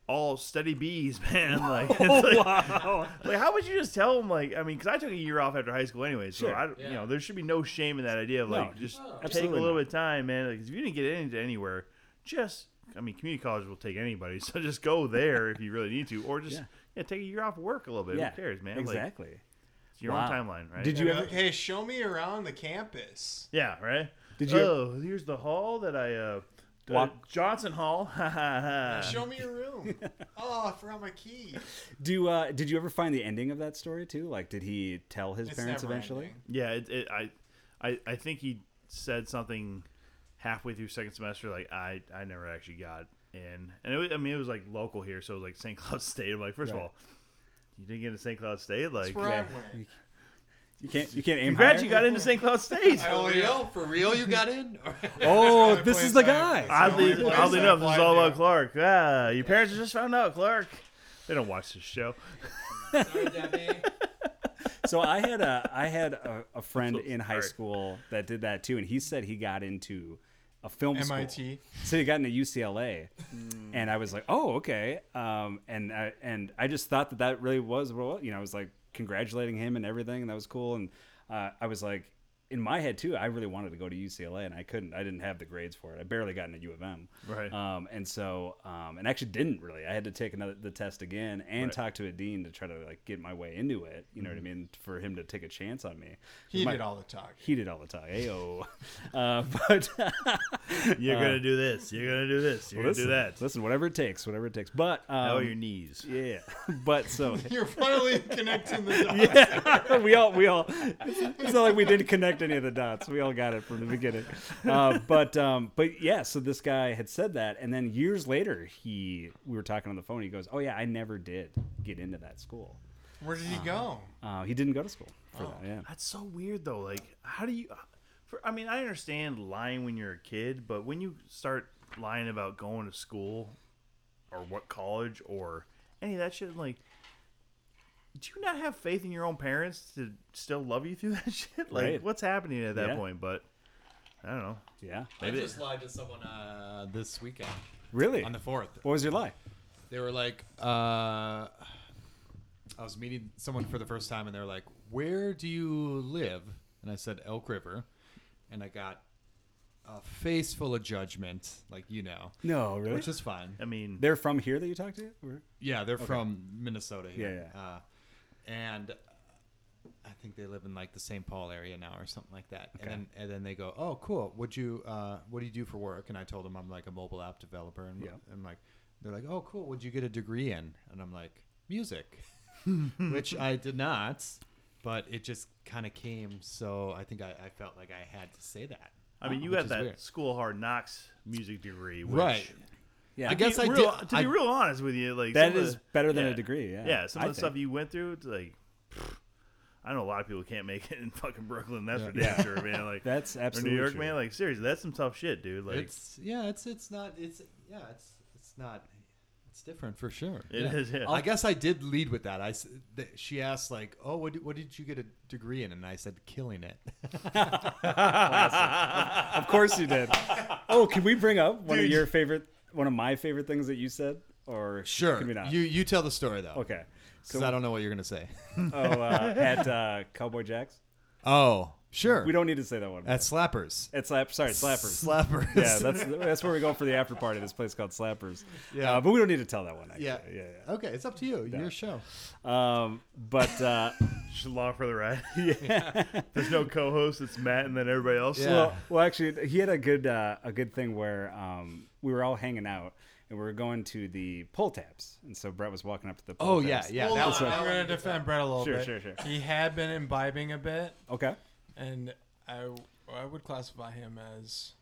[SPEAKER 3] all steady B's, man. Like, it's like- like, how would you just tell them? Like, I mean, because I took a year off after high school anyway, so
[SPEAKER 2] Sure.
[SPEAKER 3] I, don't- you know, there should be no shame in that idea of
[SPEAKER 2] No,
[SPEAKER 3] like just take a
[SPEAKER 2] absolutely
[SPEAKER 3] little
[SPEAKER 2] not.
[SPEAKER 3] bit of time, man. Like, 'cause if you didn't get into anywhere, just I mean, community college will take anybody, so just go there if you really need to, or just yeah, take a year off work a little bit. Who cares, man? Like,
[SPEAKER 2] Exactly.
[SPEAKER 3] it's your
[SPEAKER 2] Wow.
[SPEAKER 3] own timeline, right?
[SPEAKER 2] Did
[SPEAKER 5] You
[SPEAKER 2] you
[SPEAKER 5] know,
[SPEAKER 2] ever?
[SPEAKER 5] like, hey, show me around the campus.
[SPEAKER 3] Yeah, right.
[SPEAKER 2] Did you-
[SPEAKER 3] Oh, here's the hall that I uh,
[SPEAKER 2] Walk-
[SPEAKER 3] uh, Johnson Hall. Ha ha ha.
[SPEAKER 5] Show me your room. oh, I forgot my key.
[SPEAKER 2] Do uh, did you ever find the ending of that story too? Like, did he tell his
[SPEAKER 5] It's
[SPEAKER 2] parents
[SPEAKER 5] never
[SPEAKER 2] eventually?
[SPEAKER 5] ending.
[SPEAKER 3] Yeah, it, it, I, I, I think he said something halfway through second semester. Like I, I never actually got in, and it was, I mean it was like local here, so it was like St. Cloud State. I'm like, first
[SPEAKER 2] Right.
[SPEAKER 3] of all, you didn't get into St. Cloud State. Like,
[SPEAKER 5] That's where
[SPEAKER 3] yeah.
[SPEAKER 5] I went.
[SPEAKER 2] You can't. You can't aim
[SPEAKER 3] congrats,
[SPEAKER 2] higher?
[SPEAKER 3] you got into St. Cloud State.
[SPEAKER 5] I only
[SPEAKER 4] Real? For real, you got in?
[SPEAKER 2] Oh,
[SPEAKER 5] I
[SPEAKER 2] this
[SPEAKER 5] play
[SPEAKER 2] is the
[SPEAKER 5] it
[SPEAKER 2] guy.
[SPEAKER 5] backwards.
[SPEAKER 3] Oddly,
[SPEAKER 5] Only place
[SPEAKER 3] oddly
[SPEAKER 5] I
[SPEAKER 3] enough, this is
[SPEAKER 5] applied
[SPEAKER 3] all
[SPEAKER 5] to.
[SPEAKER 3] about Clark. Ah, your parents just found out Clark. They don't watch this show.
[SPEAKER 4] Sorry, Daddy.
[SPEAKER 2] so I had a I had a, a friend
[SPEAKER 3] So
[SPEAKER 2] in high
[SPEAKER 3] sorry.
[SPEAKER 2] school that did that too, and he said he got into a film school.
[SPEAKER 5] MIT.
[SPEAKER 2] So he got into UCLA, and I was like, oh okay, um, and I, and I just thought that that really was well, you know, I was like congratulating him and everything, and that was cool, and uh, I was like. In my head too, I really wanted to go to UCLA, and I couldn't. I didn't have the grades for it. I barely got into U of M,
[SPEAKER 3] Right.
[SPEAKER 2] Um, and so, um, and actually didn't really. I had to take another the test again and talk to a dean to try to like get my way into it. You know what I mean? For him to take a chance on me.
[SPEAKER 5] He
[SPEAKER 2] My-
[SPEAKER 5] did all the talk.
[SPEAKER 2] He did all the time. Ayo. uh, but
[SPEAKER 3] You're gonna do this. You're gonna do this. You're
[SPEAKER 2] Uh, listen,
[SPEAKER 3] gonna do that.
[SPEAKER 2] listen, whatever it takes, whatever it takes. But
[SPEAKER 3] Oh,
[SPEAKER 2] um,
[SPEAKER 3] your knees.
[SPEAKER 2] yeah. But so
[SPEAKER 5] You're finally connecting the dots.
[SPEAKER 2] we all we all it's not like we didn't connect any of the dots we all got it from the beginning uh, but um but yeah so this guy had said that and then years later he we were talking on the phone he goes oh yeah i never did get into that school
[SPEAKER 5] Where did he go?
[SPEAKER 2] uh, he didn't go to school for that yeah
[SPEAKER 3] That's so weird though. Like, how do you? For, I mean, I understand lying when you're a kid, but when you start lying about going to school or what college or any of that shit, like, do you not have faith in your own parents to still love you through that shit? Like,
[SPEAKER 2] Right.
[SPEAKER 3] what's happening at that
[SPEAKER 2] Yeah.
[SPEAKER 3] point? But I don't know.
[SPEAKER 2] yeah
[SPEAKER 4] I
[SPEAKER 6] Maybe-
[SPEAKER 4] just lied to someone. Uh,
[SPEAKER 6] Uh, this weekend
[SPEAKER 2] really
[SPEAKER 6] on the fourth,
[SPEAKER 2] what was your lie
[SPEAKER 6] they were like, uh, I was meeting someone for the first time, and they were like, "Where do you live?" And I said Elk River, and I got a face full of judgment, like you know,
[SPEAKER 2] no really
[SPEAKER 6] which is fine.
[SPEAKER 3] I mean,
[SPEAKER 2] they're from here that you talked to Or-
[SPEAKER 6] Yeah, they're from Minnesota. Here.
[SPEAKER 2] Yeah,
[SPEAKER 6] Uh, and uh, I think they live in like the St. Paul area now or something like that. And then and then they go, "Oh, cool. What you uh, what do you do for work?" And I told them I'm like a mobile app developer, and
[SPEAKER 2] Yeah.
[SPEAKER 6] I'm like, they're like, "Oh, cool. What'd you get a degree in?" And I'm like, "Music," which I did not, but it just kind of came. So I think I, I felt like I had to say that.
[SPEAKER 3] I mean, you
[SPEAKER 6] Which
[SPEAKER 3] got
[SPEAKER 6] is
[SPEAKER 3] that
[SPEAKER 6] weird.
[SPEAKER 3] school hard knocks music degree, which
[SPEAKER 6] Right.
[SPEAKER 2] Yeah.
[SPEAKER 7] I guess I
[SPEAKER 3] real,
[SPEAKER 7] did.
[SPEAKER 3] To
[SPEAKER 7] I-
[SPEAKER 3] be real honest with you, like
[SPEAKER 2] That
[SPEAKER 3] some of
[SPEAKER 2] is
[SPEAKER 3] the-
[SPEAKER 2] better than a
[SPEAKER 3] yeah.
[SPEAKER 2] degree, yeah.
[SPEAKER 3] yeah. Some
[SPEAKER 2] I
[SPEAKER 3] of the stuff
[SPEAKER 2] think.
[SPEAKER 3] you went through, it's like pfft, I know a lot of people can't make it in fucking Brooklyn. That's for damn sure, man. Like
[SPEAKER 2] That's
[SPEAKER 3] or New
[SPEAKER 2] absolutely
[SPEAKER 3] York,
[SPEAKER 2] true.
[SPEAKER 3] man. Like seriously, that's some tough shit, dude. Like
[SPEAKER 7] it's yeah, it's it's not it's yeah, it's it's not it's different for sure.
[SPEAKER 3] It
[SPEAKER 7] It
[SPEAKER 3] is, yeah.
[SPEAKER 7] I guess I did lead with that. I s- th- she asked like, "Oh, what did, what did you get a degree in?" And I said, "Killing it."
[SPEAKER 2] Of course you did. Oh, can we bring up one of your favorite, one of my favorite things that you said, or
[SPEAKER 7] Sure.
[SPEAKER 2] can we not?
[SPEAKER 7] You you tell the story though.
[SPEAKER 2] okay.
[SPEAKER 7] Because
[SPEAKER 2] So
[SPEAKER 7] I don't know what you're gonna say.
[SPEAKER 2] oh, uh, at uh, Cowboy Jacks,
[SPEAKER 7] oh, sure.
[SPEAKER 2] we don't need to say that one.
[SPEAKER 7] At Slappers.
[SPEAKER 2] It's slap. Sorry, slappers.
[SPEAKER 7] Slappers.
[SPEAKER 2] yeah, that's that's where we go for the after party. This place called Slappers.
[SPEAKER 7] Yeah.
[SPEAKER 2] Uh, but we don't need to tell that one. Actually.
[SPEAKER 7] yeah.
[SPEAKER 2] yeah,
[SPEAKER 7] Okay, it's up to you. Your show.
[SPEAKER 2] yeah. Um, but uh,
[SPEAKER 3] just long for the ride. There's no co-host. It's Matt and then everybody else.
[SPEAKER 7] Yeah.
[SPEAKER 2] well, well, actually, he had a good uh, a good thing where um, we were all hanging out and we were going to the pull taps, and so Brett was walking up to the pull
[SPEAKER 7] Oh yeah,
[SPEAKER 2] taps.
[SPEAKER 7] yeah.
[SPEAKER 5] Hold
[SPEAKER 7] that
[SPEAKER 5] on,
[SPEAKER 7] was
[SPEAKER 5] I'm gonna defend Brett a little
[SPEAKER 2] Sure,
[SPEAKER 5] bit.
[SPEAKER 2] sure, sure.
[SPEAKER 5] He had been imbibing a bit,
[SPEAKER 2] Okay.
[SPEAKER 5] and I I would classify him as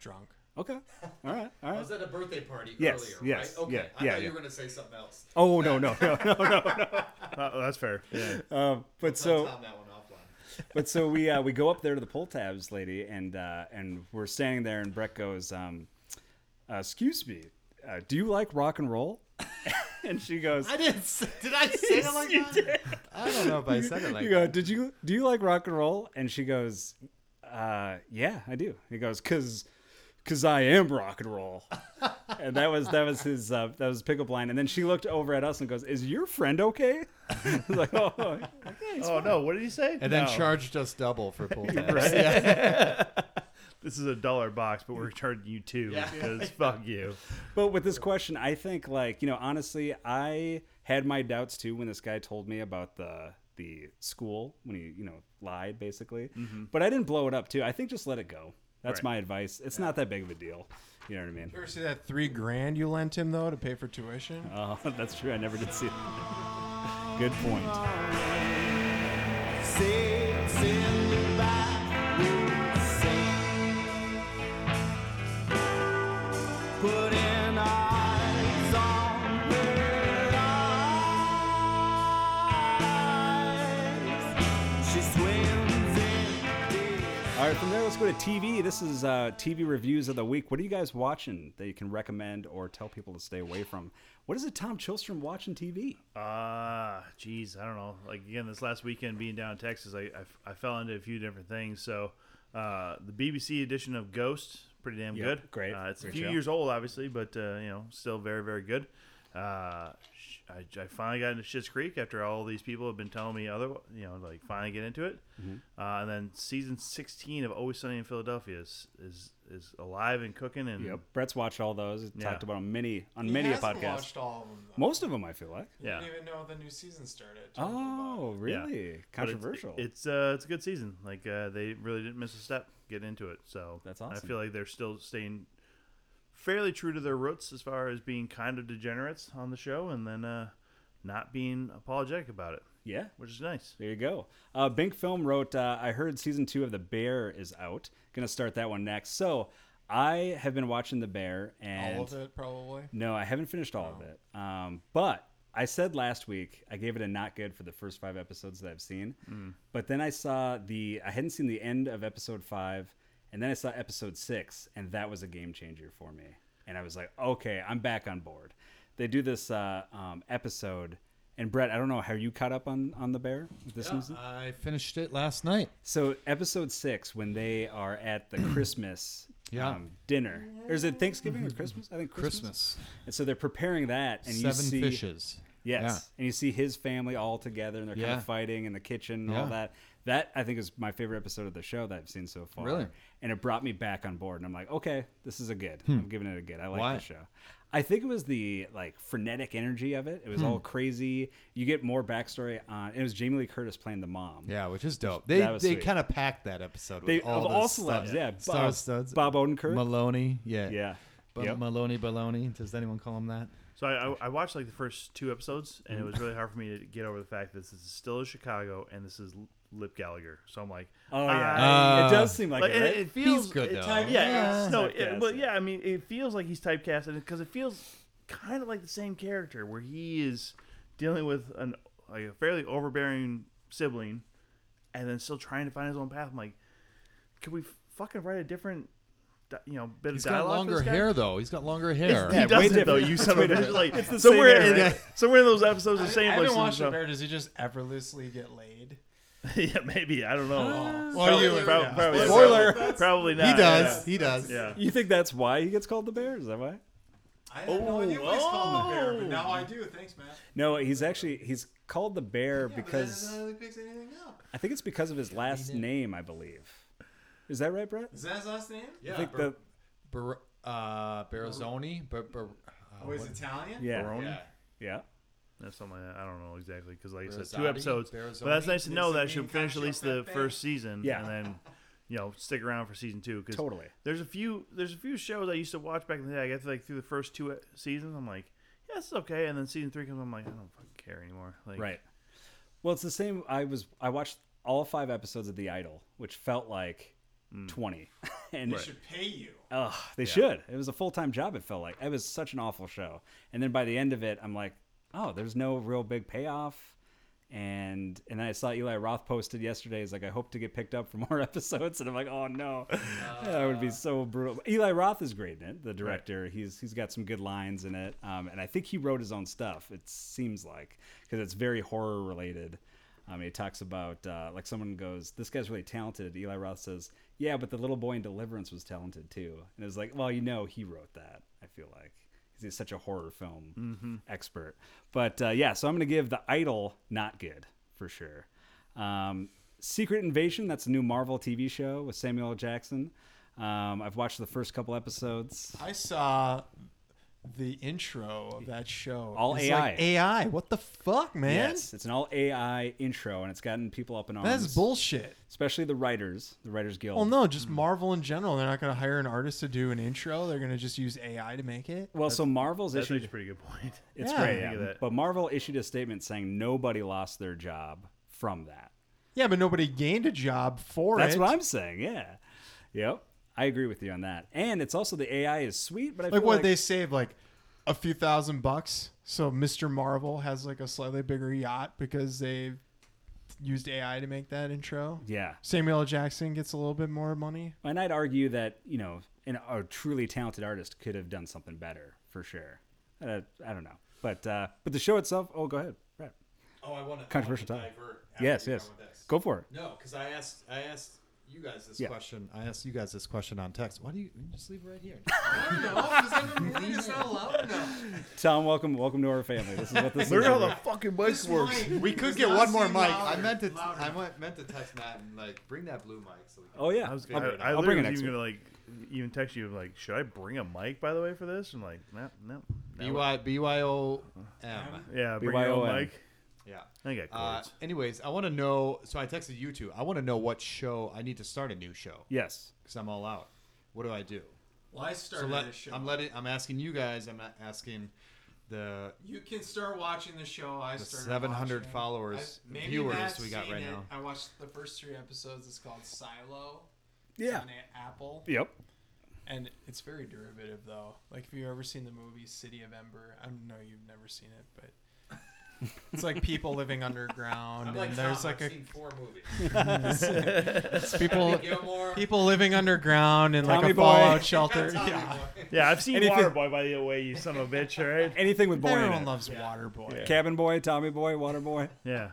[SPEAKER 5] drunk.
[SPEAKER 2] Okay. All right. All right.
[SPEAKER 8] was at a birthday party
[SPEAKER 2] Yes,
[SPEAKER 8] earlier,
[SPEAKER 2] yes,
[SPEAKER 8] right? Okay,
[SPEAKER 2] yeah,
[SPEAKER 8] I
[SPEAKER 2] yeah,
[SPEAKER 8] thought
[SPEAKER 2] yeah.
[SPEAKER 8] you were going to say something else.
[SPEAKER 2] Oh no no no no.
[SPEAKER 3] Uh, that's fair. Yeah.
[SPEAKER 2] Um, but so
[SPEAKER 8] Tom, that one offline.
[SPEAKER 2] but so we uh, we go up there to the pull tabs lady and uh, and we're standing there and Brett goes, um, uh, "Excuse me, uh, do you like rock and roll?" and she goes,
[SPEAKER 7] I didn't. Say, did I say
[SPEAKER 2] Yes,
[SPEAKER 7] it like
[SPEAKER 2] you
[SPEAKER 7] that? I don't know if I said it like
[SPEAKER 2] you go,
[SPEAKER 7] that.
[SPEAKER 2] "Did you do you like rock and roll?" And she goes, uh, "Yeah, I do." He goes, "Cause." Cause I am rock and roll, and that was that was his uh, that was his pickup line. And then she looked over at us and goes, "Is your friend okay?" I was like, "Oh, yeah, he's
[SPEAKER 3] Oh no! What did he say?
[SPEAKER 7] And then
[SPEAKER 3] No.
[SPEAKER 7] charged us double for pull tabs.
[SPEAKER 3] This is a dollar box, but we're charging you two because fuck you.
[SPEAKER 2] But with this question, I think like you know, honestly, I had my doubts too when this guy told me about the the school when he you know lied basically. But I didn't blow it up too. I think just let it go. That's
[SPEAKER 3] Mm-hmm. Right.
[SPEAKER 2] my advice. It's not that big of a deal. You know what I mean?
[SPEAKER 5] You ever see that three grand you lent him though to pay for tuition?
[SPEAKER 2] Oh, that's true. I never did see it. Good point. All right, from there, let's go to TV. This is uh, TV reviews of the week. What are you guys watching that you can recommend or tell people to stay away from? What is it Tom Chilstrom watching TV?
[SPEAKER 3] Ah, geez, I don't know. Like again, this last weekend being down in Texas, I, I, I fell into a few different things. So, uh, the BBC edition of Ghost, pretty damn
[SPEAKER 2] Yeah,
[SPEAKER 3] good.
[SPEAKER 2] great.
[SPEAKER 3] Uh, it's
[SPEAKER 2] Great
[SPEAKER 3] a few
[SPEAKER 2] show.
[SPEAKER 3] years old, obviously, but uh, you know, still very, very good. Uh, sh- I, I finally got into Schitt's Creek after all these people have been telling me other, you know, like finally get into it. Uh, and then season sixteen of Always Sunny in Philadelphia is is, is alive and cooking, and
[SPEAKER 2] Brett's watched all those. He's
[SPEAKER 3] Yeah.
[SPEAKER 2] Talked about them many on
[SPEAKER 5] He
[SPEAKER 2] many a
[SPEAKER 5] hasn't
[SPEAKER 2] podcast.
[SPEAKER 5] watched all of them. Though.
[SPEAKER 2] Most of them, I feel like.
[SPEAKER 3] yeah.
[SPEAKER 5] I didn't even know the new season started.
[SPEAKER 2] Oh,
[SPEAKER 3] Yeah.
[SPEAKER 2] really?
[SPEAKER 3] But it's-
[SPEAKER 2] Controversial.
[SPEAKER 3] It's uh, it's a good season. Like uh, they really didn't miss a step getting into it. So
[SPEAKER 2] That's
[SPEAKER 3] I
[SPEAKER 2] awesome.
[SPEAKER 3] feel like they're still staying fairly true to their roots as far as being kind of degenerates on the show, and then uh, not being apologetic about it,
[SPEAKER 2] yeah.
[SPEAKER 3] which is nice.
[SPEAKER 2] There you go. Uh, Bink Film wrote, uh, I heard season two of The Bear is out. Gonna start that one next. So I have been watching The Bear and
[SPEAKER 5] all of it probably.
[SPEAKER 2] No, I haven't finished all of it. Um, but I said last week I gave it a not good for the first five episodes that I've seen. But then I saw the I hadn't seen the end of episode five, and then I saw episode six, and that was a game changer for me. And I was like, okay, I'm back on board. They do this uh, um, episode, and Brett, I don't know how you caught up on on the bear with this season.
[SPEAKER 7] I finished it last night.
[SPEAKER 2] So episode six, when they are at the Christmas
[SPEAKER 7] Yeah.
[SPEAKER 2] um, dinner, or is it Thanksgiving or Christmas? I think
[SPEAKER 7] Christmas.
[SPEAKER 2] Christmas. And so they're preparing that, and you
[SPEAKER 7] Seven
[SPEAKER 2] see
[SPEAKER 7] fishes.
[SPEAKER 2] Yes,
[SPEAKER 7] Yeah.
[SPEAKER 2] and you see his family all together, and they're kind
[SPEAKER 7] Yeah.
[SPEAKER 2] of fighting in the kitchen and all
[SPEAKER 7] Yeah.
[SPEAKER 2] that. That I think is my favorite episode of the show that I've seen so far.
[SPEAKER 7] Really?
[SPEAKER 2] and it brought me back on board, and I'm like, okay, this is a good. I'm giving it a good. I like
[SPEAKER 7] Hmm. Why?
[SPEAKER 2] the show. I think it was the like frenetic energy of it. It
[SPEAKER 7] Hmm.
[SPEAKER 2] was all crazy. You get more backstory on. It was Jamie Lee Curtis playing the mom.
[SPEAKER 7] Yeah, which is dope. They
[SPEAKER 2] That was
[SPEAKER 7] they
[SPEAKER 2] sweet.
[SPEAKER 7] kind of packed that episode. With
[SPEAKER 2] They-
[SPEAKER 7] all,
[SPEAKER 2] of
[SPEAKER 7] the
[SPEAKER 2] all
[SPEAKER 7] stuff.
[SPEAKER 2] celebs, yeah.
[SPEAKER 7] Star
[SPEAKER 2] Bob-
[SPEAKER 7] studs.
[SPEAKER 2] Bob Odenkirk?
[SPEAKER 7] Maloney. Yeah.
[SPEAKER 2] Yeah.
[SPEAKER 7] But
[SPEAKER 2] Yep.
[SPEAKER 7] Maloney Baloney. Does anyone call him that?
[SPEAKER 3] So I, I, I watched like the first two episodes, and it was really hard for me to get over the fact that this is still in Chicago and this is Lip Gallagher. So I'm like,
[SPEAKER 2] Oh yeah,
[SPEAKER 7] Ah.
[SPEAKER 3] I-
[SPEAKER 2] it does seem like,
[SPEAKER 3] like,
[SPEAKER 2] it. Right?
[SPEAKER 3] it, it feels
[SPEAKER 7] good,
[SPEAKER 3] it
[SPEAKER 7] though.
[SPEAKER 3] type- yeah, it's- no,
[SPEAKER 2] Typecast,
[SPEAKER 3] it, but
[SPEAKER 2] yeah.
[SPEAKER 3] yeah, I mean, it feels like he's typecast because it feels kind of like the same character where he is dealing with an like a fairly overbearing sibling, and then still trying to find his own path. I'm like, could we fucking write a different, di- you know, bit
[SPEAKER 7] He's
[SPEAKER 3] of
[SPEAKER 7] got
[SPEAKER 3] dialogue? for
[SPEAKER 7] longer
[SPEAKER 3] this guy?
[SPEAKER 7] hair though. He's got longer hair.
[SPEAKER 3] He
[SPEAKER 2] Yeah, way
[SPEAKER 3] doesn't though.
[SPEAKER 2] different.
[SPEAKER 3] You son of a bitch. Like
[SPEAKER 2] the same
[SPEAKER 3] somewhere,
[SPEAKER 2] hair,
[SPEAKER 3] in, somewhere in those episodes, the same.
[SPEAKER 5] I haven't watched it.
[SPEAKER 3] so.
[SPEAKER 5] Bear. Does he just effortlessly get laid?
[SPEAKER 3] yeah, maybe I don't know.
[SPEAKER 5] Well,
[SPEAKER 3] Probably-
[SPEAKER 5] you-
[SPEAKER 3] prob-
[SPEAKER 5] yeah.
[SPEAKER 3] probably-
[SPEAKER 7] Spoiler.
[SPEAKER 3] Probably not.
[SPEAKER 6] He does. He does.
[SPEAKER 3] Yeah. yeah.
[SPEAKER 2] You think that's why he gets called the bear? Is that why?
[SPEAKER 5] I didn't know you always called
[SPEAKER 2] Oh.
[SPEAKER 5] him the bear, but now I do. Thanks, Matt.
[SPEAKER 2] No, he's actually he's called the bear because
[SPEAKER 5] picks anything up.
[SPEAKER 2] I think it's because of his last name, I believe. Is that right, Brett?
[SPEAKER 5] Is that his last name?
[SPEAKER 2] I
[SPEAKER 7] yeah,
[SPEAKER 2] think
[SPEAKER 7] Bar-
[SPEAKER 2] the
[SPEAKER 7] Bar- uh, Barazzoni, but Bar- uh,
[SPEAKER 5] Oh, he's
[SPEAKER 7] what-
[SPEAKER 5] Italian.
[SPEAKER 2] yeah,
[SPEAKER 3] Barone?
[SPEAKER 7] yeah.
[SPEAKER 2] yeah.
[SPEAKER 3] That's something like that. I don't know exactly because, like I said,
[SPEAKER 7] Barazzati?
[SPEAKER 3] two episodes.
[SPEAKER 7] Barazzoni?
[SPEAKER 3] But that's nice to know
[SPEAKER 5] Does it
[SPEAKER 3] that I
[SPEAKER 5] mean
[SPEAKER 3] should finish at
[SPEAKER 5] Pancho
[SPEAKER 3] least the
[SPEAKER 5] Pepe?
[SPEAKER 3] first season,
[SPEAKER 2] Yeah.
[SPEAKER 3] and then you know stick around for season two. Cause
[SPEAKER 2] Totally.
[SPEAKER 3] There's a few. There's a few shows I used to watch back in the day. I got like through the first two e- seasons. I'm like, yeah, this is okay. And then season three comes. I'm like, I don't fucking care anymore. Like,
[SPEAKER 2] Right. Well, it's the same. I was I watched all five episodes of The Idol, which felt like twenty, and
[SPEAKER 5] They should pay you.
[SPEAKER 2] Ugh, they should. It was a full time job. It felt like it was such an awful show. And then by the end of it, I'm like, oh, there's no real big payoff. And and I saw Eli Roth posted yesterday. He's like, I hope to get picked up for more episodes. And I'm like, oh no, that would be so brutal. Eli Roth is great in it. The director, he's he's got some good lines in it. Um, and I think he wrote his own stuff. It seems like because it's very horror related. Um, he talks about uh, like someone goes, "This guy's really talented." Eli Roth says, "Yeah, but the little boy in Deliverance was talented too." And it's like, well, you know, he wrote that. I feel like 'cause he's such a horror film expert. But uh, yeah, so I'm gonna give The Idol not good for sure. Um, Secret Invasion, that's a new Marvel TV show with Samuel L. Jackson. Um, I've watched the first couple episodes.
[SPEAKER 5] I saw the intro of that show.
[SPEAKER 2] All
[SPEAKER 5] It's
[SPEAKER 2] AI.
[SPEAKER 5] Like AI. What the fuck, man?
[SPEAKER 2] Yes, it's an all AI intro, and it's gotten people up in arms.
[SPEAKER 5] That's bullshit.
[SPEAKER 2] Especially the writers, the Writers Guild.
[SPEAKER 5] Well, no,
[SPEAKER 2] Mm.
[SPEAKER 5] just Marvel in general. They're not going to hire an artist to do an intro. They're going to just use AI to make it.
[SPEAKER 2] Well, so Marvel's
[SPEAKER 3] That's
[SPEAKER 2] issued
[SPEAKER 3] actually a pretty good point.
[SPEAKER 2] It's
[SPEAKER 5] Yeah.
[SPEAKER 2] great.
[SPEAKER 3] Think of
[SPEAKER 2] yeah.
[SPEAKER 3] that.
[SPEAKER 2] But Marvel issued a statement saying nobody lost their job from that.
[SPEAKER 5] Yeah, but nobody gained a job for
[SPEAKER 2] That's
[SPEAKER 5] it.
[SPEAKER 2] what I'm saying. Yeah. Yep. I agree with you on that. And it's also the AI is sweet, but I
[SPEAKER 5] Like,
[SPEAKER 2] feel
[SPEAKER 5] what
[SPEAKER 2] like
[SPEAKER 5] they save like a few thousand bucks. So Mr. Marvel has like a slightly bigger yacht because they used AI to make that intro.
[SPEAKER 2] yeah.
[SPEAKER 5] Samuel L. Jackson gets a little bit more money.
[SPEAKER 2] And I'd argue that you know, an, a truly talented artist could have done something better for sure. Uh, I don't know, but uh, but the show itself. Oh, go ahead. Brett.
[SPEAKER 8] Oh, I want to
[SPEAKER 2] Controversial topic.
[SPEAKER 8] divert. after
[SPEAKER 2] Yes,
[SPEAKER 8] you're
[SPEAKER 2] yes.
[SPEAKER 8] done with this.
[SPEAKER 2] Go for it.
[SPEAKER 8] No, because I asked, I asked you guys this
[SPEAKER 2] Yeah.
[SPEAKER 8] question.
[SPEAKER 7] I asked you guys this question on text. Why do you you just leave it right here?
[SPEAKER 2] Tom, welcome, welcome to our family. This is what this
[SPEAKER 3] Learn
[SPEAKER 2] is.
[SPEAKER 3] how the fucking mics works.
[SPEAKER 7] we could get one more mic. I meant to. I went, meant to text Matt and like bring that blue mic so we can.
[SPEAKER 2] Oh yeah.
[SPEAKER 3] I was
[SPEAKER 2] I'll-
[SPEAKER 3] gonna, I, I
[SPEAKER 2] I'll bring it
[SPEAKER 3] literally was
[SPEAKER 2] next
[SPEAKER 3] even gonna like even text you like, should I bring a mic by the way for this? I'm like, no, no, no.
[SPEAKER 7] B-Y- B-Y-O-M.
[SPEAKER 3] yeah, bring your own
[SPEAKER 2] BYOM.
[SPEAKER 3] mic.
[SPEAKER 7] Yeah.
[SPEAKER 3] I think I got
[SPEAKER 7] Uh,
[SPEAKER 3] cords.
[SPEAKER 7] anyways, I want to know. So I texted you two. I want to know what show I need to start a new show
[SPEAKER 2] Yes.
[SPEAKER 7] because I'm all out. What do I do?
[SPEAKER 5] Well, I
[SPEAKER 7] So
[SPEAKER 5] started
[SPEAKER 7] let- I'm letting. I'm asking you guys. I'm not asking the
[SPEAKER 5] You can start watching the show. I
[SPEAKER 7] The
[SPEAKER 5] started
[SPEAKER 7] 700
[SPEAKER 5] watching.
[SPEAKER 7] followers,
[SPEAKER 5] I've- maybe
[SPEAKER 7] viewers
[SPEAKER 5] Matt's
[SPEAKER 7] we got
[SPEAKER 5] seen
[SPEAKER 7] right
[SPEAKER 5] it.
[SPEAKER 7] now.
[SPEAKER 5] I watched the first three episodes. It's called Silo.
[SPEAKER 2] Yeah.
[SPEAKER 5] On A- Apple,
[SPEAKER 2] Yep.
[SPEAKER 5] and it's very derivative though. Like if you've ever seen the movie City of Ember, I know you've never seen it, but it's like people living underground,
[SPEAKER 8] I'm
[SPEAKER 5] and
[SPEAKER 8] like,
[SPEAKER 5] there's
[SPEAKER 8] Tom,
[SPEAKER 5] like
[SPEAKER 8] I've
[SPEAKER 5] a
[SPEAKER 8] seen four movies.
[SPEAKER 5] it's people
[SPEAKER 8] Gilmore.
[SPEAKER 5] people living underground in like
[SPEAKER 2] Tommy
[SPEAKER 5] a
[SPEAKER 2] Boy.
[SPEAKER 5] fallout shelter. yeah.
[SPEAKER 3] Yeah, I've seen
[SPEAKER 2] Anything-
[SPEAKER 3] Waterboy by the way, you son of a bitch, all right?
[SPEAKER 2] Anything with boy in
[SPEAKER 5] Everyone
[SPEAKER 2] it.
[SPEAKER 5] loves Waterboy.
[SPEAKER 2] Cabin boy, Tommy boy, water boy.
[SPEAKER 3] Yeah.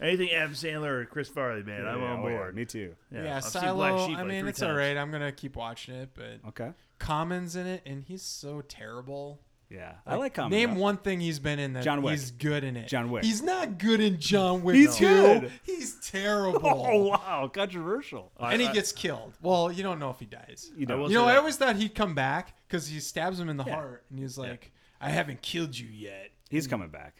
[SPEAKER 3] Anything Adam Sandler or Chris Farley, man, I'm
[SPEAKER 2] Yeah,
[SPEAKER 3] on
[SPEAKER 2] oh, yeah,
[SPEAKER 3] board.
[SPEAKER 2] Me too.
[SPEAKER 5] Yeah,
[SPEAKER 3] I've seen
[SPEAKER 5] Silo.
[SPEAKER 3] Black Sheep,
[SPEAKER 5] I
[SPEAKER 3] like,
[SPEAKER 5] mean,
[SPEAKER 3] three
[SPEAKER 5] it's
[SPEAKER 3] times.
[SPEAKER 5] all right. I'm gonna keep watching it, but
[SPEAKER 2] Okay.
[SPEAKER 5] Commons in it, and he's so terrible.
[SPEAKER 2] Yeah. I like comedy.
[SPEAKER 5] Name one thing he's been in that
[SPEAKER 2] John Wick.
[SPEAKER 5] he's good in it.
[SPEAKER 2] John Wick.
[SPEAKER 5] He's not good in John Wick.
[SPEAKER 2] He's
[SPEAKER 5] two.
[SPEAKER 2] good.
[SPEAKER 5] He's
[SPEAKER 2] Oh
[SPEAKER 5] terrible.
[SPEAKER 2] wow, controversial.
[SPEAKER 5] and he gets killed. Well, you don't know if he dies. You,
[SPEAKER 3] I will
[SPEAKER 5] know,
[SPEAKER 3] say
[SPEAKER 5] I
[SPEAKER 3] that.
[SPEAKER 5] always thought he'd come back because he stabs him in the heart, and he's like, "I haven't killed you yet." Mm,
[SPEAKER 2] He's coming back.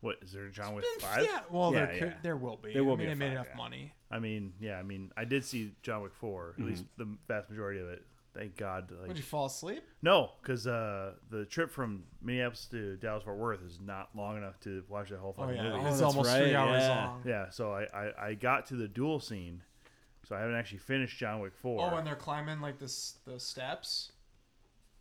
[SPEAKER 3] What is there a John Wick five?
[SPEAKER 5] Yeah. Well,
[SPEAKER 2] Yeah,
[SPEAKER 5] there could,
[SPEAKER 2] yeah.
[SPEAKER 5] there will be.
[SPEAKER 2] There will
[SPEAKER 5] I mean,
[SPEAKER 2] be a
[SPEAKER 5] They made
[SPEAKER 2] five,
[SPEAKER 5] enough
[SPEAKER 2] yeah.
[SPEAKER 5] money.
[SPEAKER 2] Mm-hmm.
[SPEAKER 3] I mean, yeah, I mean, I did see John Wick four, at least the vast majority of it. Thank God.
[SPEAKER 5] Would
[SPEAKER 3] Like,
[SPEAKER 5] you fall asleep?
[SPEAKER 3] no, because uh, the trip from Minneapolis to Dallas Fort Worth is not long enough to watch that whole
[SPEAKER 5] Oh
[SPEAKER 3] fucking
[SPEAKER 5] yeah,
[SPEAKER 3] movie.
[SPEAKER 5] it's
[SPEAKER 2] that's
[SPEAKER 5] almost
[SPEAKER 2] right,
[SPEAKER 5] three hours
[SPEAKER 2] yeah.
[SPEAKER 5] long.
[SPEAKER 3] Yeah, so I, I, I got to the duel scene, so I haven't actually finished John Wick four.
[SPEAKER 5] Oh, and they're climbing like this the steps.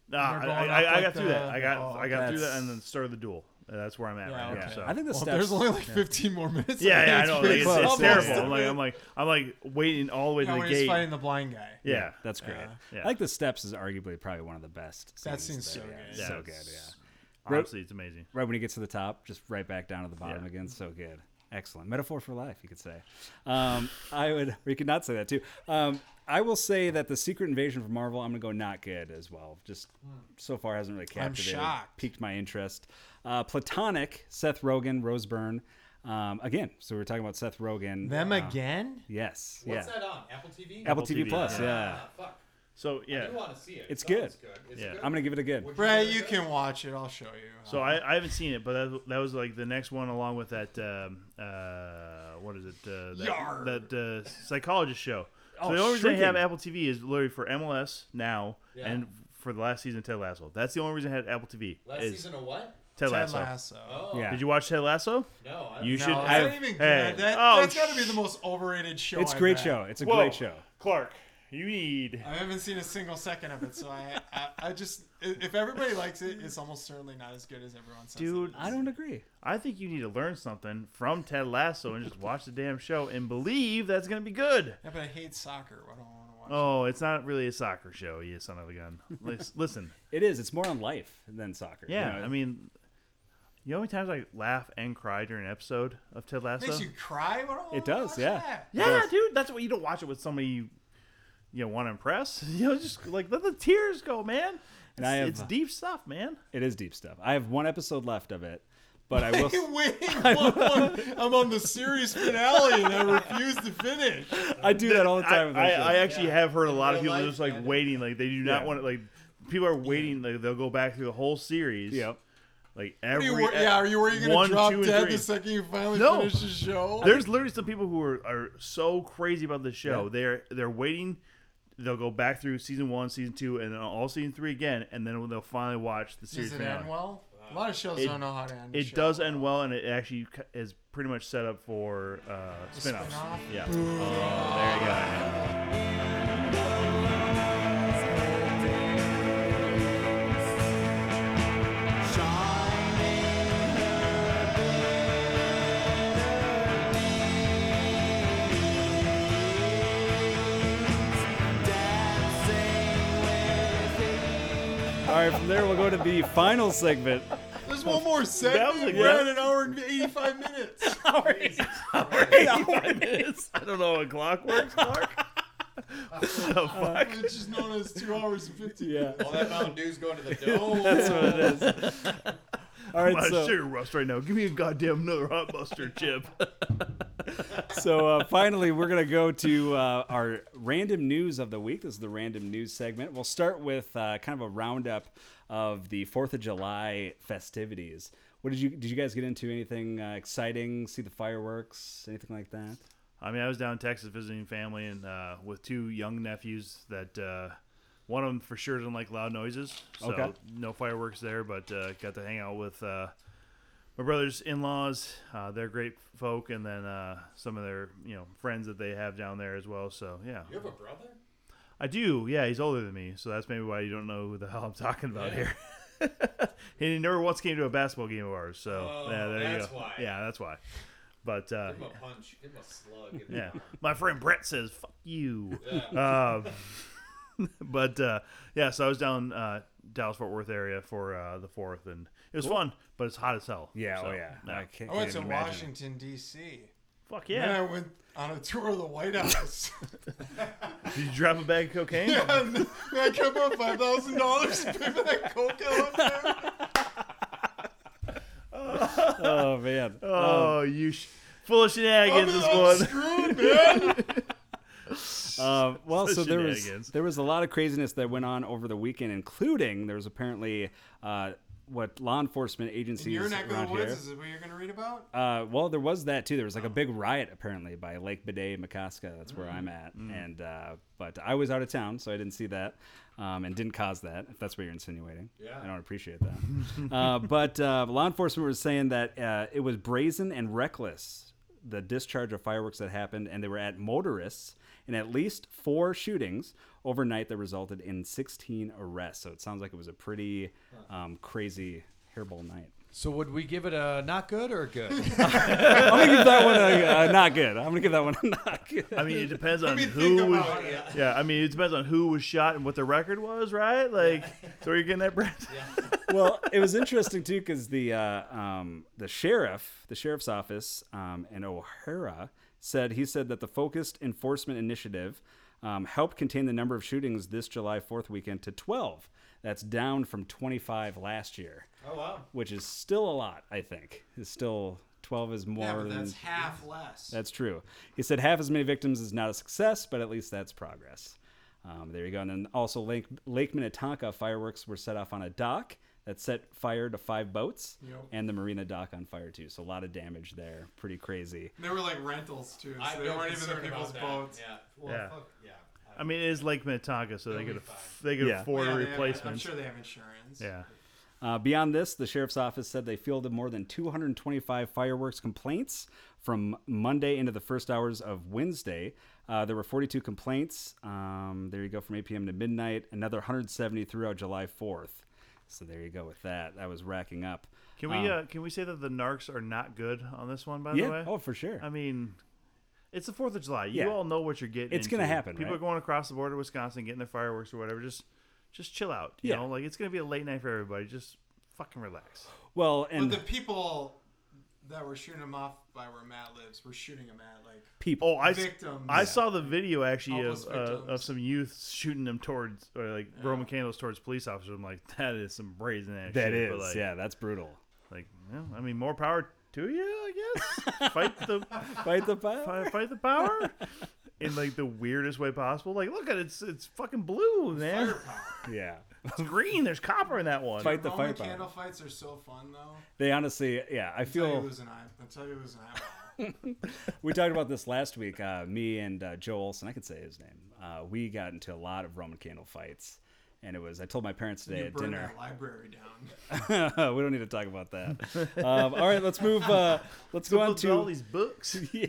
[SPEAKER 3] Nah,
[SPEAKER 5] They're
[SPEAKER 3] I,
[SPEAKER 5] going
[SPEAKER 3] I,
[SPEAKER 5] up
[SPEAKER 3] I
[SPEAKER 5] like
[SPEAKER 3] got through that.
[SPEAKER 5] the-
[SPEAKER 3] I got
[SPEAKER 5] oh,
[SPEAKER 3] I got through that
[SPEAKER 2] that's-
[SPEAKER 3] and then started the duel. And that's where I'm at
[SPEAKER 5] Yeah,
[SPEAKER 3] right now.
[SPEAKER 5] okay.
[SPEAKER 3] So.
[SPEAKER 2] I think the
[SPEAKER 5] Well,
[SPEAKER 2] steps.
[SPEAKER 5] there's only like 15 more minutes.
[SPEAKER 3] yeah,
[SPEAKER 5] left.
[SPEAKER 3] yeah, I know. Like,
[SPEAKER 5] pretty
[SPEAKER 3] it's, it's
[SPEAKER 5] close.
[SPEAKER 3] terrible.
[SPEAKER 5] Almost.
[SPEAKER 3] I'm like, I'm like, I'm like waiting all the way to
[SPEAKER 5] Yeah,
[SPEAKER 3] the
[SPEAKER 5] when he's
[SPEAKER 3] gate.
[SPEAKER 5] fighting the blind guy.
[SPEAKER 3] yeah.
[SPEAKER 2] That's great.
[SPEAKER 3] Yeah.
[SPEAKER 2] I think the steps is arguably probably one of the best.
[SPEAKER 5] That
[SPEAKER 2] scenes
[SPEAKER 5] scene's so
[SPEAKER 2] yeah,
[SPEAKER 5] good.
[SPEAKER 2] it's So
[SPEAKER 3] Yeah.
[SPEAKER 2] good, yeah.
[SPEAKER 3] honestly, it's amazing.
[SPEAKER 2] Right when he gets to the top, just right back down to the bottom
[SPEAKER 3] Yeah.
[SPEAKER 2] again. So good. Excellent. Metaphor for life, you could say. Um, I would, we could not say that too. Um, I will say that the Secret Invasion from Marvel, I'm going to go not good as well. Just so far hasn't really captivated,
[SPEAKER 5] shocked.
[SPEAKER 2] piqued my interest. Uh, Platonic, Seth Rogen, Rose Byrne. Um, again, so we we're talking about Seth Rogen.
[SPEAKER 5] Them
[SPEAKER 2] Uh,
[SPEAKER 5] again?
[SPEAKER 2] Yes.
[SPEAKER 8] What's
[SPEAKER 2] yeah.
[SPEAKER 8] that on? Apple TV?
[SPEAKER 2] Apple,
[SPEAKER 3] Apple
[SPEAKER 2] TV,
[SPEAKER 3] TV,
[SPEAKER 2] Plus.
[SPEAKER 3] yeah.
[SPEAKER 2] yeah.
[SPEAKER 8] Ah, fuck.
[SPEAKER 3] So yeah.
[SPEAKER 8] I do want to see it.
[SPEAKER 2] It's
[SPEAKER 6] Oh,
[SPEAKER 8] It sounds
[SPEAKER 2] good.
[SPEAKER 8] good. Is
[SPEAKER 3] Yeah.
[SPEAKER 8] it good?
[SPEAKER 2] I'm going to give it a good.
[SPEAKER 8] Would
[SPEAKER 5] Brett,
[SPEAKER 8] give
[SPEAKER 5] you
[SPEAKER 8] it a
[SPEAKER 5] can watch it. I'll show you.
[SPEAKER 3] So I, I haven't seen it, but that, that was like the next one along with that um, uh, what is it uh, that,
[SPEAKER 5] Yar.
[SPEAKER 3] that uh, psychologist show. So
[SPEAKER 2] Oh,
[SPEAKER 3] the only reason I have
[SPEAKER 2] shrinking.
[SPEAKER 3] Apple TV is literally for MLS now
[SPEAKER 8] Yeah.
[SPEAKER 3] and for the last season of Ted Lasso. That's the only reason I had Apple TV.
[SPEAKER 8] Last
[SPEAKER 3] is
[SPEAKER 8] season of what?
[SPEAKER 3] Ted,
[SPEAKER 5] Ted
[SPEAKER 3] Lasso.
[SPEAKER 5] Lasso.
[SPEAKER 8] Oh,
[SPEAKER 2] Yeah.
[SPEAKER 3] Did you watch Ted Lasso?
[SPEAKER 8] no. I,
[SPEAKER 3] You
[SPEAKER 5] No,
[SPEAKER 3] should.
[SPEAKER 5] it's
[SPEAKER 3] I,
[SPEAKER 5] not even good.
[SPEAKER 3] hey,
[SPEAKER 5] That,
[SPEAKER 3] oh,
[SPEAKER 5] that's got to be
[SPEAKER 3] sh-
[SPEAKER 5] the most overrated show.
[SPEAKER 2] It's a
[SPEAKER 5] I
[SPEAKER 2] great
[SPEAKER 5] bet.
[SPEAKER 2] show. It's a
[SPEAKER 3] Whoa,
[SPEAKER 2] great show.
[SPEAKER 3] Clark, you need.
[SPEAKER 5] I haven't seen a single second of it, so I, I, I just, i- if everybody likes it, it's almost certainly not as good as everyone says. it
[SPEAKER 3] Dude,
[SPEAKER 5] is.
[SPEAKER 2] I don't agree.
[SPEAKER 3] I think you need to learn something from Ted Lasso and just watch the damn show and believe that's gonna be good.
[SPEAKER 5] Yeah, but I hate soccer. I don't want to watch. it.
[SPEAKER 3] Oh, it's not really a soccer show, you son of a gun. Lis- Listen,
[SPEAKER 2] It is. It's more on life than soccer. you
[SPEAKER 3] yeah,
[SPEAKER 2] know,
[SPEAKER 3] I mean, you know how many times I laugh and cry during an episode of Ted Lasso?
[SPEAKER 5] makes you cry. I don't wanna
[SPEAKER 2] It does,
[SPEAKER 5] watch
[SPEAKER 2] yeah.
[SPEAKER 5] that.
[SPEAKER 3] yeah, dude, that's what you don't watch it with somebody you, you want to impress. You know, just like let the tears go, man.
[SPEAKER 2] And
[SPEAKER 3] it's,
[SPEAKER 2] I have-
[SPEAKER 3] it's deep stuff, man.
[SPEAKER 2] it is deep stuff. I have one episode left of it, but I will.
[SPEAKER 5] Hey, wait, what, what? I'm on the series finale and I refuse to finish.
[SPEAKER 2] I do that all the time. with my
[SPEAKER 3] I,
[SPEAKER 2] show.
[SPEAKER 3] I actually have heard a lot of
[SPEAKER 8] real
[SPEAKER 3] people
[SPEAKER 8] life,
[SPEAKER 3] just like
[SPEAKER 8] man.
[SPEAKER 3] waiting, like they do not
[SPEAKER 2] Yeah.
[SPEAKER 3] want to like. People are waiting; like, they'll go back through the whole series.
[SPEAKER 2] Yep.
[SPEAKER 3] Like
[SPEAKER 5] Are
[SPEAKER 3] every
[SPEAKER 5] you, wor- yeah, are you, were you gonna
[SPEAKER 3] uh, one,
[SPEAKER 5] drop
[SPEAKER 3] two, and
[SPEAKER 5] dead
[SPEAKER 3] three.
[SPEAKER 5] the second you finally
[SPEAKER 3] No.
[SPEAKER 5] finish the show?
[SPEAKER 3] There's literally some people who are, are so crazy about this show.
[SPEAKER 2] Yeah.
[SPEAKER 3] They're they're waiting. They'll go back through season one, season two, and then all season three again, and then they'll finally watch the series
[SPEAKER 5] Does it
[SPEAKER 3] finale.
[SPEAKER 5] end well? A lot of shows
[SPEAKER 3] It-
[SPEAKER 5] don't know how to end. a
[SPEAKER 3] It
[SPEAKER 5] show.
[SPEAKER 3] does end well, and it actually c- is pretty much set up for uh, spin-offs.
[SPEAKER 5] spin-off?
[SPEAKER 3] Yeah. Um, there you go.
[SPEAKER 2] All right, from there we'll go to the final segment.
[SPEAKER 5] There's one more
[SPEAKER 3] That was a
[SPEAKER 5] segment. We're
[SPEAKER 3] good-
[SPEAKER 5] at an hour and 85 minutes.
[SPEAKER 3] I don't know what clock works, Clark. what the fuck?
[SPEAKER 5] It's just known as two hours and 50. Yeah.
[SPEAKER 8] All that Mountain Dew's going to the dome.
[SPEAKER 2] All
[SPEAKER 3] I'm out
[SPEAKER 2] right,
[SPEAKER 3] of
[SPEAKER 2] so,
[SPEAKER 3] sugar rust right now. Give me a goddamn another hot mustard chip.
[SPEAKER 2] so uh, finally we're gonna go to uh, our random news of the week. This is the random news segment. We'll start with uh, kind of a roundup of the Fourth of July festivities. What did you did you guys get into? Anything uh, exciting? See the fireworks? Anything like that?
[SPEAKER 3] I mean, I was down in Texas visiting family and uh, with two young nephews that uh, one of them for sure doesn't like loud noises, so
[SPEAKER 2] Okay.
[SPEAKER 3] no fireworks there. But uh, got to hang out with uh, my brother's in-laws. Uh, they're great folk, and then uh, some of their you know friends that they have down there as well. So yeah,
[SPEAKER 8] You have a brother?
[SPEAKER 3] I do. Yeah, he's older than me, so that's maybe why you don't know who the hell I'm talking about here. and he never once came to a basketball game of ours, so
[SPEAKER 8] Oh,
[SPEAKER 3] yeah, there you
[SPEAKER 8] that's
[SPEAKER 3] go.
[SPEAKER 8] why.
[SPEAKER 3] Yeah, that's why. But uh,
[SPEAKER 8] Give him a punch. Give him a slug. in the
[SPEAKER 3] yeah,
[SPEAKER 8] mouth.
[SPEAKER 3] my friend Brett says "fuck you."
[SPEAKER 8] Yeah.
[SPEAKER 3] um, but uh, yeah, so I was down uh, Dallas Fort Worth area for uh, the fourth, and it was fun, but it's hot as hell.
[SPEAKER 2] oh,
[SPEAKER 3] So,
[SPEAKER 2] I can't,
[SPEAKER 5] I went to
[SPEAKER 2] can't imagine.
[SPEAKER 5] Washington, D.C.
[SPEAKER 3] Fuck
[SPEAKER 5] And I
[SPEAKER 3] yeah!
[SPEAKER 5] went on a tour of the White House.
[SPEAKER 3] Did you drop a bag of cocaine?
[SPEAKER 5] and I kept up $5,000 to pay for that coke I left there.
[SPEAKER 2] Oh man.
[SPEAKER 3] Oh, you sh- full of
[SPEAKER 5] I'm,
[SPEAKER 3] shenanigans, this
[SPEAKER 5] I'm
[SPEAKER 3] one.
[SPEAKER 5] screwed, man.
[SPEAKER 2] Uh, well, so
[SPEAKER 3] Such
[SPEAKER 2] there was
[SPEAKER 3] shenanigans.
[SPEAKER 2] there was a lot of craziness that went on over the weekend, including there was apparently uh, what law enforcement agencies
[SPEAKER 5] In your neck of
[SPEAKER 2] around
[SPEAKER 5] the woods,
[SPEAKER 2] here.
[SPEAKER 5] is it what you're going to read about?
[SPEAKER 2] Uh, well, there was that too. There was like a big riot apparently by Lake Bidet, Makaska. That's where I'm at, and uh, but I was out of town, so I didn't see that, um, and didn't cause that. If that's what you're insinuating, yeah, I don't appreciate that. uh, but uh, law enforcement was saying that uh, it was brazen and reckless the discharge of fireworks that happened, and they were at motorists in at least four shootings overnight that resulted in 16 arrests. So it sounds like it was a pretty um, crazy hairball night.
[SPEAKER 6] So would we give it a not good or a good?
[SPEAKER 2] I'm gonna give that one a, a not good. I'm gonna give that one a not good.
[SPEAKER 3] I mean, it depends on who was. yeah, I mean, it depends on who was shot and what the record was, right? Like, so are you getting that, Brent?
[SPEAKER 2] well, it was interesting too because the uh, um, the sheriff, the sheriff's office um, in O'Hara said he said that the focused enforcement initiative um, helped contain the number of shootings this July Fourth weekend to twelve. That's down from twenty five last year. Oh wow! Which is still a lot. I think is still twelve is more
[SPEAKER 5] Yeah, but
[SPEAKER 2] than
[SPEAKER 5] that's half less.
[SPEAKER 2] That's true. He said half as many victims is not a success, but at least that's progress. Um, there you go. And then also Lake, Lake Minnetonka fireworks were set off on a dock that set fire to five boats
[SPEAKER 5] Yep.
[SPEAKER 2] and the marina dock on fire too. So a lot of damage there. Pretty crazy.
[SPEAKER 5] They were like rentals too,
[SPEAKER 8] I've
[SPEAKER 5] so they
[SPEAKER 8] been
[SPEAKER 5] weren't even
[SPEAKER 8] concerned
[SPEAKER 5] in people's
[SPEAKER 8] about that.
[SPEAKER 5] boats.
[SPEAKER 8] Yeah. Well,
[SPEAKER 3] Yeah.
[SPEAKER 8] fuck, yeah.
[SPEAKER 3] I mean, it is Lake Minnetonka, so they could aff- they could
[SPEAKER 2] Yeah.
[SPEAKER 3] afford
[SPEAKER 5] Yeah,
[SPEAKER 3] a
[SPEAKER 5] they have- I'm
[SPEAKER 3] replacement.
[SPEAKER 5] sure they have insurance.
[SPEAKER 3] Yeah.
[SPEAKER 2] Uh, beyond this, the sheriff's office said they fielded more than 225 fireworks complaints from Monday into the first hours of Wednesday. Uh, there were 42 complaints. Um, there you go from 8 p.m. to midnight. Another 170 throughout July 4th. So there you go with that. That was racking up.
[SPEAKER 3] Can we uh, can we say that the narcs are not good on this one? By
[SPEAKER 2] Um, yeah.
[SPEAKER 3] the way,
[SPEAKER 2] Oh, for sure.
[SPEAKER 3] I mean, it's the Fourth of July. You
[SPEAKER 2] Yeah.
[SPEAKER 3] all know what you're getting.
[SPEAKER 2] It's gonna
[SPEAKER 3] into.
[SPEAKER 2] happen,
[SPEAKER 3] People
[SPEAKER 2] right?
[SPEAKER 3] are going across the border, to Wisconsin, getting their fireworks or whatever. Just, just chill out. You
[SPEAKER 2] Yeah.
[SPEAKER 3] know, like it's gonna be a late night for everybody. Just fucking relax.
[SPEAKER 2] well,
[SPEAKER 5] But
[SPEAKER 2] and
[SPEAKER 5] the people that were shooting them off by where Matt lives were shooting them at like
[SPEAKER 2] people.
[SPEAKER 3] Oh, I s-
[SPEAKER 5] victims.
[SPEAKER 3] I saw the video actually
[SPEAKER 5] Homeless
[SPEAKER 3] of, uh,
[SPEAKER 5] victims.
[SPEAKER 3] of some youth shooting them towards or like Roman candles towards police officers. I'm like, that is some brazen ass.
[SPEAKER 2] that
[SPEAKER 3] shit.
[SPEAKER 2] is.
[SPEAKER 3] But, like,
[SPEAKER 2] yeah, that's brutal.
[SPEAKER 3] Like, well, I mean, more power to you, I guess. fight the
[SPEAKER 2] Fight the power.
[SPEAKER 3] fight, fight the power in like the weirdest way possible. Like, look at it, it's it's fucking blue, man.
[SPEAKER 2] Yeah.
[SPEAKER 3] It's green. There's copper in that one.
[SPEAKER 2] Fight the
[SPEAKER 5] Roman
[SPEAKER 2] fire power.
[SPEAKER 5] candle fights are so fun though.
[SPEAKER 2] They honestly, yeah, I
[SPEAKER 5] Until you
[SPEAKER 2] feel.
[SPEAKER 5] lose an eye. Until you lose an eye.
[SPEAKER 2] we talked about this last week. Uh, me and uh, Joe Olson, I could say his name. Uh, we got into a lot of Roman candle fights, and it was. I told my parents today
[SPEAKER 5] You
[SPEAKER 2] at
[SPEAKER 5] burn
[SPEAKER 2] dinner.
[SPEAKER 5] that library down.
[SPEAKER 2] we don't need to talk about that. Um, all right, let's move. Uh, let's go on
[SPEAKER 3] Look at all
[SPEAKER 2] to.
[SPEAKER 3] these books.
[SPEAKER 2] Yeah.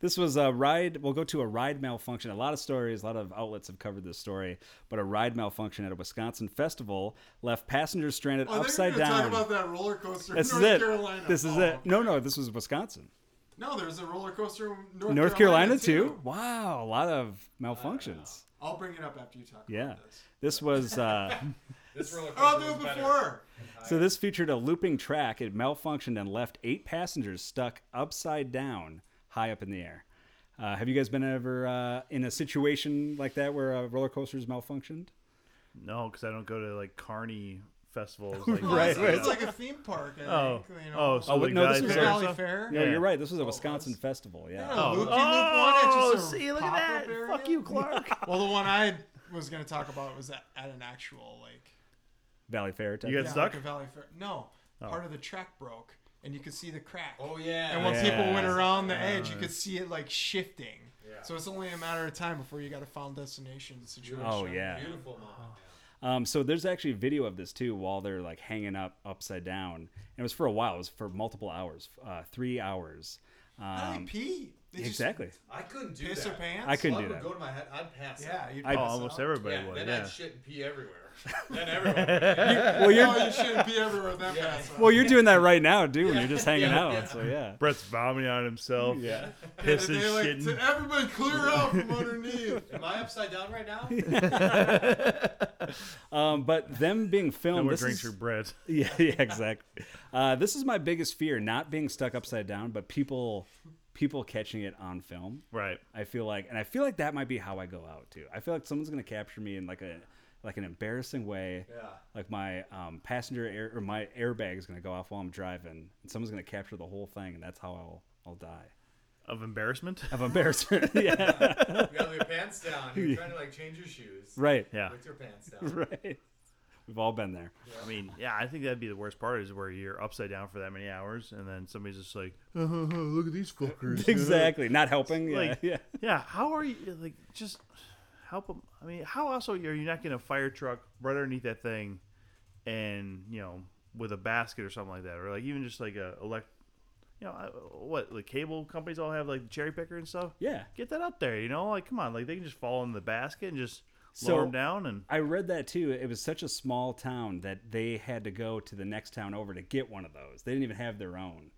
[SPEAKER 2] This was a ride. We'll go to a ride malfunction. A lot of stories, a lot of outlets have covered this story, but a ride malfunction at a Wisconsin festival left passengers stranded
[SPEAKER 5] Oh,
[SPEAKER 2] upside
[SPEAKER 5] they're gonna
[SPEAKER 2] down.
[SPEAKER 5] Talk about that roller coaster
[SPEAKER 2] this
[SPEAKER 5] in
[SPEAKER 2] is
[SPEAKER 5] North
[SPEAKER 2] it.
[SPEAKER 5] Carolina.
[SPEAKER 2] This is
[SPEAKER 5] Oh.
[SPEAKER 2] it. No, no, this was Wisconsin.
[SPEAKER 5] No, there's a roller coaster in North,
[SPEAKER 2] North Carolina, too. Wow, a lot of malfunctions.
[SPEAKER 5] I'll bring it up after you talk
[SPEAKER 2] Yeah.
[SPEAKER 5] about this.
[SPEAKER 2] This was uh,
[SPEAKER 8] This roller
[SPEAKER 5] Or I'll
[SPEAKER 8] coaster
[SPEAKER 5] do
[SPEAKER 8] was
[SPEAKER 5] it
[SPEAKER 8] better.
[SPEAKER 5] before.
[SPEAKER 2] so this featured a looping track. It malfunctioned and left eight passengers stuck upside down, high up in the air. Uh, have you guys been ever uh, in a situation like that where a roller coaster's malfunctioned?
[SPEAKER 3] No, because I don't go to like Carney festivals. Like,
[SPEAKER 5] Well, it's-
[SPEAKER 2] Right, right.
[SPEAKER 5] It's like a theme park. I
[SPEAKER 3] Oh,
[SPEAKER 5] think, you know.
[SPEAKER 3] oh, so
[SPEAKER 2] Oh,
[SPEAKER 3] the
[SPEAKER 2] no, this
[SPEAKER 3] guys
[SPEAKER 2] was
[SPEAKER 5] There's
[SPEAKER 2] a-
[SPEAKER 3] there and
[SPEAKER 5] Valley
[SPEAKER 3] stuff?
[SPEAKER 5] Fair.
[SPEAKER 2] No,
[SPEAKER 3] Yeah.
[SPEAKER 2] you're right. This was a Wisconsin festival. Yeah.
[SPEAKER 5] Oh,
[SPEAKER 3] Oh,
[SPEAKER 5] Loop-de-loop one, it's just a
[SPEAKER 3] see, look at
[SPEAKER 5] pop-up
[SPEAKER 3] that.
[SPEAKER 5] area.
[SPEAKER 3] Fuck you, Clark.
[SPEAKER 5] Well, the one I was going to talk about was at, at an actual like
[SPEAKER 2] Valley Fair. type
[SPEAKER 3] You
[SPEAKER 2] of-
[SPEAKER 3] got
[SPEAKER 5] yeah,
[SPEAKER 3] stuck?
[SPEAKER 5] like a Valley Fair. No, part of the track broke, and you could see the crack.
[SPEAKER 8] Oh yeah.
[SPEAKER 5] And when
[SPEAKER 2] Yeah.
[SPEAKER 5] people went around the edge, you could see it like shifting. So it's only a matter of time before you got a final destination situation.
[SPEAKER 2] Oh yeah.
[SPEAKER 8] Beautiful
[SPEAKER 5] Oh.
[SPEAKER 8] mom.
[SPEAKER 2] Um, so there's actually video of this too, while they're like hanging up upside down. And it was for a while. It was for multiple hours, uh, three hours.
[SPEAKER 5] How do
[SPEAKER 2] Um,
[SPEAKER 5] they pee? They just
[SPEAKER 2] exactly.
[SPEAKER 8] I couldn't do
[SPEAKER 5] Piss
[SPEAKER 8] that.
[SPEAKER 5] their pants?
[SPEAKER 2] I couldn't
[SPEAKER 8] Blood
[SPEAKER 2] do
[SPEAKER 8] would
[SPEAKER 2] that.
[SPEAKER 8] Go to my head. I'd pass. out.
[SPEAKER 5] Yeah, you'd
[SPEAKER 2] I-
[SPEAKER 5] pass
[SPEAKER 3] Oh,
[SPEAKER 5] out.
[SPEAKER 3] almost everybody
[SPEAKER 8] Yeah,
[SPEAKER 3] would.
[SPEAKER 8] then
[SPEAKER 3] Yeah.
[SPEAKER 8] I'd shit and pee everywhere. then everywhere.
[SPEAKER 2] Well, you're
[SPEAKER 5] No, "Oh, you shouldn't pee everywhere that fast.
[SPEAKER 2] well, you're doing that right now, dude. When you're just hanging out. So yeah.
[SPEAKER 3] Brett's vomiting on himself. Yeah.
[SPEAKER 5] Yeah,
[SPEAKER 3] Pissing,
[SPEAKER 5] they, like,
[SPEAKER 3] shitting.
[SPEAKER 5] to everybody clear out from underneath.
[SPEAKER 8] Am I upside down right now?
[SPEAKER 2] Um, but them being
[SPEAKER 3] no
[SPEAKER 2] filmed.
[SPEAKER 3] more
[SPEAKER 2] this
[SPEAKER 3] drinks
[SPEAKER 2] is-
[SPEAKER 3] for Brett.
[SPEAKER 2] yeah, yeah, exactly. Uh, this is my biggest fear: not being stuck upside down, but people, people catching it on film.
[SPEAKER 3] Right.
[SPEAKER 2] I feel like, and I feel like that might be how I go out too. I feel like someone's gonna capture me in like a like an embarrassing way. Yeah. Like my um, passenger air or my airbag is gonna go off while I'm driving, and someone's gonna capture the whole thing, and that's how I'll I'll die
[SPEAKER 3] Of embarrassment.
[SPEAKER 2] of embarrassment. yeah.
[SPEAKER 8] You got your pants down. You're trying to like change your shoes.
[SPEAKER 2] Right.
[SPEAKER 3] Yeah.
[SPEAKER 8] With your pants down.
[SPEAKER 2] Right. We've all been there.
[SPEAKER 3] I mean, yeah, I think that'd be the worst part is where you're upside down for that many hours, and then somebody's just like, "Uh-huh, "Look at these fuckers."
[SPEAKER 2] Exactly. Not helping. Yeah.
[SPEAKER 3] Like-
[SPEAKER 2] yeah.
[SPEAKER 3] Yeah, how are you like just help them? I mean, how else are you, are you not getting a fire truck right underneath that thing, and you know with a basket or something like that, or like even just like a elect, you know, I- what like cable companies all have like cherry picker and stuff.
[SPEAKER 2] Yeah.
[SPEAKER 3] Get that up there, you know, like come on, like they can just fall in the basket and just
[SPEAKER 2] So-
[SPEAKER 3] lower them down and
[SPEAKER 2] I read that too. It was such a small town that they had to go to the next town over to get one of those. They didn't even have their own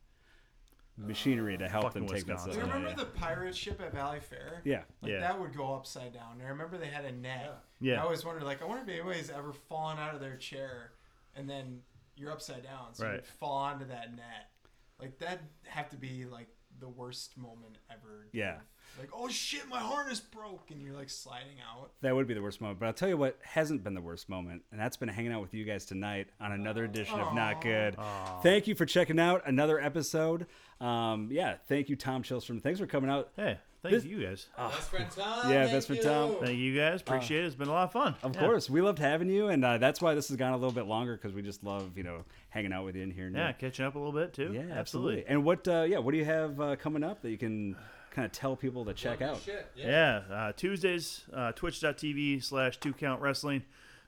[SPEAKER 2] machinery to help them
[SPEAKER 3] fucking
[SPEAKER 2] take
[SPEAKER 3] Wisconsin.
[SPEAKER 5] Do you
[SPEAKER 2] those.
[SPEAKER 5] remember the pirate ship at Valley Fair?
[SPEAKER 2] Yeah.
[SPEAKER 5] Like
[SPEAKER 3] Yeah.
[SPEAKER 5] that would go upside down. And I remember they had a net.
[SPEAKER 3] Yeah.
[SPEAKER 5] And I always wondered, like, I wonder if anybody's ever fallen out of their chair and then you're upside down, so
[SPEAKER 3] Right.
[SPEAKER 5] you'd fall onto that net. Like that'd have to be like the worst moment ever.
[SPEAKER 2] Yeah.
[SPEAKER 5] Like, oh shit, my harness broke and you're like sliding out.
[SPEAKER 2] That would be the worst moment. But I'll tell you what hasn't been the worst moment, and that's been hanging out with you guys tonight on another edition of Not Good. Thank you for checking out another episode. Um, yeah, thank you, Tom Chilstrom. Thanks for coming out.
[SPEAKER 3] hey, thank
[SPEAKER 2] This- Uh,
[SPEAKER 3] you guys,
[SPEAKER 8] Best friend Tom.
[SPEAKER 2] Yeah,
[SPEAKER 8] thank
[SPEAKER 2] best friend
[SPEAKER 8] you.
[SPEAKER 2] Tom.
[SPEAKER 3] thank you guys, appreciate it. It's been a lot of fun.
[SPEAKER 2] Of
[SPEAKER 3] Yeah.
[SPEAKER 2] course, we loved having you, and uh, that's why this has gone a little bit longer because we just love you know hanging out with you in here. and
[SPEAKER 3] yeah, catching up a little bit too.
[SPEAKER 2] Yeah, absolutely. And what, uh, yeah, what do you have uh, coming up that you can kind of tell people to check out?
[SPEAKER 8] Shit. Yeah.
[SPEAKER 3] Yeah, uh, Tuesdays, uh, twitch.tv slash two count wrestling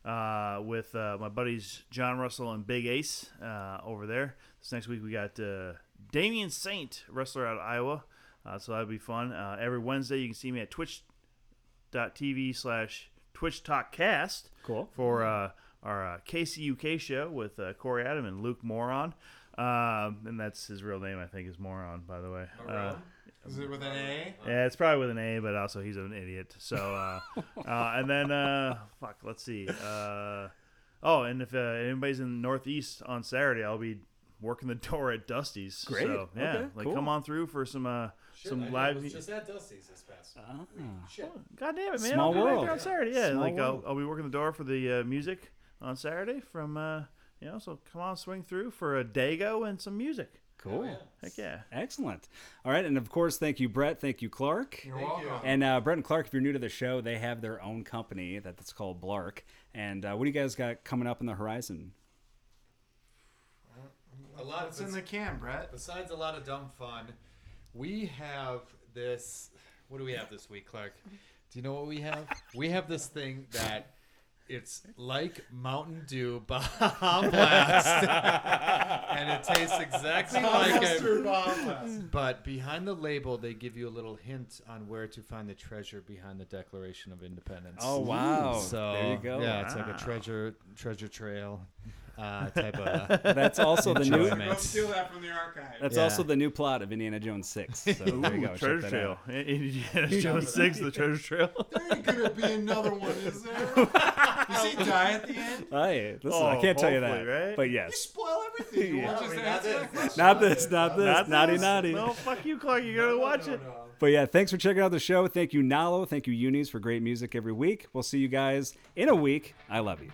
[SPEAKER 3] uh, with uh, my buddies John Russell and Big Ace uh, over there. This next week we got uh, Damian Saint, wrestler out of Iowa. Uh, so that'll be fun. Uh, every Wednesday you can see me at twitch.tv slash twitch talk cast
[SPEAKER 2] Cool.
[SPEAKER 3] for uh, our uh, KCUK show with uh, Corey Adam and Luke Moron. Um, and that's his real name, I think, is Moron, by the way. Uh,
[SPEAKER 5] Is it with an A?
[SPEAKER 3] yeah, it's probably with an A, but also he's an idiot. So, uh, uh, and then uh, fuck, let's see. Uh, oh, and if uh, anybody's in the Northeast on Saturday, I'll be working the door at Dusty's.
[SPEAKER 2] Great.
[SPEAKER 3] So, yeah,
[SPEAKER 2] Okay,
[SPEAKER 3] like
[SPEAKER 2] cool.
[SPEAKER 3] come on through for some uh,
[SPEAKER 8] Shit,
[SPEAKER 3] some
[SPEAKER 8] I
[SPEAKER 3] live.
[SPEAKER 8] was just at Dusty's this past week. Shit.
[SPEAKER 3] God damn it, man!
[SPEAKER 2] Small
[SPEAKER 3] I'll be back
[SPEAKER 2] world.
[SPEAKER 3] there on Saturday. Yeah,
[SPEAKER 2] Small
[SPEAKER 3] like I'll,
[SPEAKER 2] world.
[SPEAKER 3] I'll be working the door for the uh, music on Saturday from uh, you know. So come on, swing through for a Dago and some music.
[SPEAKER 2] Cool.
[SPEAKER 3] Heck yeah.
[SPEAKER 2] Excellent. All right. And of course, thank you, Brett. Thank you, Clark.
[SPEAKER 5] You're welcome.
[SPEAKER 2] And uh, Brett and Clark, if you're new to the show, they have their own company that's called Blark. And uh, what do you guys got coming up in the horizon?
[SPEAKER 8] A lot
[SPEAKER 5] It's
[SPEAKER 8] of
[SPEAKER 5] in the can, Brett.
[SPEAKER 8] Besides a lot of dumb fun, we have this. What do we have this week, Clark?
[SPEAKER 6] Do you know what we have? we have this thing that it's like Mountain Dew bomb blast, and it tastes exactly like it. But behind the label, they give you a little hint on where to find the treasure behind the Declaration of Independence.
[SPEAKER 2] Oh, wow.
[SPEAKER 6] So
[SPEAKER 2] there you go.
[SPEAKER 6] Yeah, it's like a treasure treasure trail uh, type of
[SPEAKER 2] That's also the new.
[SPEAKER 6] enjoyment.
[SPEAKER 5] Go steal that from the archive.
[SPEAKER 2] That's
[SPEAKER 6] Yeah.
[SPEAKER 2] also the new plot of Indiana Jones Six. So there you go. Check
[SPEAKER 3] treasure
[SPEAKER 2] that
[SPEAKER 3] trail.
[SPEAKER 2] out.
[SPEAKER 3] Indiana Jones six, the treasure trail.
[SPEAKER 5] There ain't gonna be another one, is there? Does he die at the end?
[SPEAKER 2] Hey, listen, I
[SPEAKER 3] Oh,
[SPEAKER 2] can't tell you that,
[SPEAKER 3] hopefully, right?
[SPEAKER 2] but
[SPEAKER 5] You
[SPEAKER 2] yes,
[SPEAKER 5] spoil everything. You
[SPEAKER 2] Yeah.
[SPEAKER 5] want just
[SPEAKER 8] Wait,
[SPEAKER 5] to
[SPEAKER 8] not
[SPEAKER 5] answer that
[SPEAKER 8] this.
[SPEAKER 5] question.
[SPEAKER 2] not this, not this,
[SPEAKER 3] Not
[SPEAKER 2] naughty,
[SPEAKER 3] this.
[SPEAKER 2] naughty.
[SPEAKER 3] No, fuck you, Clark. You gotta watch it.
[SPEAKER 2] But yeah, thanks for checking out the show. Thank you, Nalo. Thank you, Unis, for great music every week. We'll see you guys in a week. I love you.